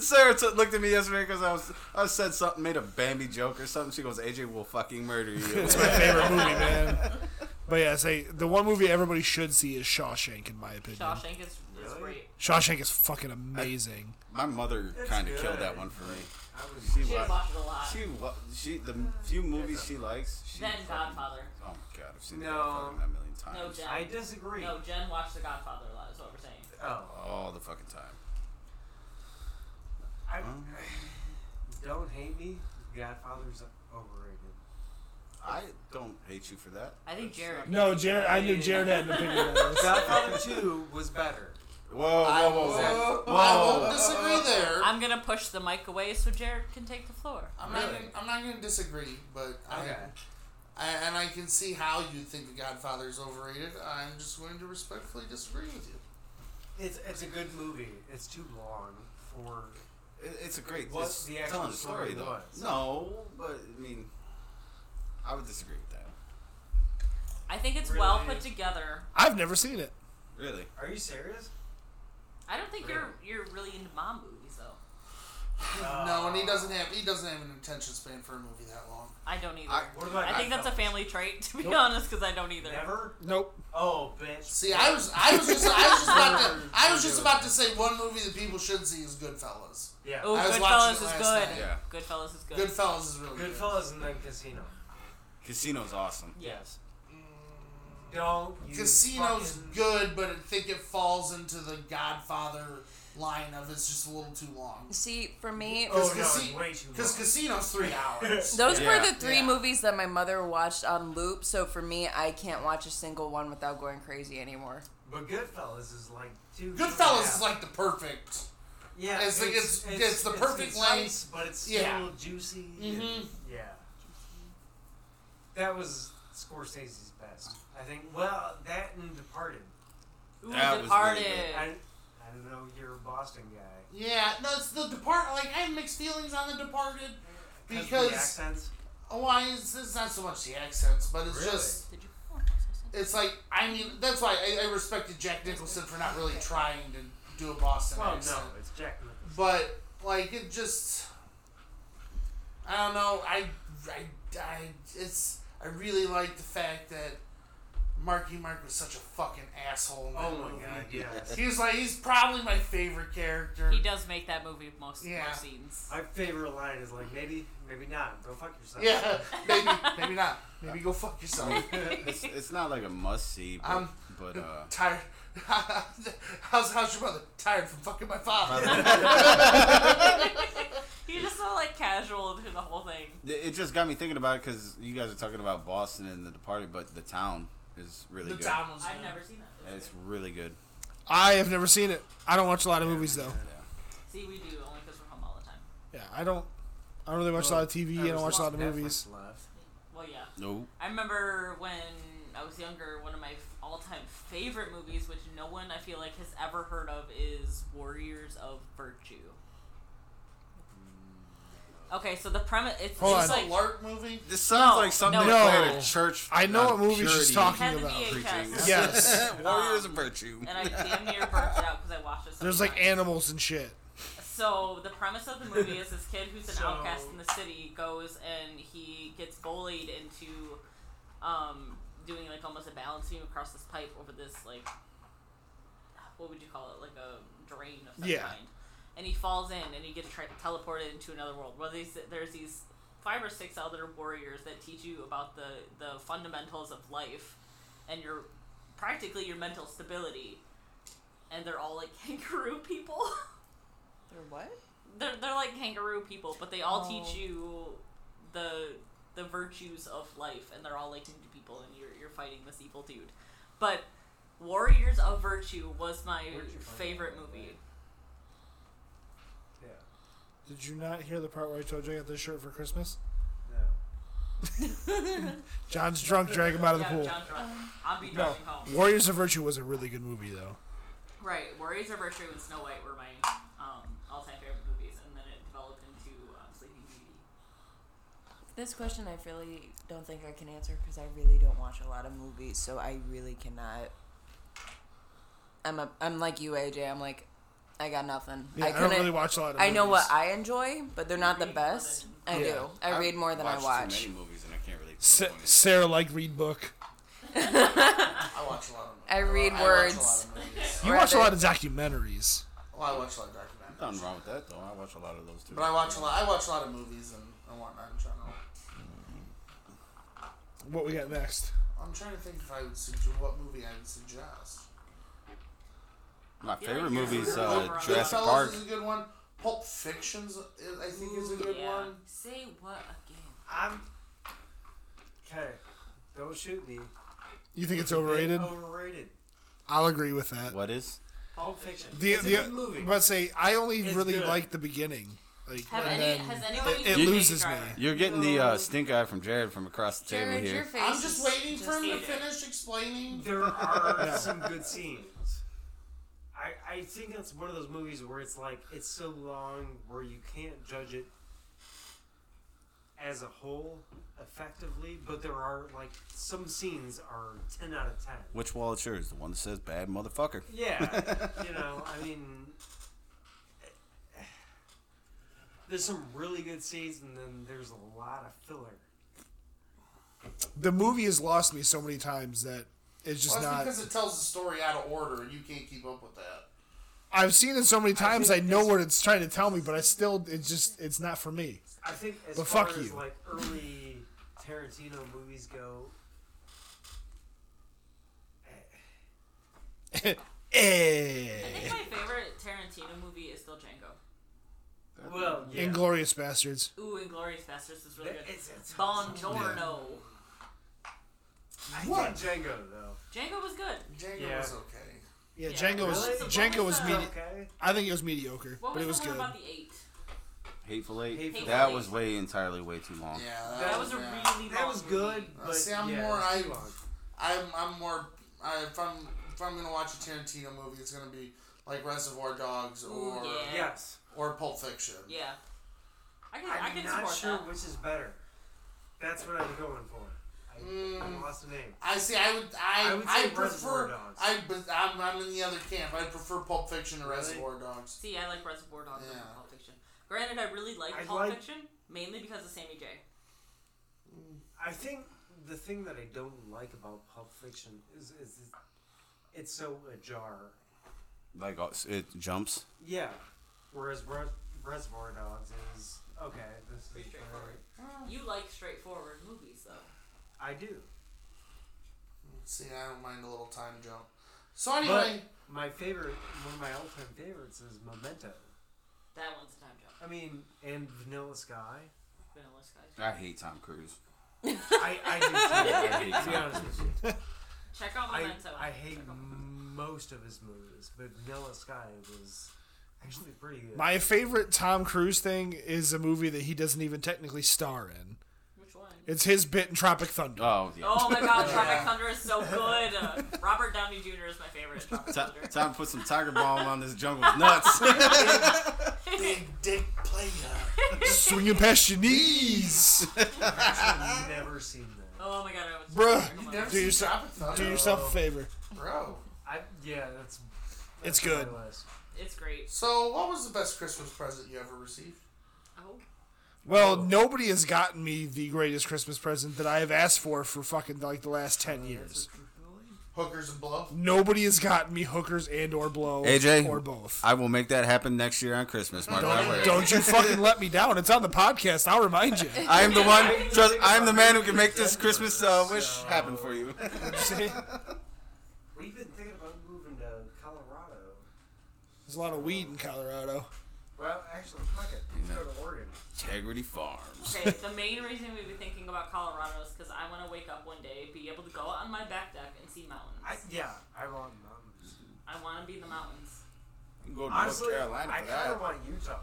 E: Sarah t- looked at me yesterday because I was I said something, made a Bambi joke or something. She goes, AJ will fucking murder you.
C: it's my favorite movie, man. But yeah, say the one movie everybody should see is Shawshank, in my opinion.
D: Shawshank is, is
F: Really?
D: great.
C: Shawshank is fucking amazing.
E: my mother kind of
F: good.
E: killed that one for me.
F: I was
E: She
D: You should
E: wa-
D: watch it a lot.
E: She, wa- she the few movies she likes. She
D: Then
E: fucking-
D: Godfather.
E: Oh my god, I've seen
F: No.
E: that fucking a million times.
D: No, Jen.
F: I disagree.
D: No, Jen watched The Godfather a lot, is what we're saying.
F: Oh,
E: All the fucking time.
F: I, don't hate me. Godfather's overrated.
D: [LAUGHS]
E: I don't hate you for that.
D: I think Jared.
C: No, Jared. I knew Jared had an opinion on this.
F: Godfather Two was better.
E: Whoa, whoa, whoa, whoa.
B: I won't disagree there. I'm,
D: I'm gonna push the mic away so Jared can take the floor.
B: not. Gonna, I'm not going to disagree, but
F: Okay.
B: I, I and I can see how you think The Godfather is overrated. I'm just going to respectfully disagree with you.
F: It's it's a good movie. It's too long for.
E: It- It's a great.
F: What
E: it's
F: the actual
E: telling a story
F: story
E: though.
F: was.
E: No, but I mean, I would disagree with that.
D: I I think it's well
F: Really?
D: put together.
C: I've never seen it.
E: Really?
F: Are you serious?
D: I don't think you're you're really into mom movies though.
F: Uh,
B: No, and he doesn't have he doesn't have an attention span for a movie that long.
D: I don't either.
E: I-
D: I,
F: What about
D: think that's a
F: Goodfellas?
D: family trait, [LAUGHS] to be
F: Nope.
D: honest, because I don't either.
F: Never.
C: Nope.
F: Oh, bitch.
B: See, I was I was just I was just about to I was just about to say one movie that people should see is Goodfellas.
F: Yeah.
D: Oh,
B: I was
D: Goodfellas
B: watching
D: is
B: it last
D: good.
B: night.
E: Yeah.
D: Goodfellas is good.
B: Goodfellas is really good.
F: Goodfellas and then Casino. Mm,
E: Casino's awesome.
D: Yes.
F: Don't you
B: Casino's
F: fucking-
B: good, but I think it falls into the Godfather line of it's just a little too long.
G: See, for me,
F: Oh, no,
B: Casi-
F: it's way too long.
B: Because Casino's
F: [LAUGHS]
B: three hours.
G: those
E: Yeah.
G: were the three
B: Yeah.
G: movies that my mother watched on loop. So for me, I can't watch a single one without going crazy anymore.
F: But Goodfellas is like two.
B: Goodfellas is like the perfect.
F: yeah,
B: it's like it's- it's the perfect
F: concise, but it's still
B: Yeah.
F: juicy. and-
B: Mhm.
F: yeah, Mm-hmm. that was Scorsese's best, I think. Well, that and Departed.
D: Ooh,
E: That was
D: Departed.
E: really
F: I, I don't know. You're a Boston guy.
B: Yeah, that's the Departed. Like I have mixed feelings on the Departed
F: of the
B: because
F: accents.
B: why is it's not so much the accents, but it's
F: Really?
B: just
D: Did you?
B: it's like I mean that's why I, I respected Jack Nicholson for not really trying to do a Boston
F: Well,
B: accent,
F: Oh, no, it's Jack Nicholson.
B: but like it just I don't know. I I I it's I really like the fact that Marky Mark was such a fucking asshole. In that
F: Oh my
B: movie.
F: god, yes.
B: He was like he's probably my favorite character.
D: He does make that movie most
B: Yeah.
D: most
F: [LAUGHS]
D: scenes. [LAUGHS]
F: My favorite line is like maybe, maybe not. Go fuck yourself.
B: [LAUGHS] Yeah, maybe, maybe not. Maybe go fuck yourself.
D: [LAUGHS]
E: it's, it's not like a must see, but,
B: Um,
E: but uh,
B: Tired. [LAUGHS] how's how's your mother? Tired from fucking my father.
D: He's just so like casual to the whole thing.
E: it- it just got me thinking about it because you guys are talking about Boston and The Departed, but The Town is really
B: The
E: good.
B: town was
D: I've
B: good.
D: never seen that.
E: It's really good.
C: I have never seen it. I don't watch a lot of movies though.
D: See, we do only because we're home all the time.
C: Yeah, I don't. I don't really watch a lot of TV. I
F: There's
C: don't watch a lot of
F: Netflix
C: movies.
F: Left.
D: Well, yeah.
E: No,
D: I remember when I was younger, one of my f- all-time favorite movies, which no one I feel like has ever heard of, is Warriors of Virtue. Okay, so the premise it's
C: Hold
D: just
C: on.
B: a
D: like
B: LARP movie.
E: this sounds
D: No,
E: like something
D: no.
E: they play at
C: No.
E: a church.
C: I know
E: uh,
C: what movie she's
E: purity [LAUGHS]
C: talking
D: had the
C: about.
D: VHS,
E: preaching.
C: Yes.
E: Warriors of Virtue.
D: E and I damn near burnt it out because I watched it. So
C: There's
D: many
C: like
D: times.
C: animals and shit.
D: So the premise of the movie is this kid who's an
F: So-
D: outcast in the city goes and he gets bullied into um, doing like almost a balancing across this pipe over this like what would you call it like a drain of some
C: Yeah.
D: kind, and he falls in and he gets tra- teleported into another world. Well, these there's these five or six other warriors that teach you about the the fundamentals of life and your practically your mental stability, and they're all like [LAUGHS] kangaroo people.
G: Or what?
D: they're, they're like kangaroo people, but they all teach
G: Oh.
D: you the the virtues of life, and they're all like ninja people, and you're you're fighting this evil dude. But Warriors of Virtue was my
F: Where'd you find
D: favorite
F: that?
D: movie.
F: Yeah.
C: Did you not hear the part where I told you I got this shirt for Christmas?
F: No.
C: John's drunk, drag him out of the
D: yeah,
C: pool.
D: John Travolta. I'll be
C: No,
D: driving home.
C: Warriors of Virtue was a really good movie though.
D: Right, Warriors of Virtue and Snow White were my um, all-time favorite movies, and then it developed into um, Sleeping Beauty.
G: This question I really don't think I can answer because I really don't watch a lot of movies, so I really cannot. I'm a, I'm like you, AJ. I'm like, I got nothing.
C: Yeah, I, don't
G: couldn't-
C: really watch a lot of.
G: I know what
C: movies.
G: I enjoy, but they're not the
D: Read more
G: best.
D: than-
G: I
C: Yeah.
G: do. I read more than I watch.
E: Too many movies and I can't really. Pick
C: Sa-
E: one.
C: Sarah like read book.
B: I watch a lot of. Movies.
G: I read
B: I
G: words.
B: Watch a lot of movies.
C: You
G: Or
C: watch a
G: they-
C: lot of documentaries.
B: Well, I watch a lot of documentaries,
E: Nothing wrong with that though. I watch a lot of those too.
B: but I watch a lot. I watch a lot of movies and, and whatnot in general.
C: What we got next?
B: I'm trying to think if I would suggest what movie I would suggest.
E: My
D: Yeah,
E: favorite
D: yeah.
E: movie is uh,
D: Overall.
E: Jurassic
B: Goodfellas
E: Park.
B: is a good one. Pulp Fiction's uh, I think is a good
D: yeah.
B: one.
D: Say what again?
F: I'm. Okay. Don't shoot me.
C: You think it's overrated?
F: Overrated.
C: I'll agree with that.
E: What is?
F: Pulp Fiction.
C: The,
F: it's
C: the,
F: a good movie.
C: But say I only
F: It's
C: really
F: good.
C: like the beginning. Like
D: Have
C: and
D: any,
C: then-
D: has anybody
C: it
D: seen
C: loses
D: Baby
C: me.
D: Driver?
E: You're getting the uh, stink eye from Jared from across the table
G: Jared, your
E: here.
G: face.
B: I'm just
G: is
B: waiting for him to
D: eat it.
B: finish explaining.
F: there are some good scenes. I, I think that's one of those movies where it's like it's so long where you can't judge it as a whole effectively, but there are like some scenes are ten out of ten.
E: Which wall it's yours? The one that says bad motherfucker.
F: Yeah, you know, I mean, there's some really good scenes, and then there's a lot of filler.
C: The movie has lost me so many times that it's just
B: Well, that's
C: not.
B: because it tells the story out of order, and you can't keep up with that.
C: I've seen it so many times. I,
F: think
C: know
F: it's-
C: what it's trying to tell me, but I still. It's just. It's not for me.
F: I think as
C: But
F: far
C: fuck
F: as
C: you.
F: like early Tarantino movies go,
D: I
C: Eh.
D: think my favorite Tarantino movie is still Django.
F: well, yeah,
C: Inglorious bastards.
D: Ooh, Inglorious Bastards is really good.
F: It's- it's-
D: Bongiorno.
F: I
B: What?
F: think Django though.
D: Django was good.
B: Django
F: Yeah.
B: was okay.
C: Yeah,
D: Yeah.
C: Django was
F: Really?
C: Django was
D: So what was
C: medi-
D: the-
F: Okay.
C: I think it was mediocre,
D: What
C: but
D: was
C: it was
D: the one
C: good.
D: about the eight?
E: Hateful Eight.
F: Hateful
E: that
D: Eight.
E: was way entirely way too long.
B: Yeah,
F: That
D: That was a
B: bad.
D: really
F: That
D: long
F: was good,
D: movie.
F: but
B: see, I'm
F: yeah,
B: more-
F: it's too
B: I-
F: long.
B: I'm I'm more I, if I'm if I'm gonna watch a Tarantino movie, it's gonna be like Reservoir Dogs or
D: Ooh, yeah.
F: Yes.
B: or Pulp Fiction.
D: Yeah. I can, I
F: I'm
D: can
F: not
D: support
F: sure
D: that.
F: which is better. That's what I'm going for. I,
C: Mm.
F: I lost the name.
B: I see. I would. I
F: I
B: I,
F: would say Reservoir
B: prefer.
F: Dogs.
B: I but I'm, I'm in the other camp. I prefer Pulp Fiction to
F: Really?
B: Reservoir Dogs.
D: See, I like Reservoir Dogs over
B: Yeah.
D: Pulp Fiction. Granted, I really like
F: I
D: Pulp
F: like-
D: Fiction mainly because of Sammy J.
F: I think the thing that I don't like about Pulp Fiction is, is it's- it's so ajar.
E: Like uh, it jumps.
F: Yeah. Whereas Res- Reservoir Dogs is okay. This is
D: Pretty
F: where
D: straightforward. You like straightforward movies, though.
F: I do.
B: See, I don't mind a little time jump. So anyway,
F: But my favorite, one of my all-time favorites, is Memento.
D: That one's a time jump.
F: I mean, and Vanilla Sky.
D: Vanilla Sky.
E: I hate Tom Cruise.
F: I, I do.
E: [LAUGHS]
F: Too.
E: I hate
F: to be
E: Tom
F: honest with you.
D: Check out
F: I,
D: Memento.
F: I hate
D: Check out Memento.
F: most of his movies, but Vanilla Sky was actually pretty good.
C: My favorite Tom Cruise thing is a movie that he doesn't even technically star in.
D: Which one?
C: It's his bit in Tropic Thunder.
E: [LAUGHS] Oh yeah.
D: Oh my
F: [LAUGHS]
D: god, Tropic Thunder is so good. Uh, Robert Downey Jr. is my favorite. Tropic
E: Ti-
D: Thunder.
E: Time to put some tiger bomb on this jungle's [LAUGHS] nuts.
B: big dick player.
C: Swinging past your knees.
F: I've never seen that.
D: Oh my god, I was
C: Bruh.
D: Come on.
B: Never
C: Do
B: seen
C: yourself-
B: Tropic Thunder.
C: Do yourself a favor.
B: bro.
F: I, yeah, that's.
C: It's
F: that's on my
C: good.
F: list.
D: It's great.
B: So, what was the best Christmas present you ever received?
D: Oh.
C: Well, nobody has gotten me the greatest Christmas present that I have asked for for fucking like the last 10 years.
B: Hookers and
F: [LAUGHS]
B: blow.
C: Nobody has gotten me hookers and or blow
E: AJ
C: [LAUGHS] or both.
E: I will make that happen next year on Christmas. Mark my
C: Don't,
E: words.
C: don't you fucking let me down. It's on the podcast. I'll remind you.
E: I am the one. Trust, I am the man who can make this Christmas uh, wish happen for you.
C: See?
F: We've been thinking about moving to Colorado.
C: There's a lot of weed in Colorado.
F: Well, actually, fuck it. Let's go to Oregon.
E: Integrity Farms.
D: Okay, the main reason we were thinking about Colorado is because I want to wake up one day, be able to go out on my back deck and see mountains.
F: I,
D: I,
F: yeah, I want mountains.
D: want to be in the mountains.
E: Go to
F: Honestly, I kind of want Utah.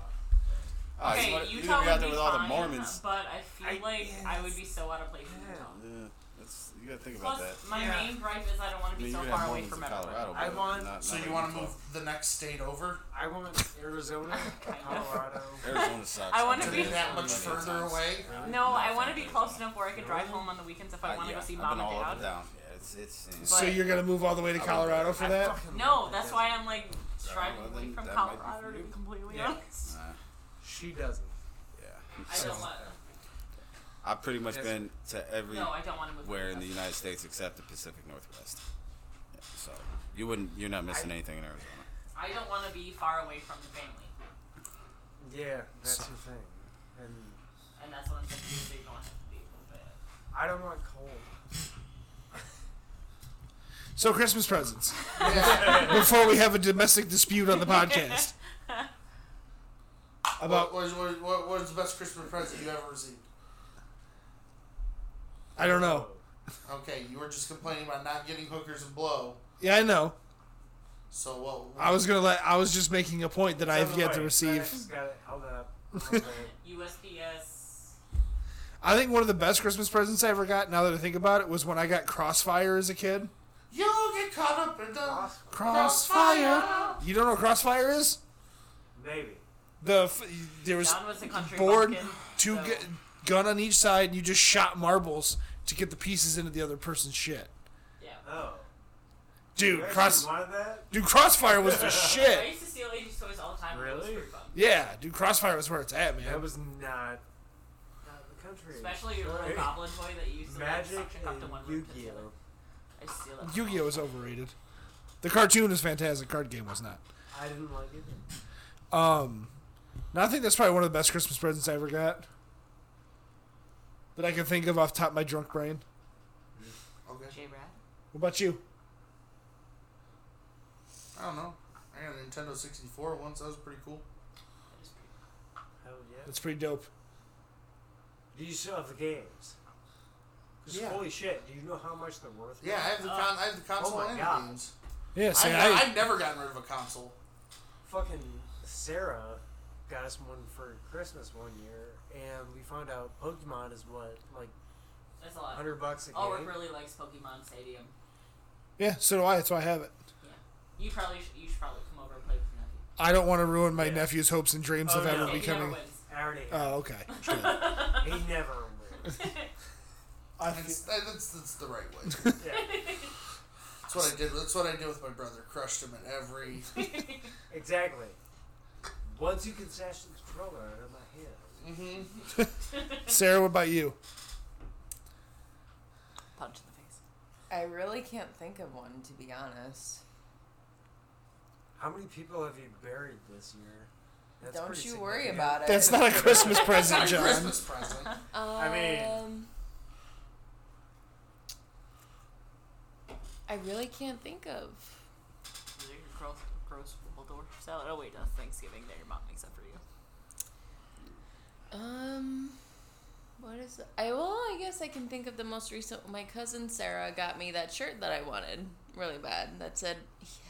E: Oh,
D: Okay,
E: you wanna- you
D: Utah
E: gonna be
D: would
E: out
D: be
E: there with all the
D: fine,
E: Mormons.
D: but I feel
F: I-
D: like
F: yeah,
D: I would be so out of place in
F: yeah.
D: Utah.
E: Yeah, that's, you gotta think about
D: Plus,
E: that.
D: my
F: Yeah.
D: main gripe is I don't want
E: I
D: to be
E: mean,
D: so
E: you could have
D: far away
E: Mormons
D: from
E: in Colorado.
D: everyone.
F: I
E: but
F: want-
E: not-
B: So
E: not
B: you
E: in
B: want to
E: Utah.
B: move the next state over?
F: I want Arizona, Colorado.
E: Arizona sucks.
D: I wanna
B: To
E: I've been
B: be
E: there
B: that
E: so
B: much
E: many
B: further
E: times.
B: away?
D: No, I want to be close enough where I can drive home on the weekends if I
E: Uh,
D: want to
E: yeah,
D: go see
E: I've
D: mom
E: been all up
D: and dad.
E: down. Yeah, it's it's. it's
C: So
D: But-
C: you're gonna move all the way to Colorado for that?
D: No, that's why I'm like driving
E: well,
D: away
E: then
D: from
E: that might be
D: Colorado
E: for
D: to
E: you.
D: be completely
F: Yeah.
D: honest.
F: She doesn't.
E: yeah.
D: I don't want.
E: I've pretty much
F: Yes.
E: been to every
D: No, I don't want to move.
E: where
D: to
E: in the
D: Utah.
E: United States except the Pacific Northwest. Yeah, So you wouldn't, you're not missing anything in Arizona.
D: I don't want to be far away from the family,
F: Yeah, that's the thing. And
D: and that's what I'm thinking. So you don't have to be. But
F: I don't want cold.
C: So Christmas presents.
B: Yeah.
C: Before we have a domestic dispute on the podcast.
B: what,
C: About
B: was, what, what was the best Christmas present you ever received?
C: I don't know.
B: Okay, you were just complaining about not getting hookers and blow.
C: Yeah, I know.
B: So what?
C: I was gonna let I was just making a point that I have yet to receive.
F: FedEx got it held up. a little bit.
D: USPS.
C: I think one of the best Christmas presents I ever got, now that I think about it, was when I got crossfire as a kid.
B: You don't get caught up in the
F: Awesome.
C: Crossfire! You don't know what crossfire is?
F: [LAUGHS] Maybe.
C: The f- there was
D: John was a country
C: board
D: bumpkin,
C: two
D: so-
C: g- gun on each side, and you just shot marbles to get the pieces into the other person's shit.
D: Yeah.
F: Oh.
C: Dude,
F: You actually
C: cross,
F: wanted that?
C: dude, crossfire was
F: [LAUGHS]
C: the
D: I
C: shit.
D: used to steal Amy's toys all the time. and it was
F: Really?
D: pretty fun.
C: Yeah, dude, crossfire was where it's at, man.
F: That was
D: Uh,
F: not out of the country.
D: Especially your
F: Sorry.
D: little goblin toy that you used to like,
F: Magic
D: suction cup to one
F: and
D: room
F: Yu
D: to the
F: Gi
D: other.
F: Oh!
D: I used to steal that.
C: Yu-Gi-Oh is overrated. The cartoon is fantastic. Card game was not.
F: I didn't like it.
C: Um, now I think that's probably one of the best Christmas presents I ever got. That I can think of off the top of my drunk brain.
B: Okay.
D: J. Brad.
C: What about you?
B: I don't know. I got a Nintendo 64 once. That was pretty cool.
D: That is pretty fun.
F: Hell yeah.
C: That's pretty dope.
F: Do you still have the games? 'Cause
B: Yeah.
F: holy shit, do you know how much they're worth?
B: Yeah, I
F: now?
B: have the con- I have the console
F: Oh my
B: and
F: God.
B: the games.
C: Yeah, see,
B: I,
C: I,
B: I've never gotten rid of a console.
F: Fucking Sarah got us one for Christmas one year, and we found out Pokemon is what, like
D: That's a lot.
F: 100 bucks a
D: Ulrich
F: game?
D: really likes Pokemon Stadium.
C: yeah, so do I. That's why I have it.
D: You probably should, you should probably come over and play with your nephew.
C: I don't want to ruin my
F: Yeah.
C: nephew's hopes and dreams
F: Oh,
C: of
F: no.
C: ever
F: Yeah,
D: And he never
C: becoming.
D: wins.
F: I already have.
C: Oh, [LAUGHS] okay.
F: he never wins.
C: I
B: That's,
C: f-
B: that's, that's the right way.
F: [LAUGHS] Yeah,
B: That's what I did. That's what I did with my brother. Crushed him at every.
F: exactly. Once you can snatch the controller out of my hand.
C: Sarah, what about you?
D: Punch in the face.
G: I really can't think of one, to be honest.
F: How many people have you buried this year? That's
G: Don't
F: pretty
G: you worry
F: significant.
G: about it.
C: That's not a Christmas present,
B: Not a
C: John.
B: Christmas present.
G: Um,
F: mean-
G: I really can't think of.
D: Is it your gross, gross Waldorf salad? Oh wait, that's Thanksgiving that your mom makes up for you.
G: Um, what is? I well, I guess I can think of the most recent. My cousin Sarah got me that shirt that I wanted really bad. That said,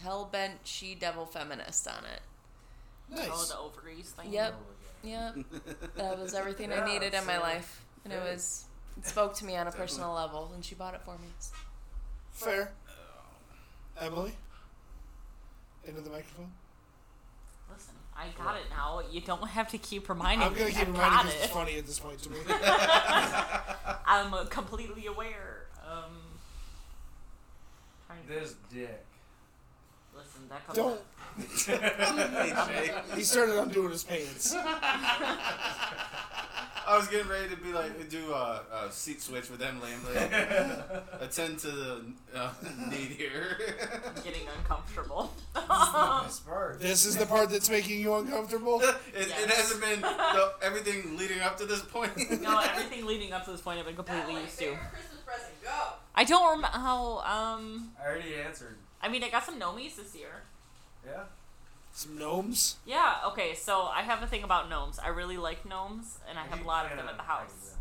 G: "Hellbent She Devil Feminist" on it.
D: Oh,
C: Nice.
D: the ovaries thing.
G: Yep, yep. That was everything I
F: Yeah,
G: needed in my
F: Sarah.
G: life, and it
F: Hey.
G: was it spoke to me on a personal level, and she bought it for me.
C: Fair. Emily? Into the microphone?
D: Listen, I got it now. You don't have to keep reminding
C: I'm
D: me.
C: going to keep
D: I
C: reminding
D: got
C: because
D: it.
C: it's funny at this point to me.
D: I'm uh, completely aware. Um, trying to-
F: This dick.
D: listen, that comes
C: Don't.
D: up.
C: He started undoing his pants.
E: I was getting ready to be like do a, a seat switch with Emily and be like attend to the uh, [LAUGHS] need here. [LAUGHS]
D: I'm getting uncomfortable.
F: That's part.
C: [LAUGHS] This is the part that's making you uncomfortable?
E: it, it
D: Yes.
E: hasn't been the, everything leading up to this point.
D: [LAUGHS] no, everything leading up to this point, I've been completely used to.
G: Christmas present. Go.
D: I don't remember how. Um,
F: I already answered.
D: I mean, I got some nomies this year.
F: Yeah.
C: Some gnomes?
D: Yeah. Okay. So I have a thing about gnomes. I really like gnomes, and I have a lot of them at the house.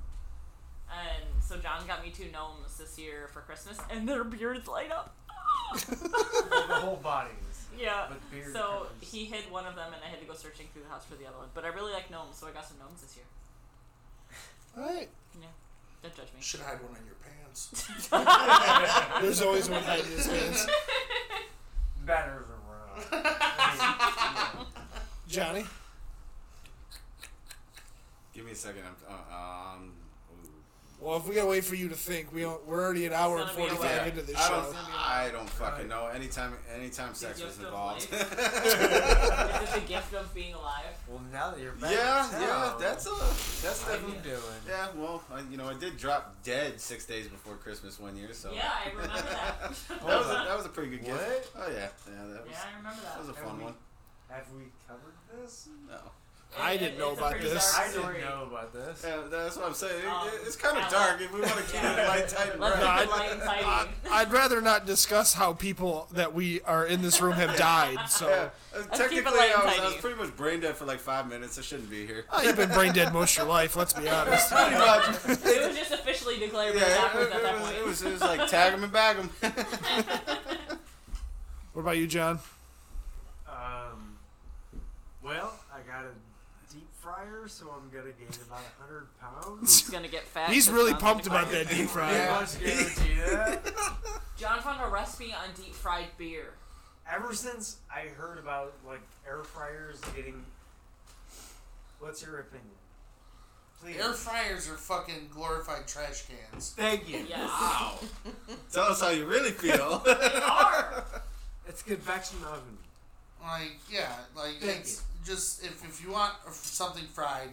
D: And so John got me two gnomes this year for Christmas, and their beards light up. [LAUGHS]
F: the whole body is.
D: yeah.
F: With beard
D: So
F: covers.
D: he hid one of them, and I had to go searching through the house for the other one. But I really like gnomes, so I got some gnomes this year.
C: Alright.
D: Don't judge me.
B: Should hide one on your
C: [LAUGHS]
B: pants.
C: There's always one hiding his pants.
F: Batters around. I mean,
C: Johnny?
E: Give me a second. I'm, uh, um, ooh.
C: Well, if we gotta wait for you to think, we don't, we're already an hour and
D: It's gonna be a
C: 45
D: while.
C: into this
E: I
C: show.
E: don't, I don't fucking know. Anytime, anytime sex
D: you
E: was
D: still
E: involved. [LAUGHS]
D: play? Is it the gift of being alive?
F: well, now that you're
E: yeah,
F: back, in
E: yeah,
F: town,
E: that's a, that's
F: what I'm
E: definitely.
F: doing.
E: Yeah, well, I, you know, I did drop dead six days before Christmas one year, so
D: Yeah, I remember that.
E: that was a, that was a pretty good
F: What?
E: gift. Oh yeah, yeah, that was
D: Yeah, I remember
E: that was a
D: that.
E: fun one.
F: Have we covered this?
E: No,
C: I
D: It-
C: didn't
D: it-
C: know
D: it's a
C: about
D: pretty
C: this.
D: dark
F: I didn't
D: story.
F: know about this.
E: yeah, that's what I'm saying. It-
D: Um,
E: it- it's kind of
D: yeah,
E: dark. If we want to keep it
D: yeah.
E: light, tight, and
D: Let's
E: bright,
D: not
E: like-
D: like fighting.
C: I'd rather not discuss how people that we are in this room have died.
E: yeah,
C: So
E: uh,
D: it
E: technically,
D: light and
E: I was, I was
D: tighty.
E: pretty much brain dead for like five minutes. I shouldn't be here.
C: Oh, you've been brain dead most of your life. Let's be honest.
E: Pretty much.
D: [LAUGHS] It was just officially declared yeah,
E: Yeah, it,
D: backwards at that
E: was,
D: point.
C: [LAUGHS]
E: it was it was like tag 'em and bag 'em.
C: What about you, John?
F: Um, well, I got a deep fryer, so I'm gonna gain about 100
D: [LAUGHS]
F: pounds.
D: He's gonna get fat.
C: He's
D: 'cause
C: really
D: John's
C: pumped
D: gonna
C: about
D: cry.
C: that deep fry.
F: Pretty much guarantee that.
D: John found a recipe on deep fried beer.
F: ever since I heard about like air fryers getting, what's your opinion? Please.
B: Air fryers are fucking glorified trash cans.
F: Thank you.
D: Yes.
E: Wow. Tell us how you really feel.
F: It's convection oven.
B: Like, yeah, like
F: Thank
B: it's just if, if you want something fried,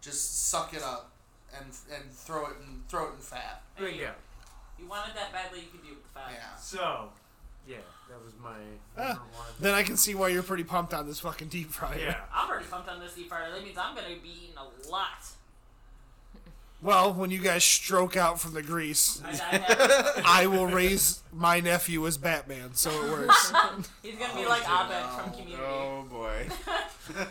B: just suck it up and and throw it in throw it in fat.
F: Bingo.
D: You want it that badly, you can do it with that.
B: Yeah.
F: So, yeah, that was my number one.
C: Then I can see why you're pretty pumped on this fucking deep fryer.
F: Yeah.
D: I'm already pumped on this deep fryer. That means I'm gonna be eating a lot.
C: Well, when you guys stroke out from the grease,
D: I, I have,
C: I will raise my nephew as Batman, so it works.
D: he's gonna be like Abed from Community.
E: [LAUGHS] oh boy. [LAUGHS]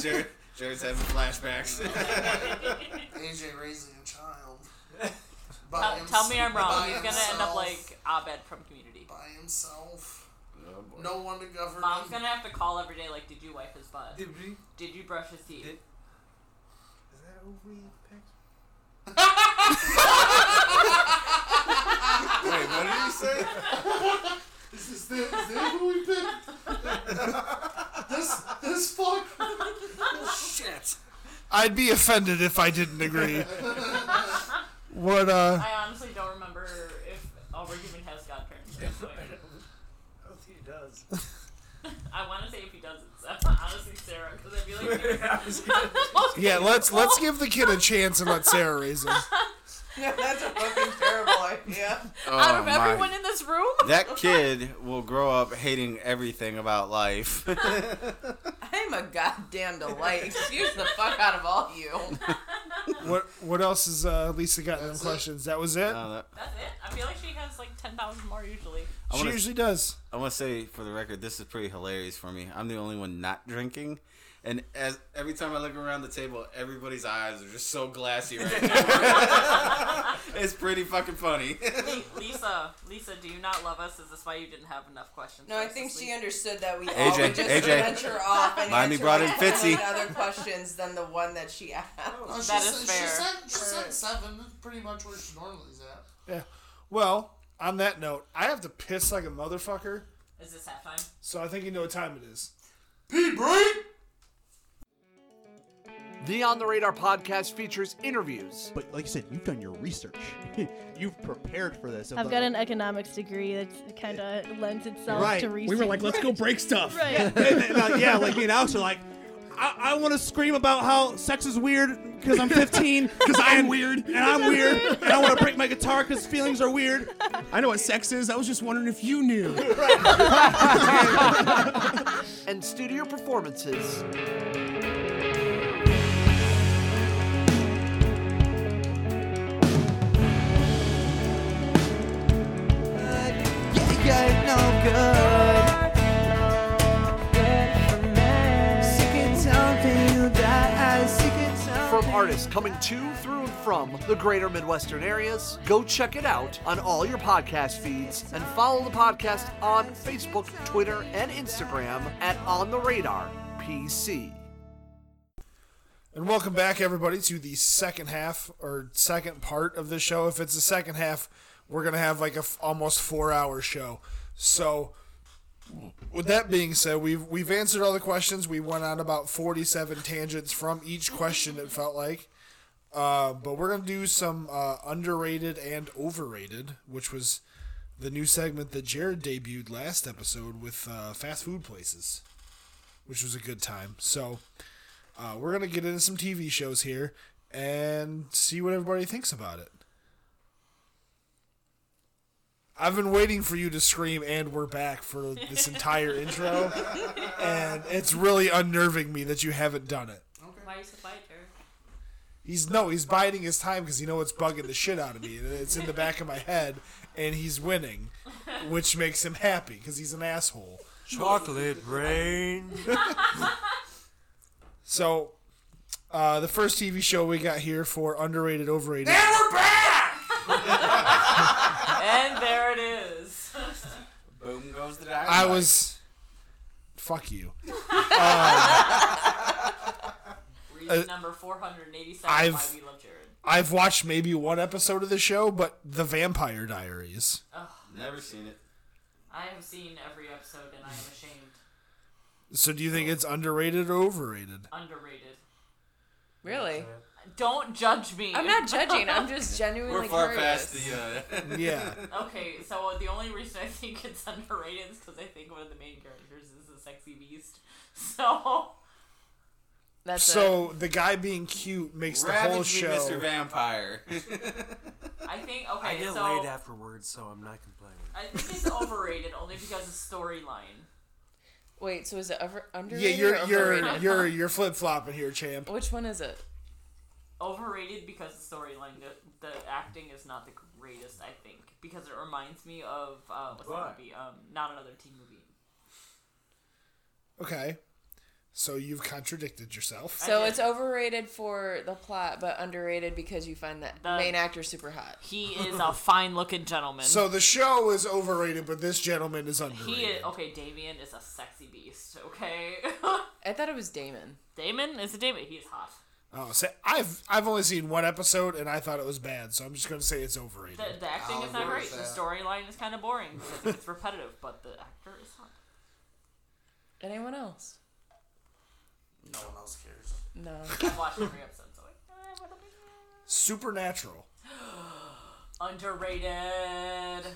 E: Jared, Jared's having flashbacks.
B: AJ raising a [LAUGHS] child.
D: Tell, tell me I'm wrong.
B: by
D: He's gonna end
B: himself.
D: up like Abed from Community.
B: by himself.
E: oh boy.
B: No one to govern. [LAUGHS]
D: Mom's
B: him.
D: gonna have to call every day. Like, did you wipe his butt?
F: Did we? Is
D: Did you brush his teeth?
F: Did- that a weed pick?
E: Wait, what did you say?
B: Is [LAUGHS] this the, is that who we picked? this this fuck.
F: Shit.
C: I'd be offended if I didn't agree. What, uh.
D: I honestly don't remember if Albert even has godparents. by [LAUGHS] the way.
F: I don't think it does.
D: [LAUGHS] I want to say if he doesn't, so [LAUGHS] honestly, Sarah, because I feel like [LAUGHS] there's
F: I was gonna-
D: most
C: Yeah, let's let's
D: people-
C: give the kid a chance and let
E: [LAUGHS]
C: Sarah raise him.
G: That's a fucking terrible idea.
E: Oh,
D: out of
E: my.
D: everyone in this room.
E: That kid will grow up hating everything about life. [LAUGHS]
G: [LAUGHS] I'm a goddamn delight. Excuse the fuck out of all you.
C: What what else is uh, Lisa got in them
B: That's it.
C: questions? That was it.
E: Uh,
D: That's it. I feel like she has like ten thousand more usually.
E: I
C: she
E: wanna-
C: usually does.
E: I want to say for the record, this is pretty hilarious for me. I'm the only one not drinking, and as every time I look around the table, everybody's eyes are just so glassy
D: [LAUGHS]
E: right now. [LAUGHS] it's pretty fucking funny.
D: Hey, [LAUGHS] Lisa, Lisa, do you not love us? Is this why you didn't have enough questions?
G: No,
D: for
G: I
D: us
G: think
D: this
G: she
D: week?
G: understood that we all
E: AJ,
G: would just
E: AJ.
G: venture off and
E: Mommy
G: answer
E: brought in
G: a million
E: Fitzy.
G: other questions than the one that she asked.
B: Oh, she
D: That
B: said-
D: is
B: She
D: fair.
B: said, she said seven. That's pretty much where she normally is at.
C: Yeah. Well, on that note, I have to piss like a motherfucker,
D: Is this halftime?
C: so I think you know what time it is.
B: Pete Bree.
A: The On the Radar podcast features interviews,
H: But like you said, you've done your research. [LAUGHS] you've prepared for this.
I: I've got an economics degree that kind of lends itself
H: Right.
I: to
H: We
I: research.
J: We were like, let's
I: [LAUGHS]
J: go break stuff.
I: right.
H: and, and, uh, yeah, like me and Alex are like, I, I want to scream about how sex is weird because
J: [LAUGHS]
H: I'm 15. Because I'm
J: weird.
H: And I'm weird. And I want to break my guitar because feelings are weird.
J: I know what sex is. I was just wondering if you knew.
A: and studio performances. From artists coming to, through, and from the greater Midwestern areas, go check it out on all your podcast feeds and follow the podcast on Facebook, Twitter, and Instagram at On the Radar PC.
C: And welcome back, everybody, to the second half or second part of the show. If it's the second half, we're gonna have like a f- almost four hour show. So, with that being said, we've we've answered all the questions. We went on about forty seven tangents from each question. It felt like, uh, but we're gonna do some uh, underrated and overrated, which was the new segment that Jared debuted last episode with uh, fast food places, which was a good time. So. Uh, we're gonna get into some TV shows here and see what everybody thinks about it. I've been waiting for you to scream, and we're back for this entire intro, and it's really unnerving me that you haven't done it.
D: Why are you so quiet, Jared?
C: He's no, he's biding his time because you know it's bugging the shit out of me, and it's in the back of my head, and he's winning, which makes him happy because he's an asshole.
F: Chocolate rain.
C: [LAUGHS] So, uh, the first TV show we got here for underrated, overrated.
D: And there it is.
E: Boom goes the
C: I
E: dynamite.
C: was. Fuck you.
D: Reason number four hundred eighty-seven.
C: I've-
D: Why we love Jared.
C: I've watched maybe one episode of the show, but The Vampire Diaries.
E: never seen it.
D: I have seen every episode, and I am ashamed.
C: So do you think it's underrated or overrated?
D: Underrated.
G: Really?
D: Don't judge me.
G: I'm not judging. I'm [LAUGHS] just genuinely
E: We're far
G: curious.
E: past the. Uh, [LAUGHS]
C: Yeah.
D: Okay, so the only reason I think it's underrated is because I think one of the main characters is a sexy beast. [LAUGHS] So
G: That's it.
C: So the guy being cute makes the
E: Ravage
C: whole
E: me,
C: show.
E: Mr. Vampire. [LAUGHS]
D: I think
F: I
D: okay,
F: get
D: so
F: laid afterwards, so I'm not complaining.
D: I think it's overrated only because of storyline.
G: Wait, so is it over,
C: Yeah,
G: underrated?
C: you're
G: or
C: you're [LAUGHS]
G: overrated?
C: you're you're flip flopping here, champ.
G: Which one is it?
D: Overrated because the storyline, the, the acting is not the greatest. I think because it reminds me of uh, what's
F: What?
D: that movie? Um, not another teen movie.
C: Okay, so you've contradicted yourself.
G: So
D: did.
G: it's overrated for the plot, but underrated because you find that
D: The-
G: main actor super hot.
F: [LAUGHS]
D: He is a fine-looking gentleman.
C: So the show is overrated, but this gentleman is
D: he
C: underrated.
D: is okay. Damien is a sexy beast. Okay, [LAUGHS]
G: I thought it was Damon.
D: Damon is a Damon. He is hot.
C: Oh, so I've I've only seen one episode and I thought it was bad, so I'm just gonna say it's overrated.
D: The, the acting is not
B: agree
D: great.
B: with
D: The
B: that.
D: storyline is kind of boring. because [LAUGHS] It's repetitive, but the actor is hot.
G: Anyone else?
B: No one else cares.
G: No.
D: I've watched every episode. So like, eh, what do we know?
C: Supernatural.
D: underrated.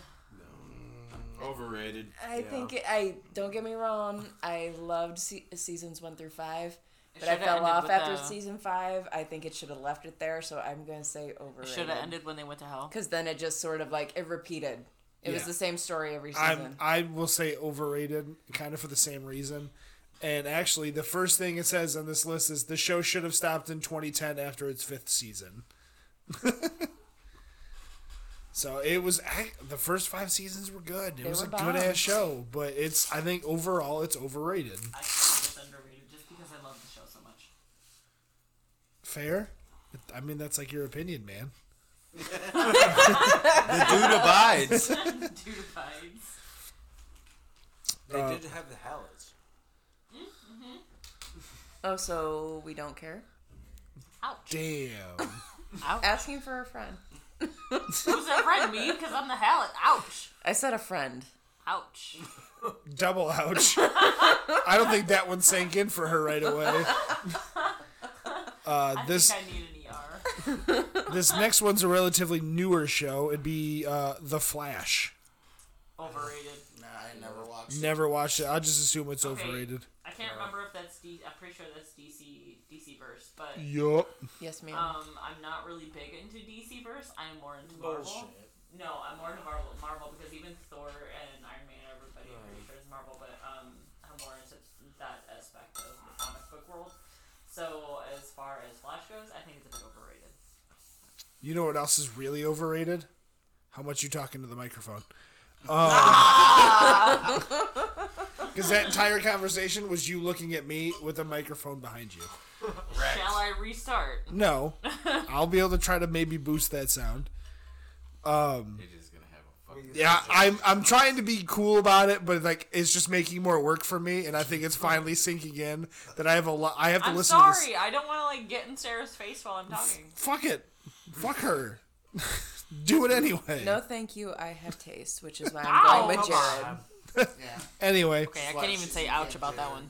E: Overrated.
G: I think it, I don't get me wrong. I loved se- seasons one through five, but I
D: should've
G: fell
D: ended
G: off
D: with
G: after
D: the-
G: season five. I think it should have left it there. So I'm gonna say overrated.
D: Should have ended when they went to hell.
G: because then it just sort of like it repeated. It was
C: Yeah.
G: the same story every
C: I'm
G: season.
C: I will say overrated, kind of for the same reason. And actually, the first thing it says on this list is the show should have stopped in 2010 after its fifth season. [LAUGHS] so it was ac- the first five seasons were good. It
G: They
C: was
G: were
C: a good ass
G: bombs.
C: show, but it's I think overall it's overrated.
D: I think it's underrated just because I love the show so much. [LAUGHS]
C: Fair. I mean that's like your opinion, man.
E: The dude [LAUGHS] abides.
D: Two vibes.
F: They did have the Hallows.
G: oh, so we don't care.
D: Ouch.
C: Damn.
G: Asking for a friend.
D: Who's that friend? Me? Because I'm the hell. Ouch.
G: I said a friend.
D: Ouch.
C: Double ouch. I don't think that one sank in for her right away. Uh,
D: I
C: this
D: think I need an ER.
C: this next one's a relatively newer show. It'd be uh, The Flash.
D: Overrated.
B: Nah, I never watched. it.
C: Never watched it. I just assume it's
D: Okay.
C: overrated.
D: I can't remember if that's D. I'm pretty sure that's DC DC verse, but
C: Yup.
G: Yes, ma'am.
D: um, I'm not really big into DC verse. I'm more into Marvel. No, I'm more into Marvel. Marvel because even Thor and Iron Man, everybody I'm pretty sure is Marvel, but um, I'm more into that aspect of the comic book world. So as far as Flash goes, I think it's a bit overrated.
C: You know what else is really overrated? How much you talking to the microphone? Because that entire conversation was you looking at me with a microphone behind you.
D: Shall I restart?
C: No, I'll be able to try to maybe boost that sound. Um,
E: You're just gonna have a fucking.
C: Yeah, I'm I'm trying to be cool about it, but like it's just making more work for me, and I think it's finally sinking in that I have a lot. I have to
D: I'm
C: listen to
D: sorry.
C: this.
D: I don't want to like get in Sarah's face while I'm [LAUGHS] talking.
C: Fuck it, fuck her. [LAUGHS] Do it anyway.
G: No, thank you. I have taste, which is why I'm going with Jared.
F: Uh,
B: Yeah.
C: Anyway,
D: Okay, I can't even say ouch about that one.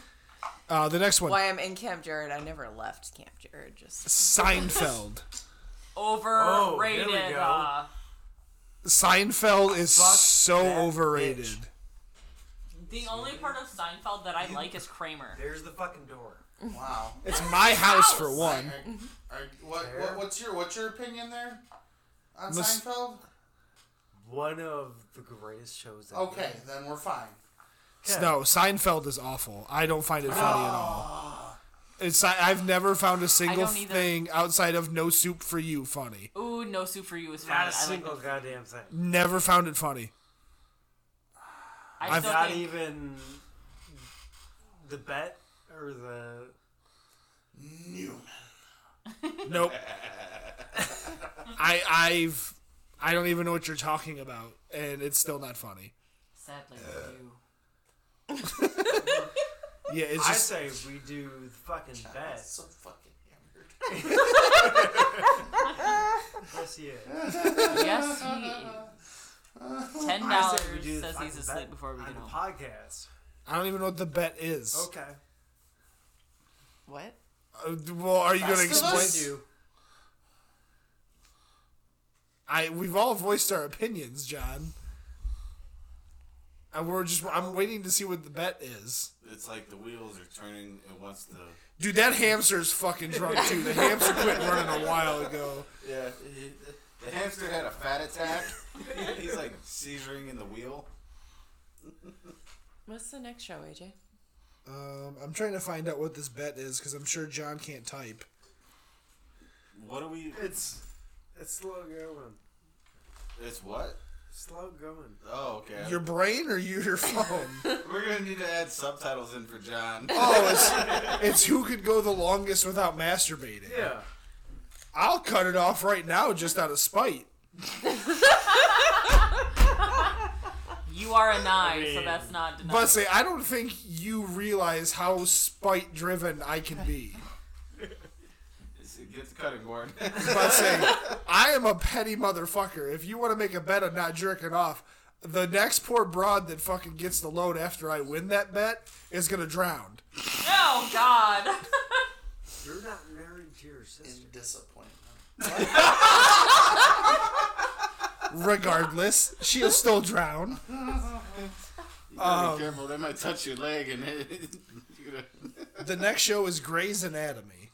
D: [LAUGHS]
C: uh, the next one,
G: Why I'm in Camp Jared. I never left Camp Jared. Just
C: Seinfeld.
D: Overrated.
F: [LAUGHS] Oh, there we go.
D: uh,
C: Seinfeld is
F: Fuck
C: so
F: that
C: overrated.
F: bitch.
D: the only part of Seinfeld that I like is Kramer.
F: There's the fucking door.
B: [LAUGHS] Wow.
C: It's my house for one.
B: Are, what, what, what's your what's your opinion there on
C: Mus-
B: Seinfeld?
F: One of the greatest shows. Ever.
B: Okay, then we're fine.
C: No, Seinfeld is awful. I don't find it funny at all. It's I've never found a single
D: don't either.
C: thing outside of No Soup for You funny.
D: Ooh, no soup for you is funny.
F: Not
D: I
F: a single
D: Like
F: goddamn thing.
C: Never found it funny.
D: I
C: I've
D: still
F: Not
D: think
F: even the bet or the.
B: Newman.
D: [LAUGHS]
C: Nope. I I've I don't even know what you're talking about, and it's still not funny.
D: sadly we do.
C: Yeah, it's
F: I
C: just
F: say we do the fucking
B: That's
F: bet.
B: so fucking hammered.
F: [LAUGHS] Yes, yeah.
D: Yes, he. Ten
F: [LAUGHS] I
D: dollars
F: say we do the
D: says
F: fucking
D: he's asleep
F: bet
D: before we
F: on
D: get
F: the
D: home.
F: podcast.
C: I don't even know what the bet is.
F: Okay.
G: what?
C: Uh, well, are you going to
B: Last of
C: explain?
B: Us?
C: I we've all voiced our opinions, John. And we're just I'm waiting to see what the bet is.
E: It's like the wheels are turning. It wants to.
C: Dude, that hamster's fucking drunk too. The hamster quit running a while ago.
E: Yeah. he- the hamster had a fat attack. [LAUGHS] He's like seizuring in the wheel.
G: What's the next show, AJ?
C: Um, I'm trying to find out what this bet is because I'm sure John can't type.
E: What are we?
F: It's it's slow going.
E: It's what?
F: Slow going.
E: Oh, okay.
C: Your brain or you, your phone?
E: We're gonna need to add subtitles in for [LAUGHS] John.
C: oh, it's it's who could go the longest without masturbating.
F: Yeah.
C: I'll cut it off right now just out of spite.
D: You are a nine, so that's not denied.
C: But say, I don't think you realize how spite driven I can be.
E: Get the cutting [LAUGHS] board.
C: But say, I am a petty motherfucker. If you want to make a bet of not jerking off, the next poor broad that fucking gets the load after I win that bet is gonna drown.
D: [LAUGHS] oh God. [LAUGHS]
F: You're not married to your sister.
B: In disappointment.
C: Regardless, she'll still drown.
E: You gotta be careful. They might touch your leg and [LAUGHS] you're gonna-
C: The next show is Grey's Anatomy.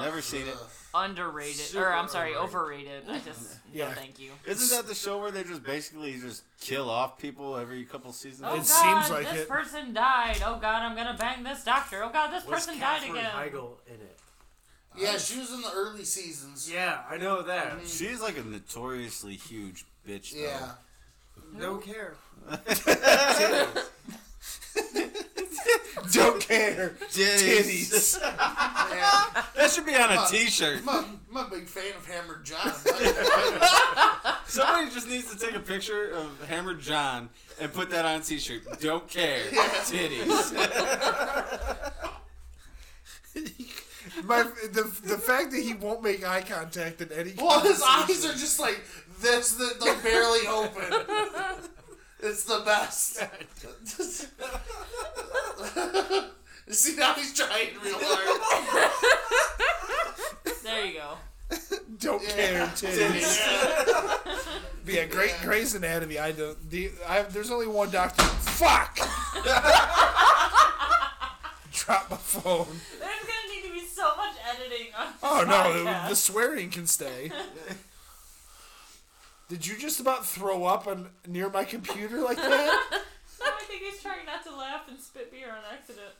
E: never seen it.
D: Underrated, or I'm sorry, overrated. I just
C: Yeah.
D: no, thank you.
E: Isn't that the show where they just basically just kill off people every couple seasons?
D: Oh God,
C: It seems like
D: this
C: it.
D: person died. Oh God, I'm gonna bang this doctor. Oh God, this
F: Was
D: person
F: Katherine
D: died again.
F: Heigl in it?
B: Yeah, she was in the early seasons.
F: Yeah, I know that.
E: She's like a notoriously huge bitch. Though.
B: Yeah.
F: Don't care.
C: [LAUGHS] Don't care.
E: Titties. [LAUGHS]
C: Titties.
E: That should be on a T-shirt.
B: I'm a, I'm a big fan of Hammered
F: [LAUGHS]
B: John. Like,
E: Somebody just needs to take a picture of Hammered John and put that on a T-shirt. Don't care. Titties.
C: My, the, the fact that he won't make eye contact in any
B: well, his eyes are just like this, that like barely open.
F: [LAUGHS]
B: It's the best. [LAUGHS] See now he's trying real hard.
D: There you go.
C: don't care titties. But yeah, great Grey's Anatomy. I don't. The, I, there's only one doctor. [LAUGHS] Fuck. Drop my phone.
D: There's gonna need to be so much editing on. [LAUGHS] This
C: Oh no, the,
D: podcast.
C: the swearing can [LAUGHS] stay. Did you just about throw up on, near my computer like that?
D: No, I think he's trying not to laugh and spit beer on accident.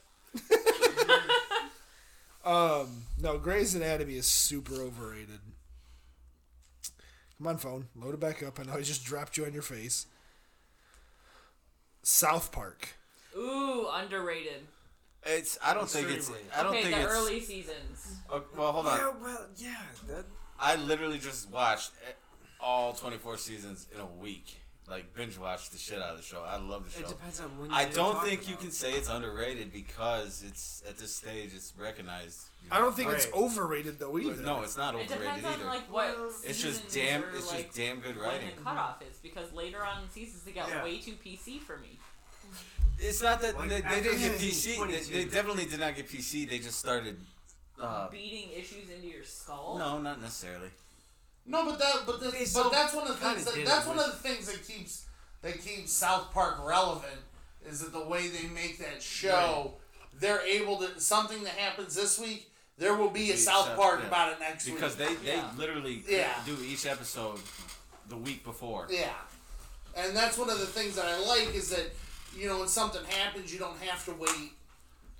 C: Um, no, Grey's Anatomy is super overrated. Come on, phone, load it back up. I know I just dropped you on your face. South Park.
D: Ooh, underrated.
E: It's. I don't think it's. I don't
D: Okay,
E: think
D: the
E: it's.
D: early seasons.
E: Okay, well, hold on.
F: Yeah, well, yeah. That,
E: I literally just watched eh, all 24 seasons in a week. Like binge watched the shit out of the show. I love the
F: it
E: show.
F: depends on when.
E: I
F: you're
E: don't
F: talking
E: think you
F: about
E: can
F: it.
E: say it's underrated because it's at this stage it's recognized. you
C: I
E: know.
C: don't think it's
F: Right.
C: overrated though either.
E: No, it's not
D: It
E: overrated
D: depends
E: either.
D: on like what.
E: it's just
D: seasons
E: damn.
D: or,
E: It's
D: like,
E: just damn good
D: when
E: writing.
D: the cutoff is because later on in seasons they got
F: Yeah.
D: way too PC for me.
E: It's not that
F: Like,
E: they, they
F: after
E: didn't get
F: season
E: PC. They,
F: 22.
E: they definitely did not get PC. They just started. Uh,
D: Beating issues into your skull.
E: no, not necessarily.
B: No, but that, but, the,
F: They
B: but
F: still
B: that's one of the
F: kinda
B: things. That,
F: did
B: that's
F: it
B: one
F: with-
B: of the things that keeps that keeps South Park relevant is that the way they make that show, they're able to something that happens this week. There will be a
E: Be
B: South
E: South-
B: Park
E: yeah.
B: about it next
E: Because
B: week.
E: they, they
D: Yeah.
E: literally
B: Yeah.
E: do each episode the week before.
B: yeah, and that's one of the things that I like is that you know when something happens, you don't have to wait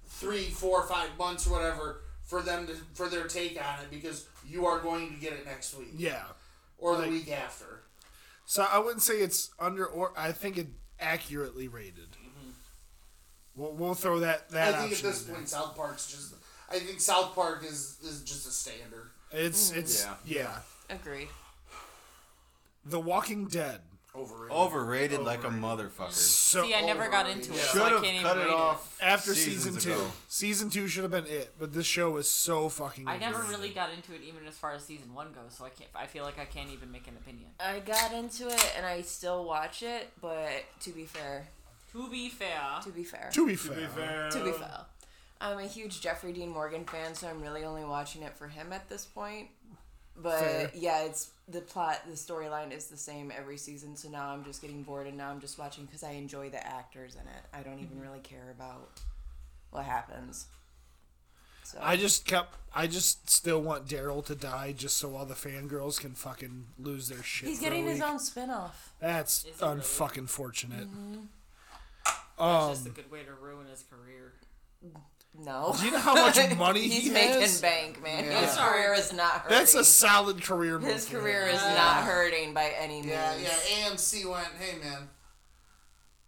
B: three, four, five months or whatever for them to for their take on it because you are going to get it next week
C: Yeah.
B: or the week after.
C: So I wouldn't say it's under or I think it accurately rated. We'll, we'll throw that that
B: I think at
C: option.
B: this
C: in there.
B: point, South Park's just. I think South Park is is just a standard.
C: It's it's yeah.
E: Yeah.
G: Agree.
C: The Walking Dead.
B: Overrated.
E: Overrated, like a motherfucker.
C: So
D: See, I never got into it, so
E: Should
D: I
E: have
D: can't even
E: cut
D: rate
E: it off
C: after season
E: seasons
C: two,
E: ago.
C: season two should have been it, but this show was so fucking.
D: I never
C: overrated.
D: really got into it, even as far as season one goes. So I can't. I feel like I can't even make an opinion.
G: I got into it and I still watch it, but to be fair,
D: To be fair,
G: to be fair,
C: To be fair,
G: to be fair, I'm a huge Jeffrey Dean Morgan fan, so I'm really only watching it for him at this point. But
C: Fair.
G: yeah, it's the plot, the storyline is the same every season. So now I'm just getting bored, and now I'm just watching because I enjoy the actors in it. I don't
C: Mm-hmm.
G: even really care about what happens. So
C: I just kept. I just still want Daryl to die just so all the fangirls can fucking lose their shit.
G: he's
C: for a
G: getting his
C: week.
G: own spin-off.
C: That's
D: Is he really?
C: unfucking fortunate.
D: That's
C: Um,
D: just a good way to ruin his career.
G: No, [LAUGHS]
C: Do you know how much money
G: he's
C: he
G: making
C: has?
G: bank, man. His
D: Yeah.
G: career is not hurting.
C: That's a solid career move.
G: his
C: for him.
G: career is not hurting by any means.
B: Yeah, yeah. AMC went, hey man,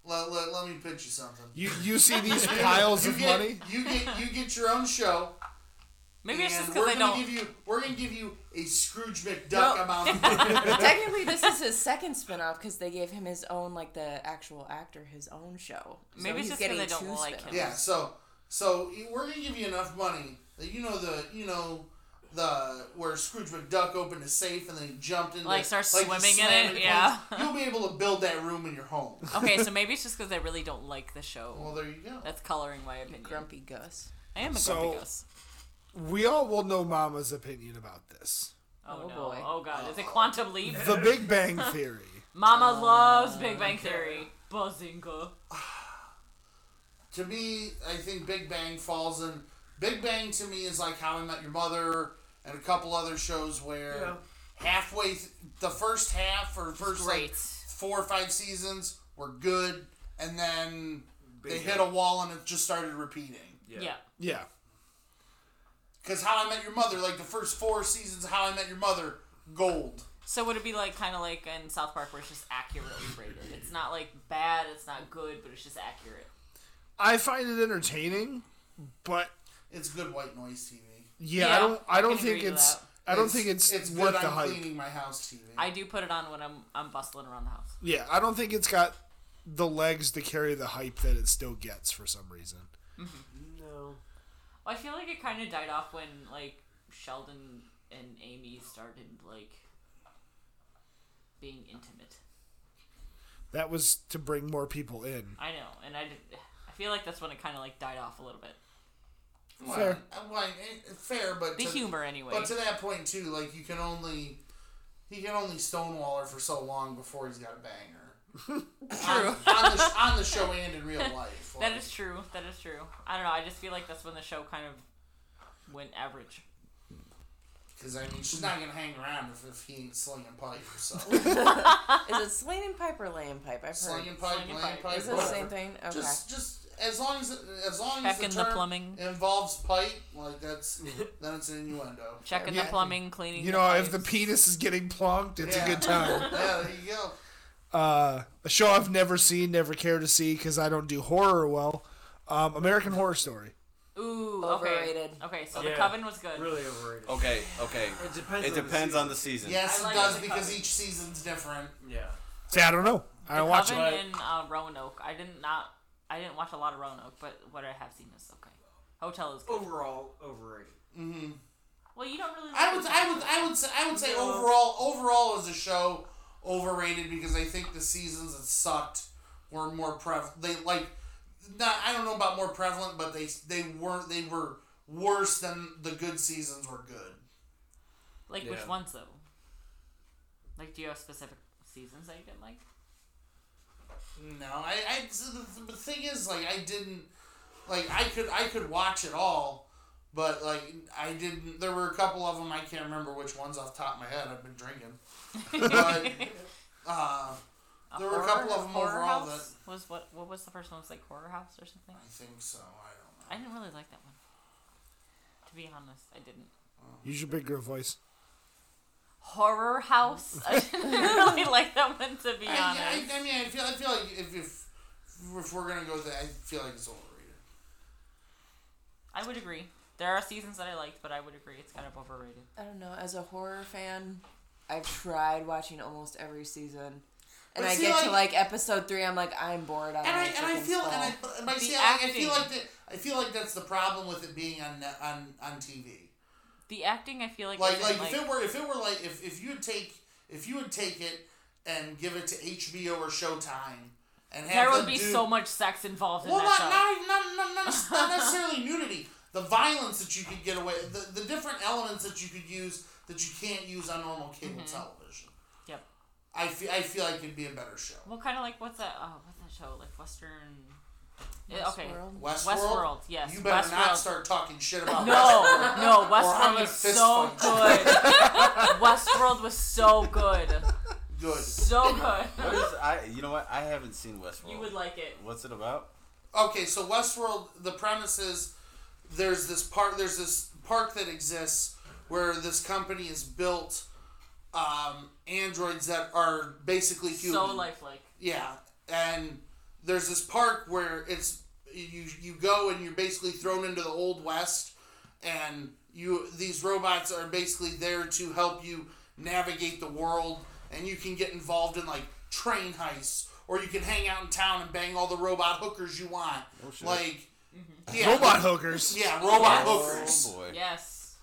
B: let, let, let me pitch you something.
C: You you see these piles
B: You
C: of
B: get,
C: money?
B: You get you get your own show.
D: Maybe it's
B: and
D: just
B: we're
D: because [LAUGHS] I
B: gonna
D: don't.
B: give you we're gonna give you a Scrooge McDuck
G: No.
B: amount.
D: [LAUGHS]
B: Of money.
G: Technically, this is his second spin-off because they gave him his own, like the actual actor, his own show. So
D: Maybe it's
G: he's
D: just 'cause
G: getting
D: I don't
G: two
D: like
G: spin-offs.
D: him.
B: yeah. So so we're gonna give you enough money that you know the you know the where Scrooge McDuck opened a safe and then he jumped into
D: Like, starts
B: he
D: swimming in
B: slammed closed.
D: it, yeah.
B: You'll be able to build that room in your home.
D: [LAUGHS] Okay, so maybe it's just because I really don't like the show.
B: Well, there you go.
D: That's coloring my opinion.
G: Grumpy Gus.
D: I am a
C: So-
D: grumpy Gus.
C: We all will know Mama's opinion about this.
D: Oh,
G: Oh,
D: no.
G: boy.
D: Oh god. Is it Quantum Leap?
C: [LAUGHS] The Big Bang Theory.
D: Mama loves Big Bang Theory. Buzzinga.
B: to me, I think Big Bang falls in. Big Bang to me is like How I Met Your Mother and a couple other shows where
F: Yeah.
B: halfway th- the first half or first like
D: Great.
B: four or five seasons were good, and then they
F: Big
B: hit a wall and it just started repeating.
D: Yeah.
C: Yeah.
B: Because How I Met Your Mother, like the first four seasons of How I Met Your Mother, gold.
D: So would it be like kind of like in South Park where it's just accurately rated? It's not like bad, it's not good, but it's just accurate.
C: I find it entertaining, but
B: It's good white noise TV.
C: yeah,
D: Yeah,
C: I don't I
D: I
C: don't
D: can
C: think
D: agree with
C: it's
D: that.
C: I don't think it's,
B: it's
C: worth
B: good.
C: the
B: I'm
C: hype.
B: cleaning my house TV.
D: I do put it on when I'm I'm bustling around the house.
C: Yeah, I don't think it's got the legs to carry the hype that it still gets for some reason.
F: No.
D: Well, I feel like it kind of died off when like Sheldon and Amy started like being intimate.
C: That was to bring more people in.
D: I know, and I did- I feel like that's when it kind of like died off a little bit.
B: Well,
C: Fair.
B: I- well, I- fair, but
D: The
B: to-
D: humor, anyway.
B: But to that point too, like you can only he can only stonewall her for so long before he's got a
D: [LAUGHS]
B: banger. True. On, on, the, sh- on the show and in
D: [LAUGHS]
B: real life.
D: That
B: like,
D: is true. That is true. I don't know. I just feel like that's when the show kind of went average.
B: Because I mean, she's not gonna hang around if, if he ain't slinging pipe.
D: [LAUGHS]
B: So
G: Is it Slane and Pipe or Lane Pipe? I've
B: slinging
G: heard.
B: pipe,
D: Slinging
B: laying
D: pipe.
B: pipe.
G: Is it the
B: whatever.
G: same thing? Okay.
B: Just just as long as as long
D: Back
B: as the
D: in the
B: term
D: plumbing.
B: involves pipe, like
D: [LAUGHS]
B: that's then it's an innuendo.
D: Checking
C: Yeah.
D: the plumbing, cleaning.
C: You know, if the
D: pipes.
C: penis is getting plunked, it's
B: Yeah.
C: a good time.
B: Yeah, there you go.
C: uh, a show I've never seen, never care to see because I don't do horror well. Um, American Horror Story.
D: Ooh,
G: Overrated.
D: Okay, okay so the
F: Yeah.
D: Coven was good.
F: Really overrated.
E: Okay, okay.
F: It depends.
E: Oh, It
F: on the
E: depends
F: season.
E: on the season.
B: Yes,
D: I
B: it
D: like
B: does
D: the
B: because
D: cover.
B: each season's different.
F: Yeah.
C: See, I don't know. I don't watch
D: Coven
C: it.
D: and uh, Roanoke. I didn't not. I didn't watch a lot of Roanoke, but what I have seen is okay. Hotel is good.
F: Overall, overrated.
D: Well, you don't really.
B: I
D: like
B: would,
D: it.
B: I would, I would, say, I would say overall, overall as a show, overrated because I think the seasons that sucked were more prevalent. They like, not I don't know about more prevalent, but they they weren't. They were worse than the good seasons were good.
D: Like
F: Yeah.
D: which ones though? Like, do you have specific seasons that you didn't like?
B: No, I, I the, the thing is like I didn't like I could I could watch it all, but like I didn't. There were a couple of them I can't remember which ones off the top of my head. I've been drinking, but uh,
D: A
B: There were a couple of 'em
D: horror
B: overall
D: house was what? What was the first one? It was like horror house or something.
B: I think so. I don't know.
D: I didn't really like that one. To be honest, I didn't.
C: Use your big girl voice.
D: Horror house. [LAUGHS] I didn't really like that one. To be honest.
B: I, I, I mean, I feel, I feel like if, if if we're gonna go with that, I feel like it's overrated.
D: I would agree. There are seasons that I liked, but I would agree it's kind of overrated.
G: I don't know. As a horror fan, I've tried watching almost every season. And
B: But
G: I
B: see,
G: get to
B: like-
G: like episode three, I'm like, I'm bored. out of
B: And I
G: my
B: and I
G: freaking
B: feel
G: skull.
B: and I and I, see,
D: The
B: I, I feel
D: acting.
B: like that I feel like that's the problem with it being on net- on on TV.
D: The acting, I feel like,
B: Like
D: isn't,
B: like, if it were if it were like if if you would take if you would take it and give it to HBO or Showtime and
D: There
B: have
D: would
B: them
D: be
B: do-
D: so much sex involved in
B: Well,
D: that
B: not,
D: show.
B: not, not, not,
D: [LAUGHS]
B: not, not necessarily nudity. The violence that you could get away, the, the different elements that you could use that you can't use on normal cable television.
D: Mm-hmm. Yep.
B: I feel, I feel like it'd be a better show.
D: Well, kind of like what's that? Oh, what's that show? Like Western. Eh, okay.
G: Westworld?
B: Westworld.
D: Westworld, yes.
B: You better
D: Westworld.
B: not start talking shit about
D: [LAUGHS] No,
B: Westworld.
D: no,
B: Or I'm
D: Westworld
B: gonna
D: was
B: fist
D: so
B: fight
D: good.
B: [LAUGHS]
D: Westworld was so good.
B: you. Good.
D: So good.
E: What is I? You know what? I haven't seen Westworld.
D: You would like it.
E: What's it about?
B: Okay, so Westworld. The premise is there's this park. There's this park that exists where this company has built um, androids that are basically human.
D: So lifelike.
B: Yeah, and there's this park where it's you you go and you're basically thrown into the old west, and you these robots are basically there to help you navigate the world, and you can get involved in like train heists, or you can hang out in town and bang all the robot hookers you want, like
D: Mm-hmm.
B: yeah,
C: Robot hookers.
B: yeah, robot
E: Oh
B: hookers,
E: boy.
D: Yes.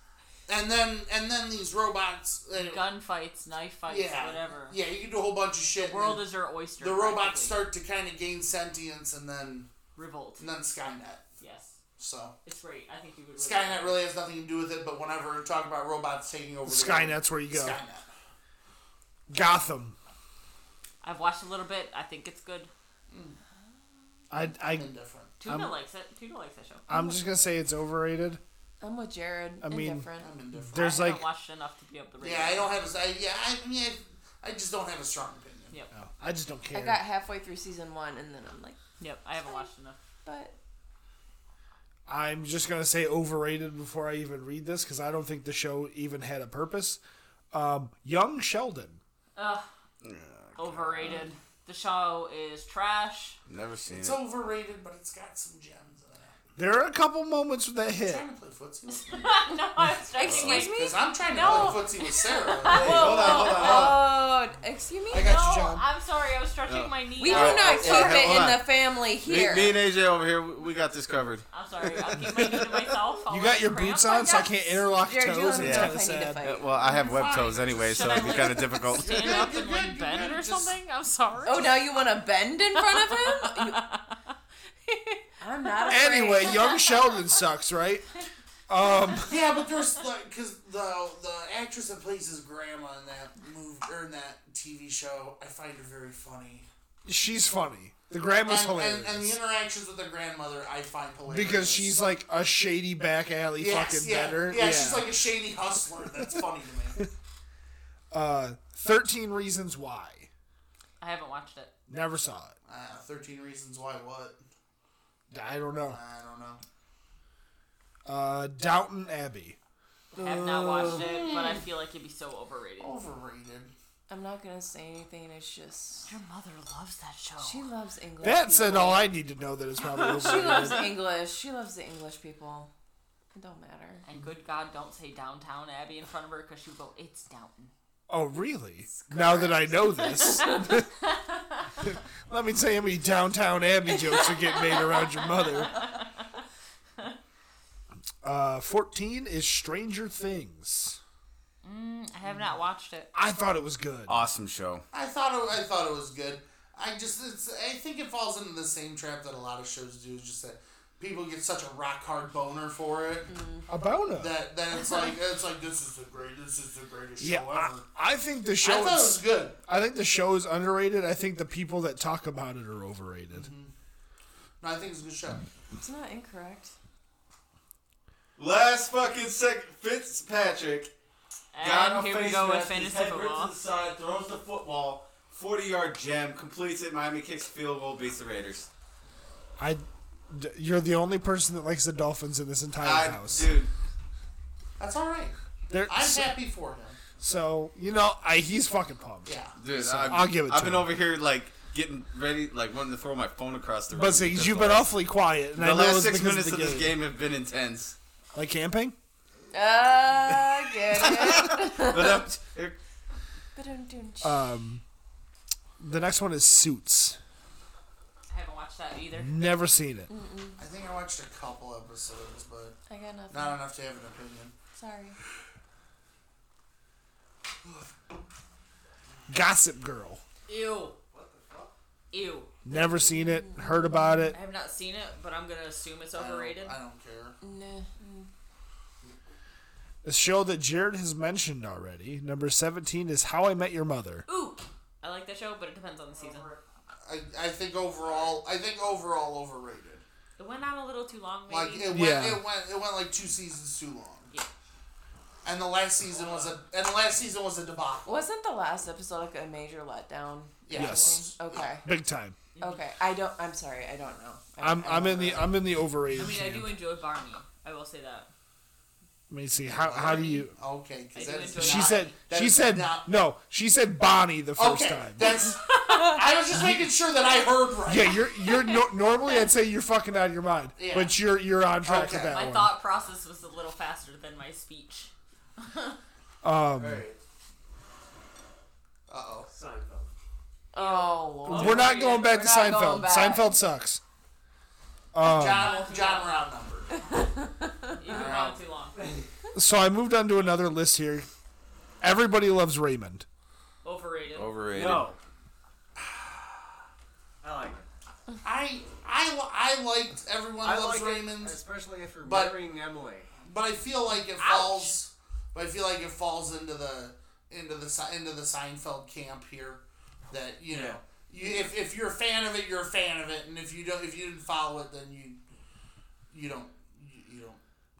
B: and then and then these robots, and,
D: Gunfights, knife fights,
B: yeah,
D: whatever.
B: yeah, you can do a whole bunch of shit. and
D: World
B: then
D: is your oyster.
B: the robots
D: practically.
B: start to kind of gain sentience, and then.
D: revolt.
B: and then Skynet.
D: Yes.
B: So
D: It's great. I think you would. really like
B: Skynet
D: it.
B: really has nothing to do with it, but whenever we talk about robots taking over, the
C: Skynet's where you
B: world,
C: go.
B: Skynet.
C: Gotham.
D: I've watched a little bit. I think it's good.
C: I, I,
B: Indifferent.
D: Tuna likes it. Tuna likes that show.
C: I'm just going to say it's overrated.
G: I'm with Jared.
C: I mean-
G: Indifferent.
B: I'm indifferent.
C: There's
D: I
C: like,
D: haven't watched enough to be able to rate
B: Yeah, I
D: it.
B: don't have a. I, yeah, I mean, I, I just don't have a strong opinion.
D: Yep.
C: I just don't
G: I got
C: care.
G: halfway through season one and then I'm like,
D: Yep. I haven't watched enough.
G: but
C: I'm just going to say overrated before I even read this because I don't think the show even had a purpose. Um, Young Sheldon.
D: Overrated. The show is trash.
E: Never seen
B: It's
E: it.
B: overrated, but it's got some gems in it.
C: There are a couple moments that hit.
B: I'm trying to play footsie with you.
D: no, I was trying to
G: excuse
D: like,
G: me.
B: Because I'm trying to
D: No.
B: play footsie with Sarah.
C: [LAUGHS]
E: hold on, hold on, hold on.
G: Oh, excuse me.
B: I
D: No,
B: got you, John.
D: Oh, I'm sorry. I was stretching my knee.
G: We do
D: out.
G: not
E: yeah,
G: keep
E: yeah,
G: it
E: hold
G: in
E: on.
G: the family
E: Me,
G: here.
E: me and AJ over here, we, we got this covered.
D: I'm sorry. I'll keep my knee to myself. I'll
C: You
D: let
C: got your
D: it cramp
C: boots
D: my
B: Oh
C: on, so I
D: guts.
C: can't interlock
G: Jared, you
C: toes,
G: don't
C: and
G: know
C: it's
E: Yeah.
G: if
C: kind
G: I need
C: of
G: to
C: sad.
G: fight.
E: Well, I have web toes anyway, so it'd be kind of difficult.
D: Stand up and
B: You're good,
D: like
B: you're
D: bend
B: good,
D: or
B: just-
D: something. I'm sorry.
G: Oh, now you want to bend in front of him? You- [LAUGHS] I'm not afraid.
C: Anyway,
B: [LAUGHS]
C: Young Sheldon sucks, right?
B: yeah, but there's like, because the the actress that plays his grandma in that movie or in that TV show, I find her very funny.
C: She's funny. The grandma's
B: And,
C: hilarious.
B: and, and the interactions with the grandmother, I find hilarious
C: because she's like a shady back alley fucking
B: yeah,
C: better.
B: Yeah, she's like a shady hustler. That's funny to me.
C: uh, 13 Reasons Why.
D: I haven't watched it.
C: Never saw it.
B: Uh, Thirteen Reasons Why What?
C: I don't know.
B: I don't know.
C: Uh, Downton Abbey.
D: Have not watched it, but I feel like it'd be so overrated.
B: Overrated.
G: I'm not gonna say anything. It's just
D: Your mother loves that show.
G: she loves English.
C: That said,
G: people.
C: all I need to know that it's
B: [LAUGHS]
C: probably
G: She
C: overrated.
G: loves English. She loves the English people. It don't matter.
D: And good God, don't say downtown Abbey in front of her because she'll go, it's Downton.
C: Oh, really? Now that I know this. [LAUGHS] Let me tell you how many Downtown Abbey jokes are getting made around your mother. Uh, 14 is Stranger Things.
D: I have not watched it.
C: I thought it was good.
E: Awesome show.
B: I thought it, I thought it was good. I just it's, I think it falls into the same trap that a lot of shows do. Is just that people get such a rock hard boner for it
C: A boner.
B: that that it's like it's like this is the great this is the greatest
C: Yeah,
B: show
C: I,
B: ever.
C: I think the
B: I
C: show
B: thought it was
C: is.
B: good.
C: I think the show is underrated. I think the people that talk about it are overrated.
B: Mm-hmm. No, I think it's a good show.
G: It's not incorrect.
E: Last fucking second, Fitzpatrick got
D: And
E: a
D: here we
E: face
D: go with
E: mask, his
D: fantasy
E: head ripped to
D: football.
E: the side, throws the football, 40-yard jam, completes it. Miami kicks the field goal, beats the Raiders.
C: I, d- you're the only person that likes the Dolphins in this entire
E: I,
C: house.
E: dude,
B: That's all right.
C: They're-
B: I'm
C: so,
B: happy for him.
C: so, you know, I, he's fucking pumped.
B: Yeah.
E: dude, I've,
C: I'll give it
E: I've
C: to
E: been
C: him.
E: over here like getting ready, like wanting to throw my phone across the room.
C: But see,
E: because,
C: you've been
E: like,
C: awfully quiet, and I
E: The
C: know
E: last
C: it's
E: six
C: because
E: minutes
C: of
E: of
C: the
E: this
C: game.
E: game have
C: [LAUGHS]
E: been intense.
C: Like camping.
G: Uh, get [LAUGHS] it.
E: But I'm,
G: Ba-dum-dum-tsh.
C: Um, the next one is Suits.
D: I haven't watched that either.
C: Never seen it.
B: I think I watched a couple episodes, but
G: I got nothing.
B: not enough to have an opinion.
G: Sorry.
C: Gossip Girl.
D: Ew. What the fuck? Ew.
C: Never seen it, heard about it.
D: I have not seen it, but I'm gonna assume it's overrated.
B: I don't care.
C: A show that Jared has mentioned already. Number 17 is How I Met Your Mother.
D: Ooh, I like that show, but it depends on the season.
B: I, I think overall, I think overall overrated.
D: It went on a little too long, maybe.
B: Like it went,
C: Yeah.
B: it went, it went like two seasons too long.
D: Yeah.
B: And the last season was a, and the last season was a debacle.
G: Wasn't the last episode like a major letdown?
B: Yes.
G: [LAUGHS] Okay.
C: Big time.
G: Okay. I don't. I'm sorry. I don't know. I,
C: I'm
G: I
C: I'm
G: don't
C: in the
G: really-
C: I'm in the overrated.
D: I mean, I
C: camp.
D: do enjoy Barney. I will say that.
C: Let me see. How how do you
B: Okay, because
D: I
B: that
D: do
B: is
D: enjoy
C: She
B: not-
C: said
B: that
C: she
B: is
C: said
B: not-
C: no, she said Bonnie the first
B: okay,
C: time.
D: [LAUGHS]
B: That's. I was just making sure that I heard right.
C: Yeah, you're you're no, normally I'd say you're fucking out of your mind,
B: Yeah.
C: but you're you're on track with
B: Okay.
C: that
D: My
C: one.
D: thought process was a little faster than my speech.
B: Uh oh.
F: Seinfeld.
G: Oh Lord.
C: We're not going back to
G: We're
C: Seinfeld.
G: not going back.
C: Seinfeld sucks.
B: John, John round
D: [LAUGHS]
B: number.
D: You went on too long.
C: So I moved on to another list here. Everybody loves Raymond.
D: Overrated.
E: Overrated.
F: No. I like it.
B: I I li- I liked everyone
F: I
B: loves
F: like it,
B: Raymond,
F: especially after
B: but-
F: marrying Emily.
B: but I feel like it falls. But I feel like it falls into the into the Se- into the Seinfeld camp here. That you know,
F: Yeah.
B: you, if if you're a fan of it, you're a fan of it, and if you don't, if you didn't follow it, then you you don't you, you don't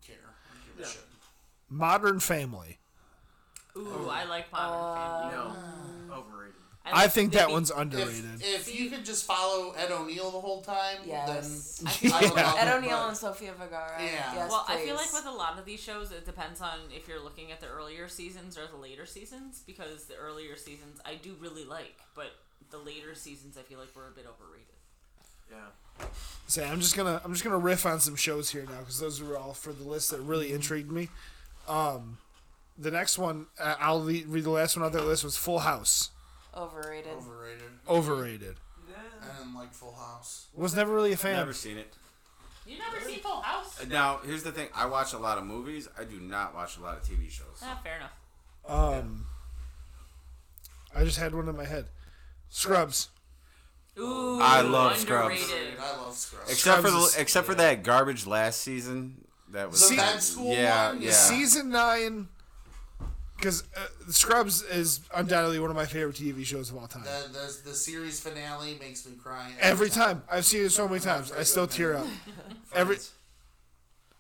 B: care. You give a shit.
C: Modern Family.
D: Ooh, I like Modern Family.
F: No, overrated.
C: I think that
D: Libby.
C: one's
B: If,
C: underrated.
B: if you could just follow Ed O'Neill the whole time,
G: Yes. [LAUGHS]
B: then I would love
G: Ed
B: it,
G: O'Neill
B: but-
G: and Sofia Vergara.
B: Yeah.
G: Yes,
D: Well, I
G: please.
D: feel like with a lot of these shows, it depends on if you're looking at the earlier seasons or the later seasons, because the earlier seasons I do really like, but the later seasons I feel like were a bit overrated.
F: Yeah.
C: Say, I'm just gonna I'm just gonna riff on some shows here now because those are all for the list that really
E: Mm-hmm.
C: intrigued me. Um, the next one uh, I'll le- read the last one on that list was Full House.
G: overrated.
B: overrated.
C: Overrated.
B: I didn't like Full House.
C: Was never really a fan.
E: Never seen it.
D: You never see Full House?
E: Now, here's the thing. I watch a lot of movies. I do not watch a lot of TV shows.
D: Ah, fair enough.
C: Um, I just had one in my head. Scrubs.
D: Ooh,
E: I love Scrubs.
D: underrated.
B: I love Scrubs.
E: Except for
C: Scrubs
E: the,
C: is-
E: except for that garbage last season. That was
B: The med school
E: yeah,
B: one?
E: yeah.
C: Season nine. Because uh, Scrubs is undoubtedly one of my favorite TV shows of all time.
B: The, the, the series finale makes me cry.
C: Every time I've seen it so many times, I still tear up. Every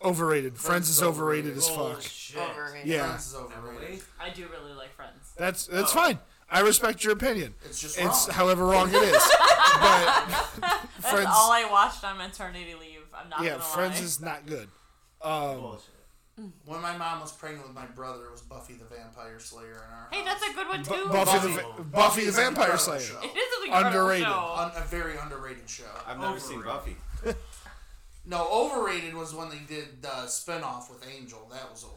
C: overrated. Friends is overrated as fuck.
F: Shit.
G: Overrated.
C: Yeah,
B: Friends is overrated.
F: Emily?
D: I do really like Friends.
C: that's that's fine. I respect your opinion.
B: It's just
C: It's
B: wrong.
C: however wrong it is. But
D: That's
C: [LAUGHS] Friends,
D: all I watched on maternity leave. I'm not
C: yeah,
D: gonna
C: Friends
D: lie.
C: is not good. Um,
F: Bullshit.
B: when my mom was pregnant with my brother, it was Buffy the Vampire Slayer in our
D: Hey, that's a good one
C: Bu-
D: too.
B: Buffy.
C: Buffy, the Va- Buffy the
B: Buffy's an
C: Vampire
B: incredible
C: Slayer.
B: show.
D: [LAUGHS] It is an incredible
C: Underrated. Uh,
D: show.
B: Un- a very underrated show.
E: I've never seen Buffy.
B: No, overrated was when they did the spinoff with Angel. That was
D: Mm.
B: overrated.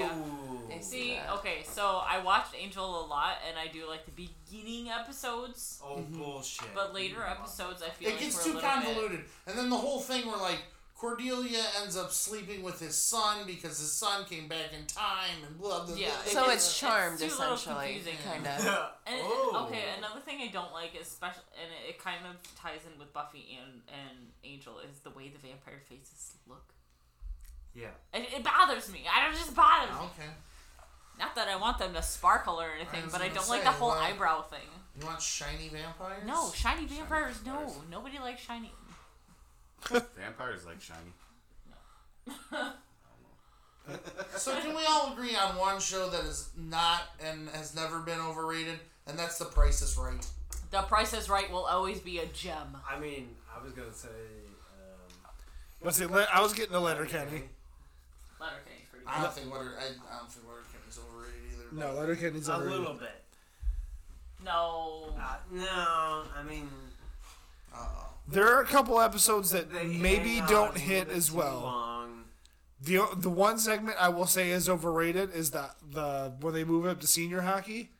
D: Yeah.
G: I
D: See, oh, okay, so I watched Angel a lot, and I do like the beginning episodes,
F: Oh
E: Mm-hmm.
F: bullshit.
D: but later episodes I feel
B: It
D: like
B: gets
D: were
B: too
D: a little bit-
B: convoluted. And then the whole thing where, like, Cordelia ends up sleeping with his son because his son came back in time and blah, blah, blah.
D: Yeah, it
G: So
D: gets-
G: it's charmed
D: it's too little
G: essentially,
D: confusing.
G: kind of.
D: And and-
F: Oh.
D: okay, another thing I don't like, is special, and it, it kind of ties in with Buffy and and Angel, is the way the vampire faces look.
F: Yeah.
D: It, it bothers me. I don't it just bothers. me.
B: Okay.
D: Not that I want them to sparkle or anything,
B: was
D: but I
B: gonna
D: don't like
B: say,
D: the whole
B: well-
D: eyebrow thing.
B: You want shiny vampires?
D: No, shiny vampires. no, nobody likes shiny.
E: Vampires like shiny.
B: So can we all agree on one show that is not and has never been overrated, and that's The Price Is Right.
D: The Price is Right will always be a gem.
F: I mean, I was gonna say. Um,
C: Let's see, le- I was getting a letter, Kenny.
D: Letterkenny's pretty
B: I don't think Letter I, I don't think Letter Kenny's overrated either. but-
C: No, letter Kenny's
F: a
C: overrated.
F: little bit.
D: good. No.
F: Uh, no, I mean.
B: Uh-oh.
C: There are a couple episodes that
F: they
C: maybe
F: hang on
C: don't
F: a
C: hit
F: little
C: as
F: too
C: well.
F: Long.
C: The the one segment I will say is overrated is that the when they move up to senior hockey,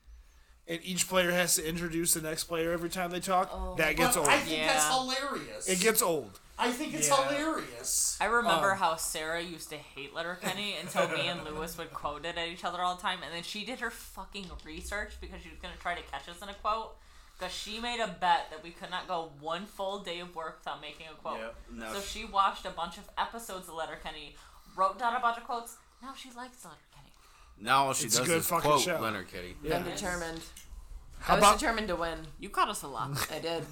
C: and each player has to introduce the next player every time they talk.
G: Oh.
C: that gets
B: But
C: old.
B: I think that's
D: Yeah.
B: hilarious.
C: it gets old.
B: I think it's
F: Yeah.
B: hilarious.
D: I
C: Um.
D: remember how Sarah used to hate Letterkenny until me and Lewis would quote it at each other all the time, and then she did her fucking research because she was gonna try to catch us in a quote. because she made a bet that we could not go one full day of work without making a quote.
K: Yep. No.
D: So she watched a bunch of episodes of Letterkenny, wrote down a bunch of quotes. Now she likes Letterkenny.
E: Now all she
C: It's a
E: does
C: good
E: is
C: fucking
E: quote
C: show.
E: Leonard Kitty.
G: I'm determined.
C: How
G: I was
C: about-
G: determined to win.
D: You caught us a lot.
G: I did.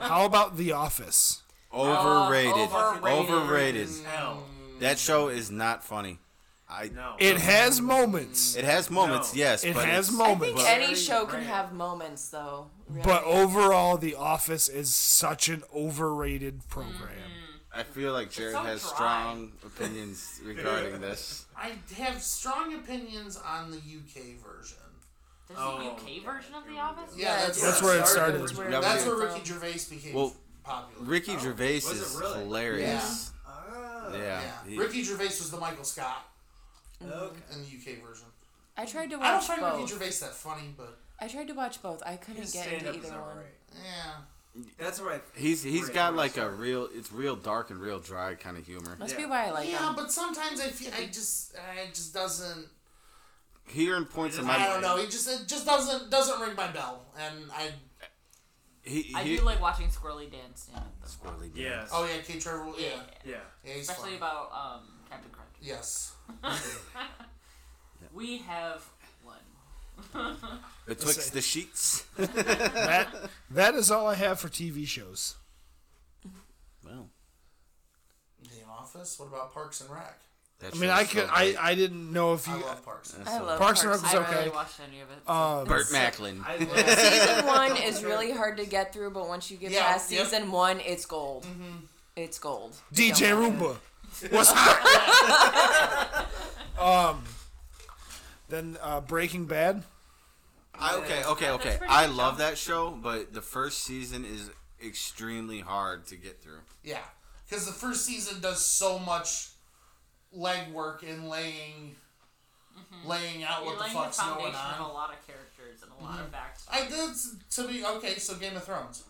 C: How about The Office?
E: Overrated.
D: overrated.
E: overrated. Mm.
F: Hell.
E: That show is not funny. I
F: No.
C: It has moments.
E: It has moments,
F: No.
E: yes,
C: It
E: but
C: has
E: it's-
G: I think
C: moments.
G: any show can
F: rare.
G: have moments, though. really.
C: But overall, The Office is such an overrated program.
G: Mm-hmm.
E: I feel like Jared
D: so
E: has
D: dry.
E: strong opinions regarding this.
B: I have strong opinions on the UK version.
D: There's
C: Oh,
D: a UK version of The Office.
B: Yeah, that's,
C: That's where it started.
G: That's where,
E: Yeah,
B: That's
E: we-
B: where Ricky Gervais became
E: Well,
B: popular.
E: Ricky Gervais
F: was it
E: is
F: really?
E: hilarious.
F: Ah,
E: Yeah.
B: yeah.
E: he-
B: Ricky Gervais was the Michael Scott
F: okay.
B: in the UK version.
G: I tried to
B: I don't
G: watch
B: find Ricky
G: both.
B: Gervais that funny, but
G: I tried to watch both. I couldn't
F: His
G: get into
F: stand-up
G: either
F: is
G: one.
F: alright.
B: yeah.
F: That's right.
E: He's he's got like a real it's real dark and real dry kind of humor.
G: Must
F: Yeah.
G: be why I like
B: Yeah,
G: them.
B: but sometimes I feel I just I just doesn't
E: Hearing points in my
B: I don't know. It just it just doesn't doesn't ring my bell, and I
E: He, he,
D: I do like watching Squirrely dance. Yeah, that's cool.
E: Squirrely Dan.
F: Yeah.
B: oh yeah, Kate Trevor. Yeah,
F: Yeah.
B: yeah he's funny.
D: Especially about um, Captain Crunch.
B: yes.
D: We have one.
E: Betwixt the sheets.
C: That that is all I have for TV shows.
E: Well,
B: The Office. What about Parks and Rec?
E: that
C: I mean,
E: show's
C: I
E: so
C: could I,
E: great.
C: I didn't know if you.
B: I love Parks. and Rec.
G: I love
C: Parks and Rec
G: Parks
C: was
D: I
C: okay.
D: barely watched any of it. so-
C: um,
E: Burt Macklin.
F: I love
G: season one is really hard to get through, but once you get
B: Yeah,
G: past
B: yep.
G: season one, it's gold. It's gold.
C: DJ
B: [LAUGHS]
C: Roomba. What's hot? [LAUGHS] um, then uh, Breaking Bad.
E: [LAUGHS] I, okay, okay, okay.
D: pretty
E: I
D: good
E: love that show, but the first season is extremely hard to get through.
B: Yeah, because the first season does so much legwork in laying laying out
D: Mm-hmm.
B: what
D: You're
B: the
D: laying the
B: fuck's going
D: foundation of
B: on.
D: a lot of characters and a lot of backstory.
B: I did to be okay. So Game of Thrones.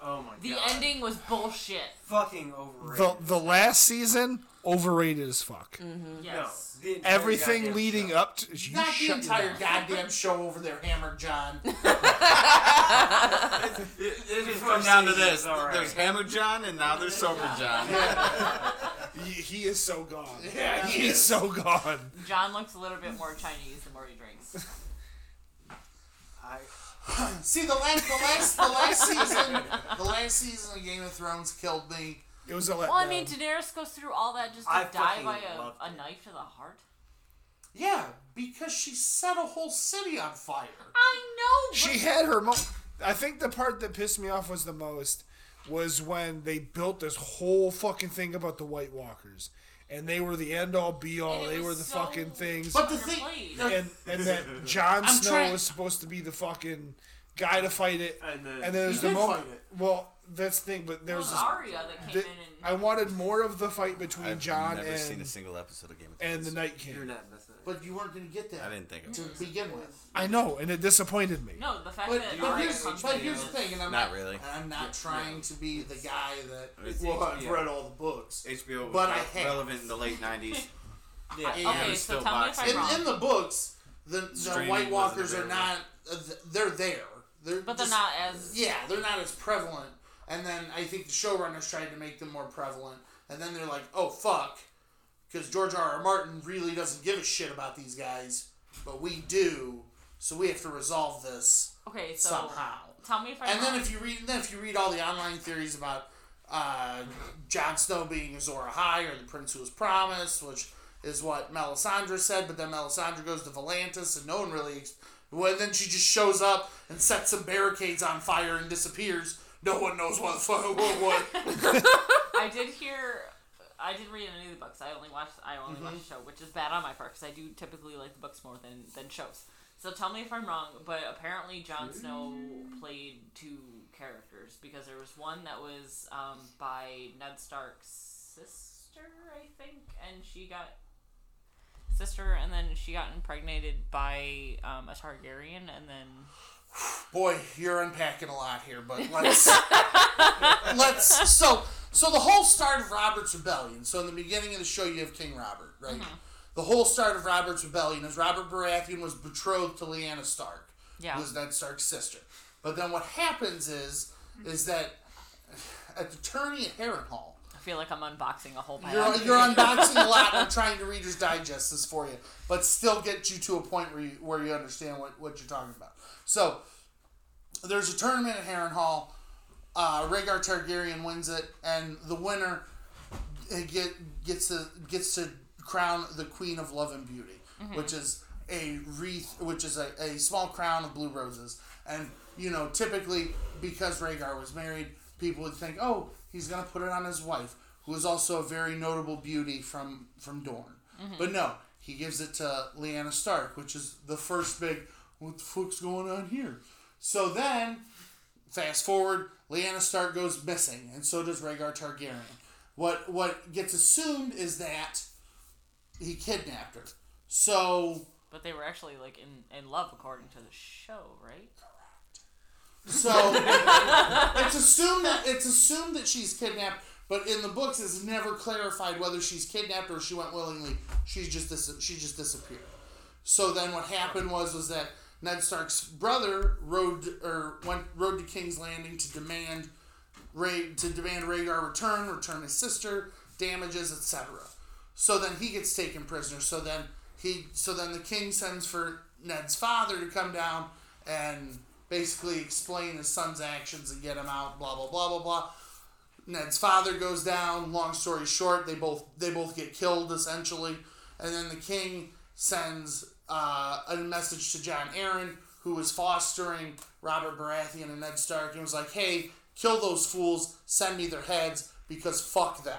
F: Oh my
D: The
F: god.
D: ending was bullshit.
F: Fucking
C: The
F: overrated.
C: the last season overrated as
B: Mm.
C: fuck.
D: Yes.
F: no. The entire
C: Everything
F: goddamn
C: leading
F: show.
C: up to you
B: Not the
C: shut your
B: entire
C: mouth.
B: goddamn show over there, hammered John.
E: It, it has
F: come
E: down to
F: season
E: this.
F: is all right.
E: There's Hammer John, and now there's Sober John.
C: He, he is so gone.
B: [LAUGHS] yeah,
C: He is so gone.
D: John looks a little bit more Chinese the more he drinks.
F: I,
B: See the last, the last, the last season, the last season of Game of Thrones killed me.
C: It was a letdown.
D: Well, I mean, Daenerys goes through all that just to
F: I
D: die
F: fucking
D: by a,
F: loved
D: a knife to the heart.
B: Yeah, because she set a whole city on fire.
D: I know.
C: she had her mo I think the part that pissed me off was the most was when they built this whole fucking thing about the White Walkers, and they were the end all be all.
D: And it
C: They
D: was
C: were the
D: so-
C: fucking things.
B: But the
D: Your
B: thing,
D: blade.
B: the-
C: and and
F: [LAUGHS]
C: that Jon
B: I'm
C: Snow
B: trying-
C: was supposed to be the fucking guy to fight it,
F: And then-
C: there's
B: He
C: the
B: did
C: moment.
B: fight it.
C: Well, that's the thing, but there
D: It
C: was
D: was
C: this,
D: Arya that came
C: the-
D: in and
C: I wanted more of the fight between
E: I've
C: John
E: never
C: and
E: seen a single episode of Game of Thrones.
C: and the Night
F: you're
C: King.
F: not missing it.
B: but you weren't gonna get that
E: I didn't think it
B: to
E: was.
B: begin with.
C: I know, and it disappointed me.
D: no, the fact
B: But,
D: that
B: but,
D: Arya
B: here's,
D: comes
B: but
D: in
B: here's the
D: is-
B: thing, and I'm
E: Not really.
B: and I'm not trying to be the guy that
E: It's
B: well, I've
E: HBO.
B: read all the books.
E: HBO was
B: But
E: re-
B: I have-
E: relevant in the late [LAUGHS] 90s.
F: Yeah.
D: Okay,
E: it was
D: so
E: still
D: tell me if
E: boxing.
D: I'm wrong.
B: In, in the books, the, the
E: Streaming
B: White
E: wasn't
B: Walkers are
E: available.
B: not. Uh, th- they're there. They're
D: but they're
B: just-
D: not as
B: Yeah, they're not as prevalent. And then I think the showrunners tried to make them more prevalent. And then they're like, oh, fuck. Because George R. R. Martin really doesn't give a shit about these guys. But we do. So we have to resolve this
D: okay. So
B: somehow.
D: tell me if I'm
B: And then
D: wrong.
B: if you read then if you read all the online theories about uh, Jon Snow being Azor High or the Prince Who Was Promised, which is what Melisandre said, but then Melisandre goes to Volantis and no one really. Ex- well, then she just shows up and sets some barricades on fire and disappears. No one knows what the fuck what. what.
D: I did hear. I didn't read any of the books. I only watched. I only watched the show, which is bad on my part because I do typically like the books more than than shows. So tell me if I'm wrong, but apparently Jon Snow played two characters because there was one that was um, by Ned Stark's sister, I think, and she got sister, and then she got impregnated by um, a Targaryen, and then
B: Boy, you're unpacking a lot here, but let's let's so so the whole start of Robert's Rebellion. So in the beginning of the show, you have King Robert, right? The whole start of Robert's Rebellion is Robert Baratheon was betrothed to Lyanna Stark,
D: yeah,
B: who was Ned Stark's sister. But then what happens is, is that [SIGHS] at the tourney at Heron Hall,
D: I feel like I'm unboxing a whole
B: you're,
D: biology.
B: you're unboxing a lot. We're trying to Reader's Digest this for you, but still get you to a point where you, where you understand what, what you're talking about. So, there's a tournament at Heron Hall. Uh, Rhaegar Targaryen wins it, and the winner uh, get gets to gets to crown the Queen of Love and Beauty, which is a wreath, which is a, a small crown of blue roses. And you know, typically because Rhaegar was married, people would think, oh, he's gonna put it on his wife, who is also a very notable beauty from from Dorne. But no, he gives it to Lyanna Stark, which is the first big. What the fuck's going on here? So then Fast forward, Lyanna Stark goes missing, and so does Rhaegar Targaryen. What what gets assumed is that he kidnapped her. So
D: but they were actually like in, in love according to the show, right?
B: so it's assumed that it's assumed that she's kidnapped, but in the books it's never clarified whether she's kidnapped or she went willingly. She just dis- she just disappeared. So then what happened was was that Ned Stark's brother rode or went rode to King's Landing to demand Ray to demand Rhaegar return, return his sister, damages, etc. So then he gets taken prisoner. So then he so then the king sends for Ned's father to come down and basically explain his son's actions and get him out, blah blah blah blah blah. Ned's father goes down. Long story short, they both they both get killed essentially, and then the king sends uh, a message to John Aaron, who was fostering Robert Baratheon and Ned Stark, and was like, "Hey, kill those fools. Send me their heads because fuck them."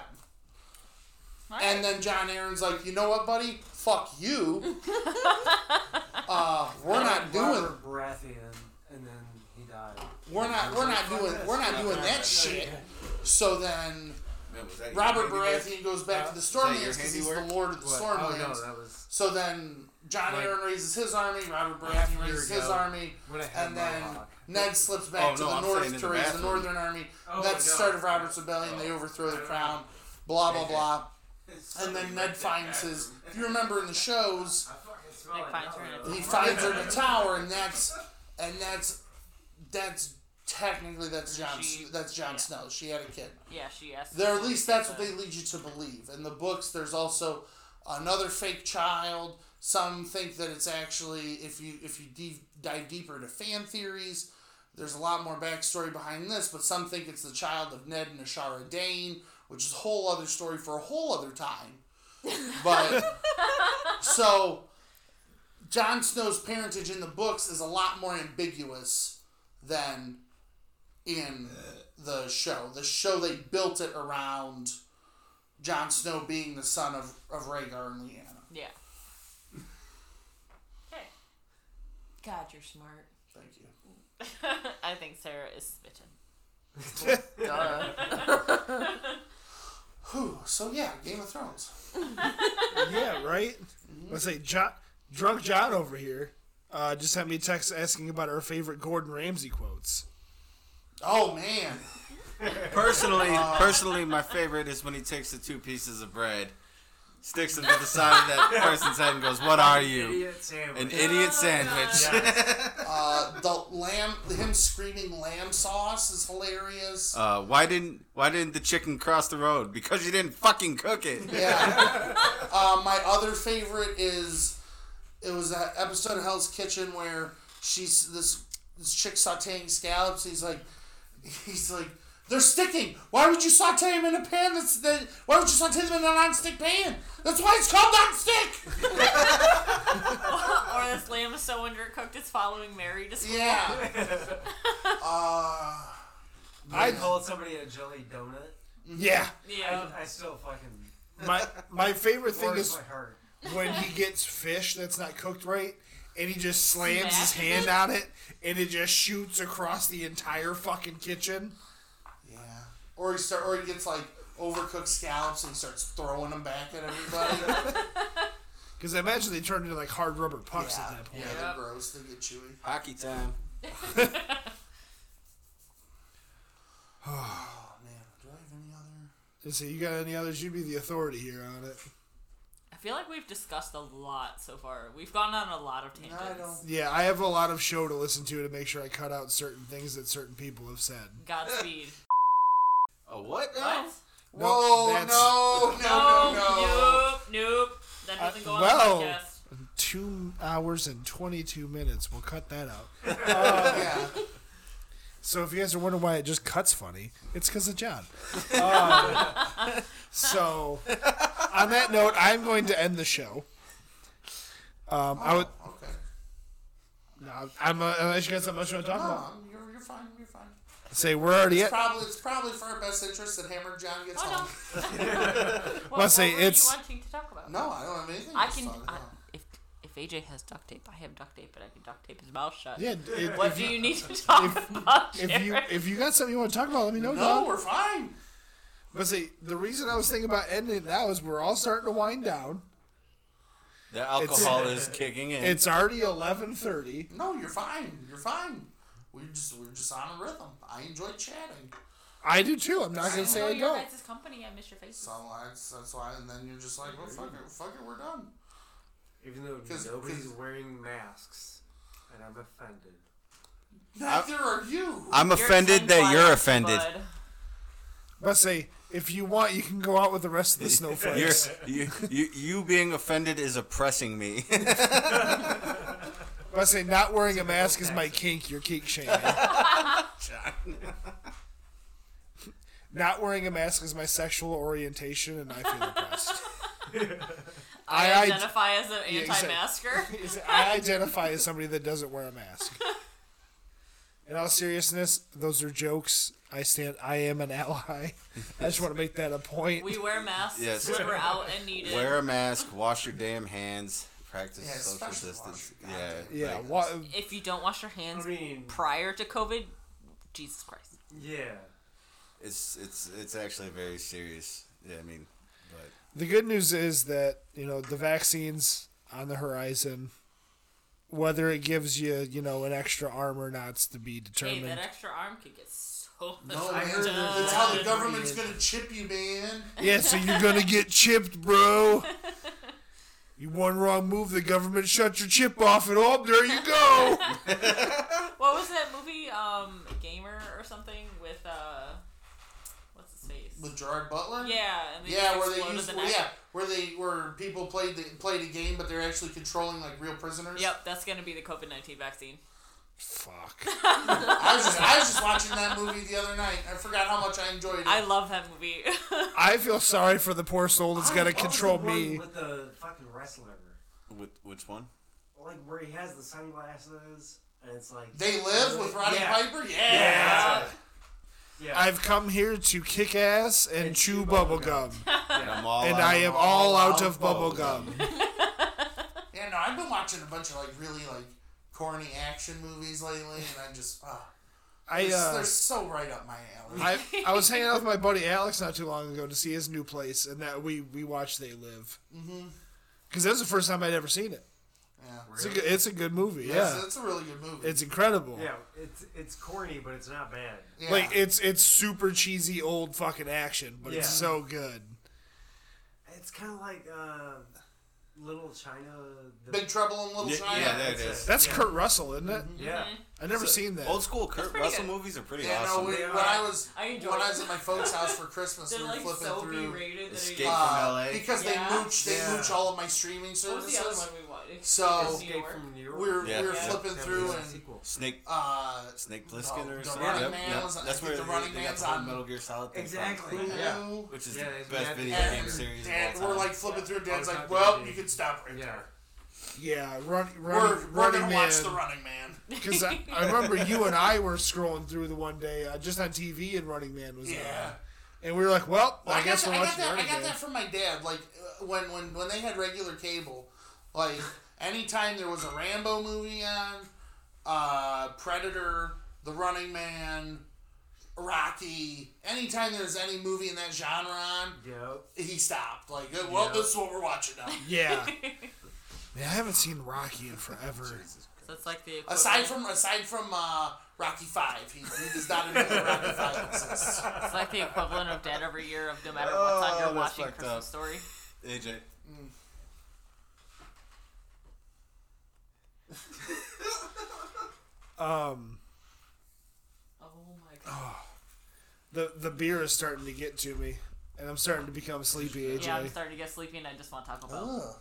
B: And then John Aaron's like, "You know what, buddy? Fuck you. uh, we're not doing
F: Robert Baratheon, and then he died.
B: we're not we're not doing we're not doing that shit. So then
E: Man, was that your
B: Robert
E: handiwork?
B: Baratheon goes back to the
E: Is that your
B: Stormlands because he's the
E: handiwork?
B: Lord of the
F: What?
B: Stormlands.
F: Oh no, that was
B: So then John
F: Like-
B: Aaron raises his army, Robert
F: Half a
B: Baratheon
F: year
B: raises
F: ago,
B: his army,
F: when I had
B: and
F: my
B: then
F: hawk.
B: Ned slips back
E: Oh,
B: to
E: no,
B: the
E: I'm saying
B: north
E: in
B: to
E: the
B: raise the
E: bathroom.
B: northern army.
F: Oh,
B: That's the
F: no.
B: start of Robert's rebellion. They overthrow the crown. Blah blah blah. And then Ned finds his. If you remember in the shows,
F: I fucking smell
D: Like
F: it
D: finds
F: now,
D: her in
F: though.
D: a-
F: [LAUGHS]
B: he finds her in the tower, and that's and that's that's technically that's John
D: She-
B: that's John
D: yeah.
B: Snow. She had a kid.
D: Yeah, she asked.
B: There, at least that's what they lead you to believe. In the books, there's also another fake child. Some think that it's actually if you if you de- dive deeper into fan theories, there's a lot more backstory behind this. But some think it's the child of Ned and Ashara Dane, which is a whole other story for a whole other time. But so Jon Snow's parentage in the books is a lot more ambiguous than in the show. The show they built it around Jon Snow being the son of, of Rhaegar and Lyanna.
D: Yeah. Okay.
G: God, you're smart.
B: Thank you.
D: I think Sarah is smitten.
B: Whew. So yeah, Game of Thrones.
C: yeah, right? Let's say John, drunk John over here uh, just sent me a text asking about our favorite Gordon Ramsay quotes.
B: Oh man.
E: Personally, personally, my favorite is when he takes the two pieces of bread, sticks them to the side of that person's head, and goes, "What are you?
F: Idiot sandwich.
E: An idiot sandwich."
B: Uh, the lamb, him screaming lamb sauce is hilarious.
E: Uh, why didn't Why didn't the chicken cross the road? Because you didn't fucking cook it. [LAUGHS]
B: Yeah. uh, my other favorite is it was that episode of Hell's Kitchen where she's this this chick sauteing scallops. He's like, [LAUGHS] he's like, they're sticking. Why would you saute them in a pan? That's that. Why would you saute them in a nonstick pan? That's why it's called nonstick.
D: Or this lamb is so undercooked it's following Mary to school.
C: [LAUGHS]
B: Yeah. Uh,
F: I called somebody a jelly donut.
C: Yeah.
D: Yeah.
F: I still fucking.
C: My my favorite thing
F: Warms
C: is
F: my heart.
C: when he gets fish that's not cooked right and he just slams his
D: Smashes
C: hand on it and it just shoots across the entire fucking kitchen.
B: yeah. Or he start, or he gets like overcooked scallops and starts throwing them back at
C: [LAUGHS]
B: everybody.
C: Because I imagine they turned into like hard rubber pucks at
B: yeah,
C: that point.
B: yeah, they're gross. They get chewy.
E: Hockey time.
B: Oh man, do I have any other?
C: So you got any others? You'd be the authority here on it.
D: I feel like we've discussed a lot so far. We've gone on a lot of tangents.
C: Yeah, I have a lot of show to listen to to make sure I cut out certain things that certain people have said.
D: Godspeed.
B: [LAUGHS]
E: Oh, what?
D: what?
C: No,
B: Whoa,
C: that's-
B: no, no, no, no.
D: Oh, Nope. Nope. That doesn't go on
C: well.
D: the [LAUGHS] podcast.
C: Two hours and 22 minutes. We'll cut that out.
B: Yeah.
C: So if you guys are wondering why it just cuts funny, it's because of John. Um, so on that note, I'm going to end the show. Um, I would.
B: Okay.
C: No, I'm. Uh, unless you guys have much you want to talk about.
B: Um, you're, you're fine. You're fine.
C: Say we're already at.
B: Probably it's probably for our best interest that Hammer John gets
D: Oh,
B: home.
D: no.
B: [LAUGHS]
D: what,
C: Must say
D: what were you
C: it's-
D: wanting to talk about?
B: No, I don't have anything.
D: I
B: to
D: can.
B: talk
D: I,
B: about.
D: if if AJ has duct tape, I have duct tape, and I can duct tape his mouth shut.
C: Yeah. If,
D: What
C: if
D: do
C: you,
D: you
B: [LAUGHS]
D: need to talk about?
C: if you if you got something you want to talk about, let me know.
B: No,
C: John.
B: we're fine.
C: But see, the reason I was thinking about ending it now is we're all starting to wind down.
E: The alcohol is kicking in.
C: It's already eleven thirty.
B: No, you're fine. You're fine. We're just we're just on a rhythm. I enjoy chatting.
C: I do too. I'm not
D: I
C: gonna say I
D: Oh, your
C: don't.
D: guys' company. I miss your faces.
B: So that's that's why. And then you're just like, well, fuck it, fuck it, we're done.
F: Even though
B: 'Cause-
F: nobody's
B: 'cause-
F: wearing masks, and I'm offended.
B: Neither are you.
E: I'm
D: Your
E: offended
D: tongue
E: that
D: flies,
E: you're offended.
D: bud.
C: But say, if you want, you can go out with the rest of the
E: [LAUGHS] You're,
C: snowflakes.
E: you, you, you being offended is oppressing me.
C: But say, not wearing a mask is my kink. Your kink
E: [LAUGHS]
C: shaming. not wearing a mask is my sexual orientation, and I feel
E: [LAUGHS]
C: oppressed.
D: I,
C: I-
D: identify as an
C: Yeah, exactly.
D: anti-masker.
B: [LAUGHS]
C: Is I identify as somebody that doesn't wear a mask. In all seriousness, those are jokes. I stand. I am an ally. I just want to make that a point.
D: We wear masks
E: Yes.
D: when we're out and needed.
E: Wear a mask, wash your damn hands, practice
B: Yeah,
E: social
B: especially
E: distance.
B: wash your
E: yeah,
C: yeah.
E: like-
C: Wa-
D: if you don't wash your hands
F: I mean-
D: prior to COVID, Jesus Christ.
F: Yeah.
E: it's it's it's actually very serious. Yeah, I mean, but
C: the good news is that you know the vaccines on the horizon. Whether it gives you you know an extra arm or not's to be
D: Hey,
C: determined.
D: that extra arm could get so much
B: No,
D: worse.
B: man, that's how the government's gonna chip you, man.
C: Yeah, so you're gonna get chipped, bro. You one wrong move, the government shut your chip off, and oh, there you go.
D: What was that movie, um, Gamer or something with uh, what's his face?
B: With Gerard Butler.
D: Yeah, and they
B: Yeah,
D: just
B: where they
D: exploded
B: used
D: the
B: well,
D: neck.
B: yeah, where they where people played the, played a game, but they're actually controlling like real prisoners.
D: Yep, that's gonna be the COVID nineteen vaccine.
C: Fuck.
B: I was just I was just watching that movie the other night. I forgot how much I enjoyed it.
D: I love that movie. [LAUGHS]
C: I feel sorry for the poor soul that's gotta
F: What was the
C: control
F: one
C: me.
F: With the fucking wrestler,
E: which, which one?
F: like where he has the sunglasses, and it's like
B: they live with Roddy
F: Yeah.
B: Piper. Yeah.
F: Yeah. Yeah.
C: I've come here to kick ass and,
F: And
C: chew
F: chew
C: bubble
F: bubblegum.
C: gum,
F: [LAUGHS]
E: And, I'm all
C: and
E: out.
C: I am all out
E: out
C: of
E: of
C: bubble
E: bubblegum.
C: gum.
B: Yeah, no, I've been watching a bunch of like really like corny action movies lately, and I just ah,
C: I
B: they're,
C: uh,
B: they're so right up my alley.
C: I I was hanging out with my buddy Alex not too long ago to see his new place, and that we we watched They Live. Mm-hmm. Because that was the first time I'd ever seen it.
B: yeah,
C: It's a good, it's a good movie.
B: That's-
C: Yeah,
B: that's a really good movie.
C: it's incredible.
F: yeah, it's it's corny, but it's not bad.
B: yeah.
C: Like it's it's super cheesy old fucking action, but it's
F: Yeah.
C: so good.
F: It's kind of like uh, Little China. The,
B: Big Trouble in Little
E: Yeah,
B: China.
E: yeah, there it
F: that's
E: is.
C: That's
F: Yeah. Mm-hmm.
C: Kurt Russell, isn't it?
F: yeah,
D: Mm-hmm.
C: I never seen that.
E: Old school Kurt
D: pretty
E: Russell
D: good.
E: movies are pretty
B: Yeah,
E: awesome.
B: no, we,
F: They
B: when
F: are.
B: I was
D: I enjoy
B: when I
D: it.
B: was at my folks' house for Christmas,
D: [LAUGHS] They're
B: we were
D: like
B: flipping
D: so
B: through
D: berated that
E: Escape
D: they,
E: from
B: uh,
E: LA.
B: because
D: Yeah.
B: they mooch they
F: Yeah.
B: mooch all of my streaming
D: what was the other one
B: services.
D: we watched?
B: So-
D: New
F: Escape
D: York.
F: from New York.
B: We were
E: Yeah.
B: we were
E: Yeah.
B: flipping
F: That
B: through
F: was a
B: and
F: sequel.
E: Snake
B: uh,
E: Snake Plissken
B: the
E: or something.
B: Running
E: Yep,
B: Man
E: yep.
B: was- I
E: That's
B: think
E: where
B: the
E: they-
B: Running
E: they got
B: Man's
E: the whole
B: on-
E: Metal Gear Solid. thing from.
F: Exactly.
B: Hulu.
E: Which is
F: Yeah,
E: the
F: they
E: best
F: had the
E: video
F: ad
E: game
F: for-
E: series of
B: Dad,
E: all
B: we're
E: time.
B: like flipping through. Dad's
F: Oh,
B: like,
F: God,
B: "Well,
F: dude.
B: you can stop right
F: Yeah.
B: there.
C: Yeah, run,
B: We're,
C: run,
B: we're
C: Running
B: gonna watch
C: Man.
B: the Running Man."
C: Because I, I remember you and I were scrolling through the one day uh, just on TV, and Running Man was
B: Yeah.
C: on. And we were like, well,
B: Well,
C: I, guess
B: got
C: we're
B: that- I got
C: watching
B: that. I
C: Running
B: got
C: Man.
B: that from my dad. Like uh, when when when they had regular cable, like anytime there was a Rambo movie on, uh, Predator, The Running Man, Rocky. Anytime there's any movie in that genre on,
F: Yep.
B: he stopped. Like, uh, well,
F: Yeah.
B: this is what we're watching now. [LAUGHS]
C: Yeah. Man, I haven't seen Rocky in forever.
D: So it's like the equivalent-
B: aside from aside from uh, Rocky Five, he, he does not admit that Rocky Five exists.
D: it's like the equivalent of dead every year of no matter what's on you're
E: Oh, that's
D: watching
E: fucked
D: Christmas
E: up.
D: Story.
E: AJ.
C: Um,
D: Oh my god.
C: the the beer is starting to get to me, and I'm starting to become sleepy. AJ.
D: Yeah, I'm starting to get sleepy and I just want Taco Bell.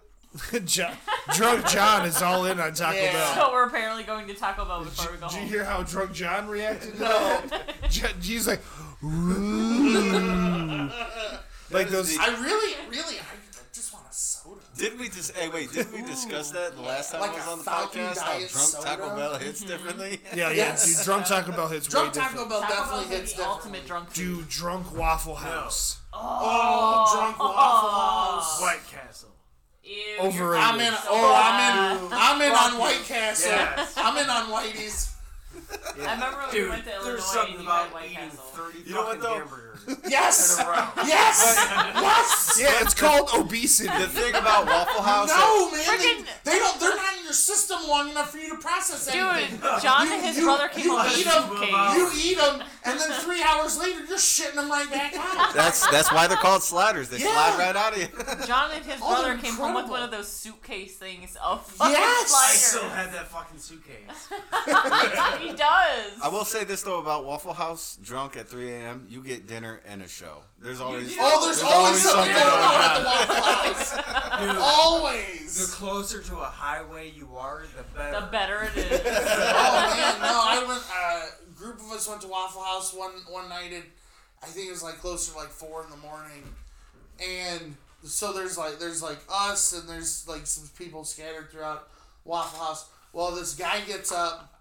C: [LAUGHS] John, drunk John is all in on Taco
B: Yeah.
C: Bell.
D: [LAUGHS] So we're apparently going to Taco Bell before we go
C: Did you
D: home.
C: hear how drunk John reacted? No. He's like,
B: [LAUGHS]
C: "Ooh." like those.
B: I really, really, I just want a soda.
E: Did we just? Hey, wait. Did we discuss that the last time
B: Like
E: I was
B: a
E: on the
B: fountain
E: podcast? How
B: diet
E: drunk
B: soda? Mm-hmm.
E: Taco Bell hits differently.
C: Yeah, yeah.
B: Yes.
C: Dude, drunk Taco Bell hits
B: Drunk
C: way
B: Taco
C: different.
B: Bell
D: Taco Bell's
B: definitely
D: like
B: hits
D: the
B: different.
D: ultimate drunk food.
C: Dude, drunk Waffle House.
B: Oh, drunk Waffle House.
F: White Castle.
D: Ew,
C: Overrated.
D: you're-
B: I'm in.
D: So
B: Oh, I'm in.
D: bad.
B: I'm in on White Castle.
F: Yes.
B: I'm in on Whitey's.
D: [LAUGHS] I remember when we went to Illinois
F: there's something
D: and you had
F: about
D: White
F: eating
D: Castle.
F: 30
E: You know what,
F: fucking
E: though?
F: hamburgers
B: Yes.
F: in a
B: [LAUGHS]
F: row.
B: Yes.
D: [LAUGHS]
B: yes.
C: Yeah, [LAUGHS] it's called obesity.
E: The thing about Waffle House.
B: No, man. They,
D: Freaking-
B: they don't. They're not in your system long enough for you to process anything.
D: Dude, John and his
B: you-
D: brother came
B: you
D: over
B: eat
D: with
B: 'em,
D: cupcakes.
B: You eat them, and then three hours later, you're shitting them right back out.
E: That's that's why they're called sliders. They
B: Yeah.
E: slide right out of you.
D: John and his
B: Oh,
D: brother came home with
B: incredible.
D: one of those suitcase things of fucking
B: Yes!
F: I
D: sliders. [LAUGHS]
F: still had that fucking suitcase.
D: he does.
E: I will say this though about Waffle House: drunk at 3 a.m., you get dinner and a show. There's always
B: Oh, there's, always something going on at the Waffle House.
F: Dude,
B: [LAUGHS]
F: the
B: Always.
F: closer to a highway you are, the better.
D: The better
B: [LAUGHS]
D: it is.
B: Oh man, no, I went. uh, A group of us went to Waffle House one one night at, I think it was like closer to like four in the morning, and so there's like there's like us and there's like some people scattered throughout Waffle House. Well, this guy gets up,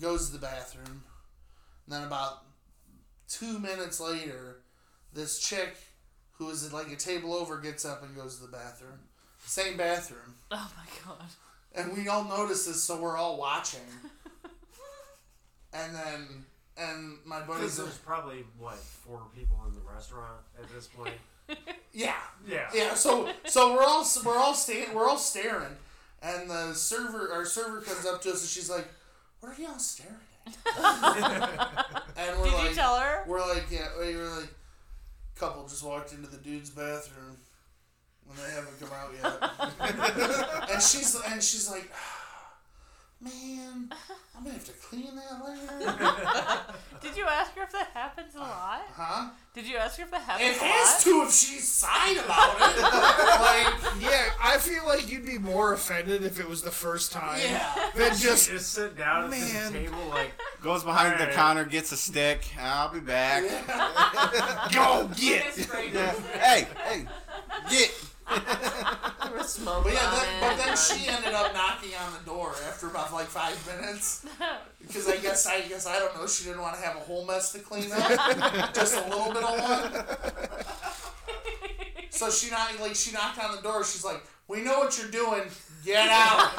B: goes to the bathroom, and then about two minutes later, this chick who is at like a table over gets up and goes to the bathroom. Same bathroom.
D: Oh my god.
B: And we all notice this, so we're all
D: [LAUGHS]
B: watching. and then, and my buddies,
F: Because
B: are,
F: there's probably what four people in the restaurant at this point.
B: yeah,
F: Yeah.
B: yeah. So, so we're all we're all standing, we're all staring, and the server, our server comes up to us, and she's like, "What are y'all staring [LAUGHS] at?" and we're
D: Did
B: like,
D: you tell her?
B: we're like, yeah, we were like, couple just walked into the dude's bathroom, and they haven't come out yet. [LAUGHS] and she's and she's like, "Ah, man, I'm gonna have to clean that later,
D: Did you ask her if that happens a lot?
B: huh?
D: Did you ask her if that
B: It
D: happens a
B: has
D: lot?
B: to if she's side about it. like,
C: [LAUGHS] yeah, I feel like you'd be more offended if it was the first time
B: yeah.
C: than just.
F: Just sit down
C: Man.
F: at the table like
E: Goes behind the
F: Alright.
E: counter, gets a stick. I'll be back.
C: Go get.
D: It's great.
E: Hey, hey, get.
D: There was smoke
B: But yeah,
D: on
B: that, but
D: it.
B: then she ended up knocking on the door after about like five
D: [LAUGHS]
B: minutes because I guess I guess I don't know she didn't want to have a whole mess to clean up,
D: [LAUGHS]
B: just a little bit of one. So she knocked like she knocked on the door. She's like, "We know what you're doing. Get
D: [LAUGHS]
B: out."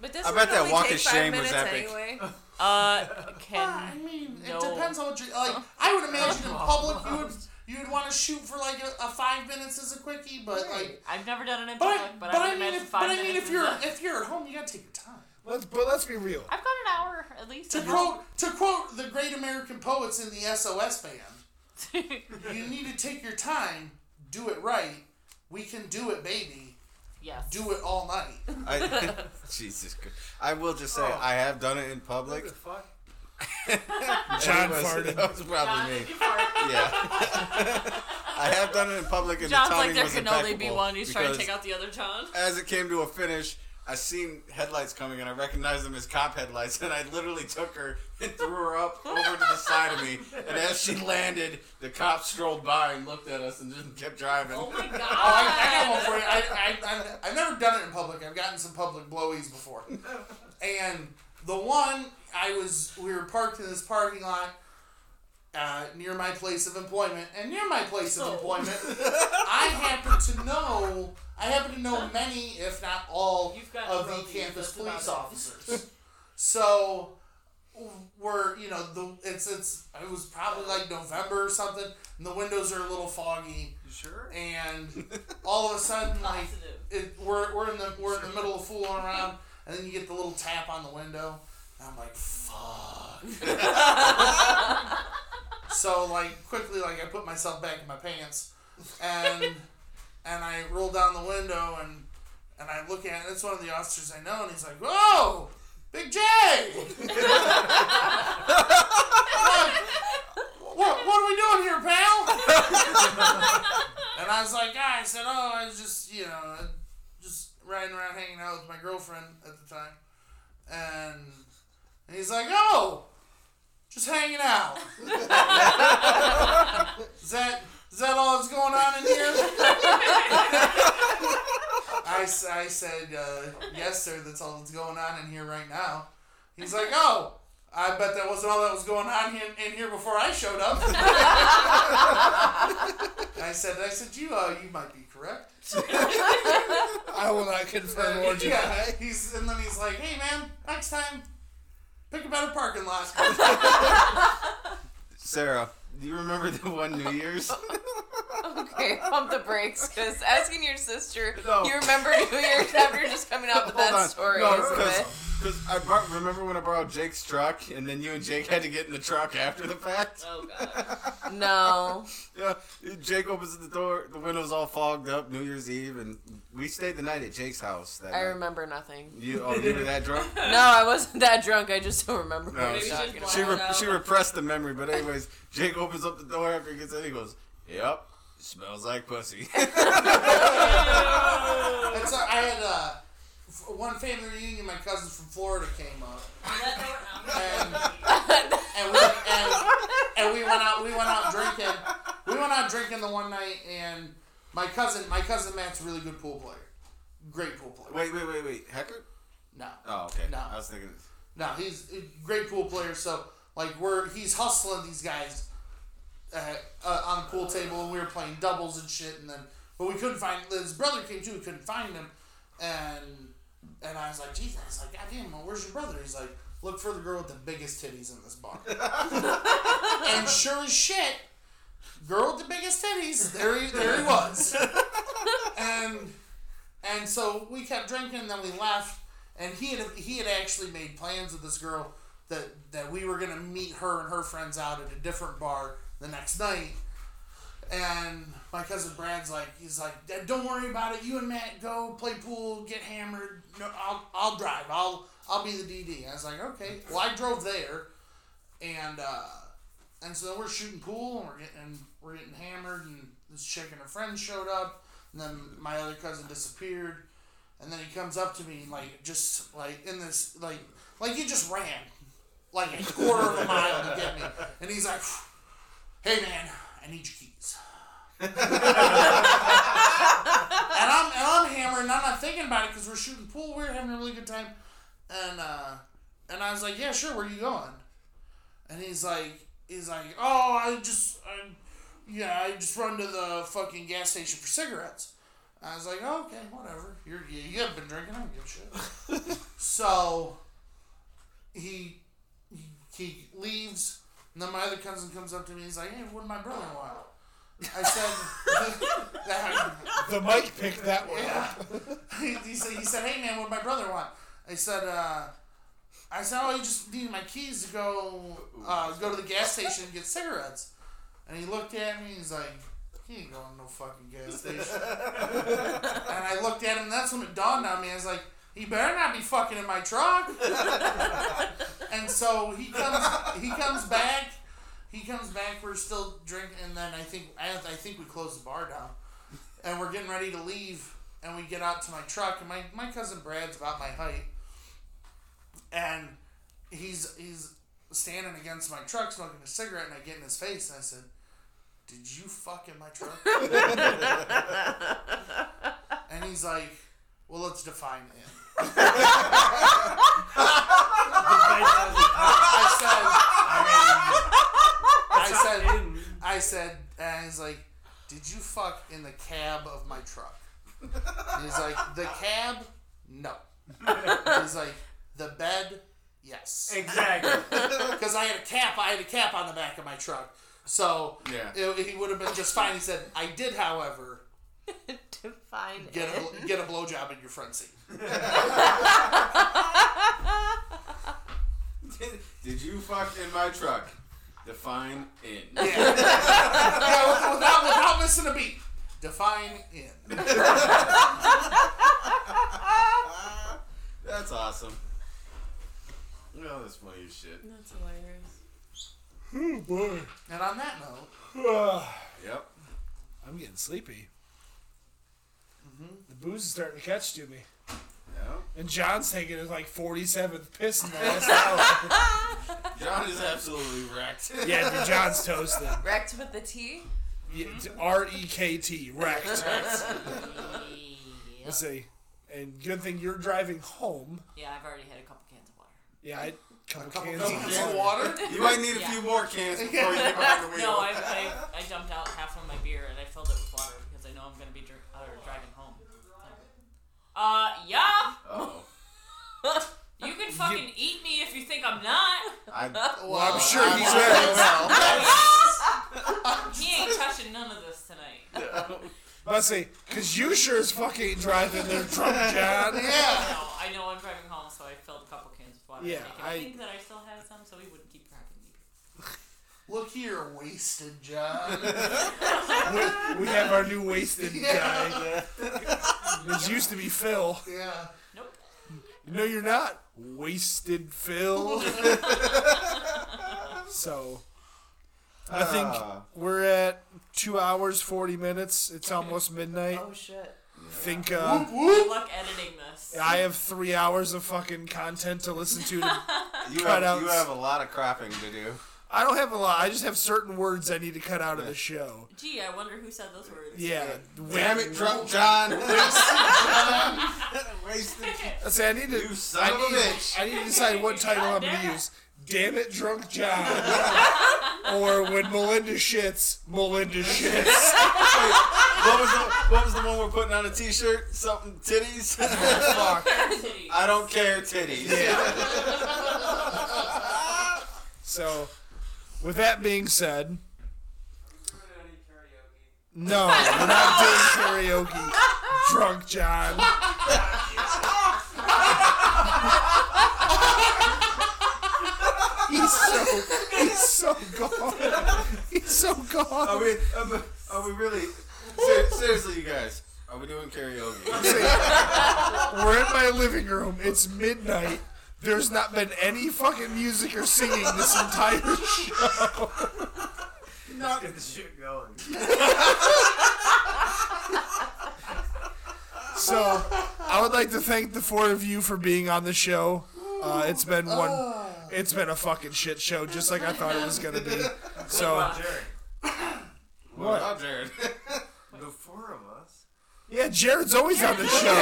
G: But this
E: I
G: would
E: bet that
G: only
E: walk
G: take
E: of
G: five
E: shame was
G: minutes
E: epic. [LAUGHS]
G: Anyway.
D: Uh,
B: I
D: can
B: mean,
D: No.
B: it depends on what you like. I would imagine in public you would you'd want to shoot for like a, a five minutes as a quickie, but like,
D: I've never done it in
B: but
D: public,
B: I,
D: but,
B: but
D: I
B: I
D: would
B: mean,
D: imagine
B: if,
D: five
B: but I mean,
D: minutes
B: if
D: is
B: you're
D: enough.
B: if you're at home, you gotta take your time.
C: Let's, but let's be real.
D: I've got an hour at least. [LAUGHS]
B: To quote, to quote the great American poets in the SOS band, you need to take your time, do it right. We can do it, baby.
D: yes.
B: Do it all [LAUGHS] night.
E: I, [LAUGHS] Jesus Christ. I will just say, I have done it in public.
F: what the
E: [LAUGHS]
F: fuck?
C: John
E: It was-
C: farted.
E: That was
D: John,
E: probably me.
D: did you fart?
E: Yeah. [LAUGHS] I have done it in public, and
D: John's
E: the timing
D: like, there
E: was
D: can only be
E: impeccable
D: one. He's trying to
E: because
D: take out the other John.
E: as it came to a finish, I seen headlights coming and I recognized them as cop headlights, [LAUGHS] and I literally took her and threw her up over to the side of me. And as she landed, the cop strolled by and looked at us and just kept driving.
D: Oh [LAUGHS] my god.
B: Oh, I, I got one for you. I, I, I, I've never done it in public. I've gotten some public blowies before. And the one I was, we were parked in this parking lot uh, near my place of employment. And near my place
D: Oh.
B: of
D: [LAUGHS]
B: employment, I happen to know, I happen to know many, if not all,
D: You've got
B: of
D: roadies,
B: the campus
D: that's about
B: police
D: it.
B: officers. so we're, you know, the it's it's it was probably like November or something, and the windows are a little foggy
F: You sure?
B: and all of a sudden, like
D: [LAUGHS] Positive.
B: it, we're, we're in the we're in the middle of fooling around, and then you get the little tap on the window, and I'm like, fuck. so like quickly, like I put myself back in my pants, and and I roll down the window and And I look at it, and it's one of the officers I know, and he's like, Whoa! Big J! [LAUGHS] what, what, what are we doing here, pal? and I was like, I said, Oh, I was just, you know, just riding around hanging out with my girlfriend at the time. And, and he's like, Oh! Just hanging out. [LAUGHS] is that is that all that's going on in here? [LAUGHS] I, s- I said, uh, yes, sir, that's all that's going on in here right now. He's like, oh, I bet that wasn't all that was going on in, in here before I showed up. [LAUGHS] I said, I said, you, uh, you might be correct.
C: I will not confirm or
D: [LAUGHS]
B: [LAUGHS]
C: deny.
B: yeah, he's, and then he's like, hey, man, next time, pick a better parking lot.
E: Sarah, do you remember the one New
D: [LAUGHS]
E: Year's?
G: Okay, pump the brakes because asking your sister,
E: No.
G: you remember
E: [LAUGHS]
G: New Year's after just coming out with that story is a bit.
E: because I brought, remember when I borrowed Jake's truck, and then you and Jake had to get in the truck after the
G: [LAUGHS]
E: fact.
D: Oh god.
G: No.
E: Yeah, Jake opens the door, the window's all fogged up. New Year's Eve, and we stayed the night at Jake's house. That night.
G: I remember nothing.
E: You, oh, you were that drunk.
G: No, [LAUGHS] I wasn't that drunk. I just don't remember what I
E: No,
G: was
E: she,
G: talking about.
E: she,
D: about.
E: re- she repressed the memory, but anyways, Jake opens up the door after he gets in. He goes, "Yep, smells like
G: [LAUGHS]
E: pussy." [LAUGHS]
B: And so I had uh, f- one family reunion, my cousin from Florida came up. and, and we and, and we went out we went out drinking we went out drinking the one night and my cousin my cousin Matt's a really good pool player great pool player
E: wait, wait, wait, wait, Hecker?
B: no
E: Oh, okay.
B: No.
E: I was thinking. [LAUGHS]
B: no he's a great pool player so like we're he's hustling these guys uh, uh, on the pool table and we were playing doubles and shit and then but we couldn't find his brother came too we couldn't find him and and I was like Jesus I was like God damn well, where's your brother he's like look for the girl with the biggest titties in this bar and sure as shit, girl with the biggest titties, there he, there he was. and and so we kept drinking, and then we left. And he had he had actually made plans with this girl that that we were gonna meet her and her friends out at a different bar the next night. And my cousin Brad's like, he's like, "Dad, don't worry about it. You and Matt go play pool, get hammered. No, I'll, I'll drive. I'll, I'll be the DD. I was like, okay. Well, I drove there, and uh, and so we're shooting pool and we're getting we're getting hammered and this chick and her friend showed up and then my other cousin disappeared and then he comes up to me and like just like in this like like he just ran like a quarter of a mile to get me and he's like hey man I need your keys and I'm and I'm hammered and I'm not thinking about it because we're shooting pool we're having a really good time and uh and I was like yeah sure where are you going and he's like, he's like, oh, I just, I, yeah, I just run to the fucking gas station for cigarettes. I was like, oh, okay, whatever. You're, you, you haven't been drinking. I don't give a shit. so he, he he leaves, and then my other cousin comes up to me. He's like, hey, what did my brother want? I said, [LAUGHS]
C: The mic picked that one. up.
B: yeah. [LAUGHS] he, he said, he said, hey man, what would my brother want? I said, uh, I said, oh, he just needed my keys to go, uh, go to the gas station and get cigarettes. And he looked at me, he's like, he ain't going to no fucking gas station. and I looked at him, and that's when it dawned on me. I was like, he better not be fucking in my truck. and so he comes, he comes back. He comes back. We're still drinking, and then I think I, I think we closed the bar down and we're getting ready to leave and we get out to my truck and my, my cousin brad's about my height and he's he's standing against my truck smoking a cigarette and i get in his face and i said did you fuck in my truck and he's like well let's define it [LAUGHS] i said i said I said, and he's like, "Did you fuck in the cab of my truck?" And he's like, "The cab, no." He's like, "The bed, yes." [LAUGHS]
F: Exactly.
B: Because I had a cap, I had a cap on the back of my truck, so
E: Yeah.
B: it, he would have been just fine. He said, "I did, however,
G: to find
B: get
G: it.
B: a get a blowjob in your front seat."
E: Did, did you fuck in my truck? Define in.
B: Yeah, with- without, without missing a beat. Define in.
E: That's awesome. Oh, that's funny as shit.
G: That's hilarious.
C: Oh boy.
B: And on that note,
C: [SIGHS]
E: Yep.
C: I'm getting sleepy. Mm-hmm. The booze is starting to catch to me.
E: Yeah.
C: And John's taking his like 47th piss in the last [LAUGHS] hour.
E: John is absolutely [LAUGHS] wrecked.
C: yeah, dude, John's toasted.
G: Wrecked with the T?
C: Yeah, it's R-E-K-T, wrecked. Let's see. And good thing you're driving home.
D: Yeah, I've already had a couple cans of water.
C: Yeah, I couple, cans.
B: couple cups of water.
E: You might need a
D: Yeah.
E: few more cans before you get behind the [LAUGHS] wheel.
D: No, I, I, I dumped out half of my beer and I filled it with water because I know I'm gonna be drink, uh, driving home. Uh, yeah.
E: Oh.
D: You can fucking eat me if you think I'm not.
E: I,
B: Well, I'm
C: sure [LAUGHS] he's right.
B: right.
D: He ain't touching none of this tonight.
C: Let's see, because you sure as fuck ain't driving there drunk, John.
B: Yeah.
D: No, I know I'm driving home, so I filled a couple cans of water.
C: Yeah,
D: I, think-
C: I-
D: I think that I still had some, so he wouldn't keep tracking me.
B: Look here, wasted John.
C: We, we have our new wasted guy. This used to be Phil.
B: yeah.
D: Nope.
C: No, you're not. Wasted Phil. [LAUGHS] so, I
E: Uh.
C: think we're at two hours, 40 minutes. It's almost midnight.
G: Oh shit.
C: think uh,
D: Good luck editing this.
C: I have three hours of fucking content to listen to.
E: [LAUGHS] you,
C: Cutouts.
E: have, you have a lot of cropping to do.
C: I don't have a lot. I just have certain words I need to cut out of the show.
D: Gee, I wonder who said those words.
C: Yeah.
E: Damn it, drunk John. [LAUGHS] Wasted.
C: I say I need to.
E: You son
C: I
E: of a
C: need-
E: bitch.
C: I need to decide what title I'm going to use. Damn it, drunk
E: [LAUGHS]
C: John. or when Melinda shits, Melinda
E: [LAUGHS]
C: shits.
E: What was, the, what was the one we're putting on a t-shirt? Something
B: [LAUGHS]
E: titties? Fuck. I don't care titties.
C: So, with that being said, no, we're not doing karaoke. Drunk John. He's so he's so gone. He's so
E: Are
C: gone.
E: we, are we- are Oh, we [LAUGHS] really... Ser- seriously, you guys. Are we doing karaoke?
C: We're in my living room. It's midnight. There's not been any fucking music or singing this entire show.
F: Let's get the shit going.
C: So, I would like to thank the four of you for being on the show. Uh, it's been one. It's been a fucking shit show, just like I thought it was gonna be. So,
E: [LAUGHS]
F: Jared,
E: What? about Jared.
F: [LAUGHS] the four of us.
C: yeah, Jared's always on the show.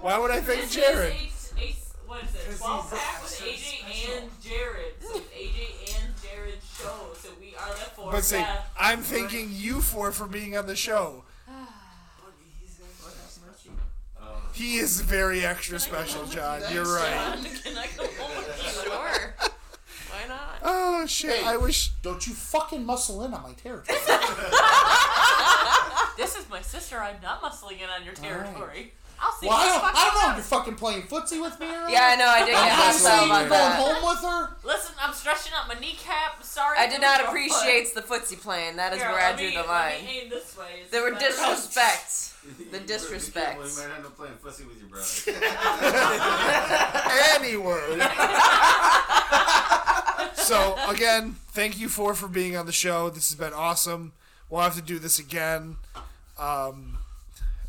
C: Why would I thank
D: This
C: Jared?
D: is a- a- what is it? 12 pack with AJ and Jared. So it's AJ and Jared show. So we are the four.
C: But say,
D: [LAUGHS] yeah.
C: I'm thanking you four for being on the show. He is very extra special, John. You're right.
D: Can I go home with you?
G: Sure. Why not?
C: Oh shit! I wish.
B: Don't you fucking muscle in on my territory.
D: This is my sister. I'm not muscling in on your
B: right.
D: territory. I'll see
B: Well, I
D: you
B: don't,
D: fucking
B: I don't know if
D: later.
B: you're fucking playing footsie with me.
D: Oh.
B: Or
G: Yeah, I know. I did get
B: I'm
G: hostile
B: saying
G: about
B: you're going
G: that.
B: home with her.
D: Listen, I'm stretching out my kneecap. Sorry.
G: I
D: [LAUGHS]
G: did not
D: Don't-
G: appreciate the footsie playing. That is
D: Oh Here,
G: where I
D: let
G: drew
D: me-
G: the
D: let me
G: line.
D: aim this way.
G: There were
D: But-
G: disrespects. The
E: You
G: disrespect.
E: might end up playing fussy with your brother.
C: Any word. so again, thank you four for being on the show. This has been awesome. We'll have to do this again. Um,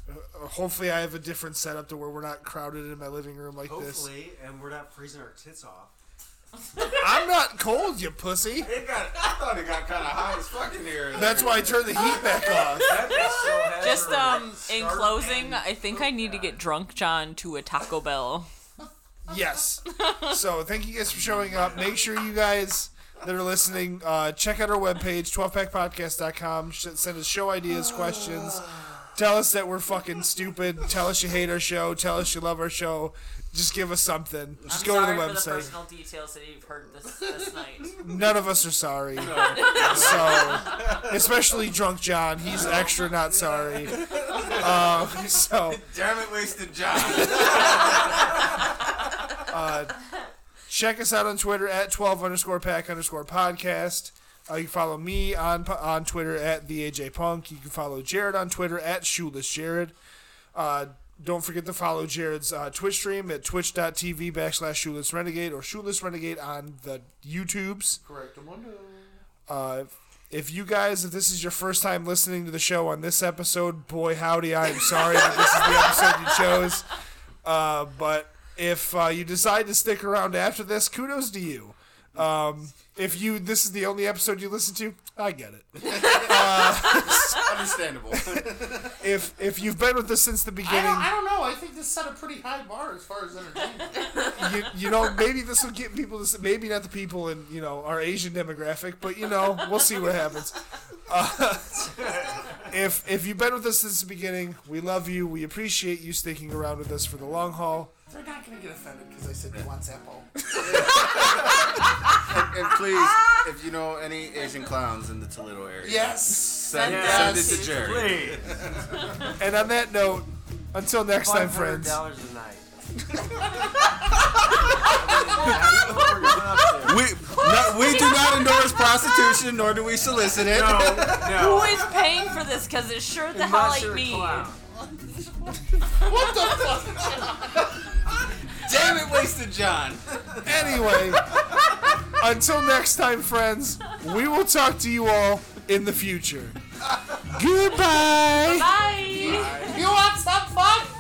C: uh, hopefully, I have a different setup to where we're not crowded in my living room like this.
F: Hopefully, and we're not freezing our tits off.
C: I'm not cold, you pussy.
E: It got, I thought it got kind of hot as fuck in here.
C: That's why I turned the heat back off.
F: That is so hazardous.
D: Just um, in
F: Sharp
D: closing,
F: and-
D: I think I need to get drunk John to a Taco Bell.
C: Yes. So thank you guys for showing up. Make sure you guys that are listening, uh, check out our webpage, 12packpodcast.com. Sh- Send us show ideas, questions. Tell us that we're fucking stupid. Tell us you hate our show. Tell us you love our show. Just give us something. Just
D: I'm
C: go
D: sorry
C: to the
D: for the
C: website.
D: personal details that you've heard this, this night.
C: None of us are sorry. So, especially Drunk John. He's extra not sorry. Um, so,
E: Damn it, wasted John.
C: Uh, Check us out on Twitter at 12 underscore pack underscore podcast. Uh, you can follow me on po- on Twitter at the AJ Punk. You can follow Jared on Twitter at shoeless Jared. Uh, Don't forget to follow Jared's uh, Twitch stream at twitch.tv backslash shoeless renegade or shoeless renegade on the YouTubes.
B: Correct mundo.
C: Uh, if you guys, if this is your first time listening to the show on this episode, boy howdy, I am sorry that this is the episode you chose. Uh, but if uh, you decide to stick around after this, kudos to you. Um, if you this is the only episode you listen to, I get it.
B: Understandable.
C: [LAUGHS] If if you've been with us since the
B: I don't,
C: beginning,
B: I don't know. I think this set a pretty high bar as far as entertainment.
C: you, you know maybe this will get people. To, s- maybe not the people in you know our Asian demographic, but you know we'll see what happens. Uh, [LAUGHS] if if you've been with us since the beginning, we love you. We appreciate you sticking around with us for the long haul.
B: They're not going to get offended because I said WhatsApp
E: [LAUGHS]
B: all.
E: And please, if you know any Asian clowns in the Toledo area,
B: Yes.
E: send, send it to Jerry.
F: Please.
C: And on that note, until next time,
F: Five hundred
C: friends.
F: dollars a night. I mean,
E: We, no, we do not endorse prostitution, nor do we solicit it.
F: I don't know what you're up to. [LAUGHS] No,
D: Who
F: no.
D: is paying for this? Because it's sure the hell like
F: Unless you're a
D: me.
F: clown.
B: What the fuck?
E: Damn it, wasted John.
C: Anyway, until next time, friends. We will talk to you all in the future. Goodbye.
D: Bye.
B: You want some fun?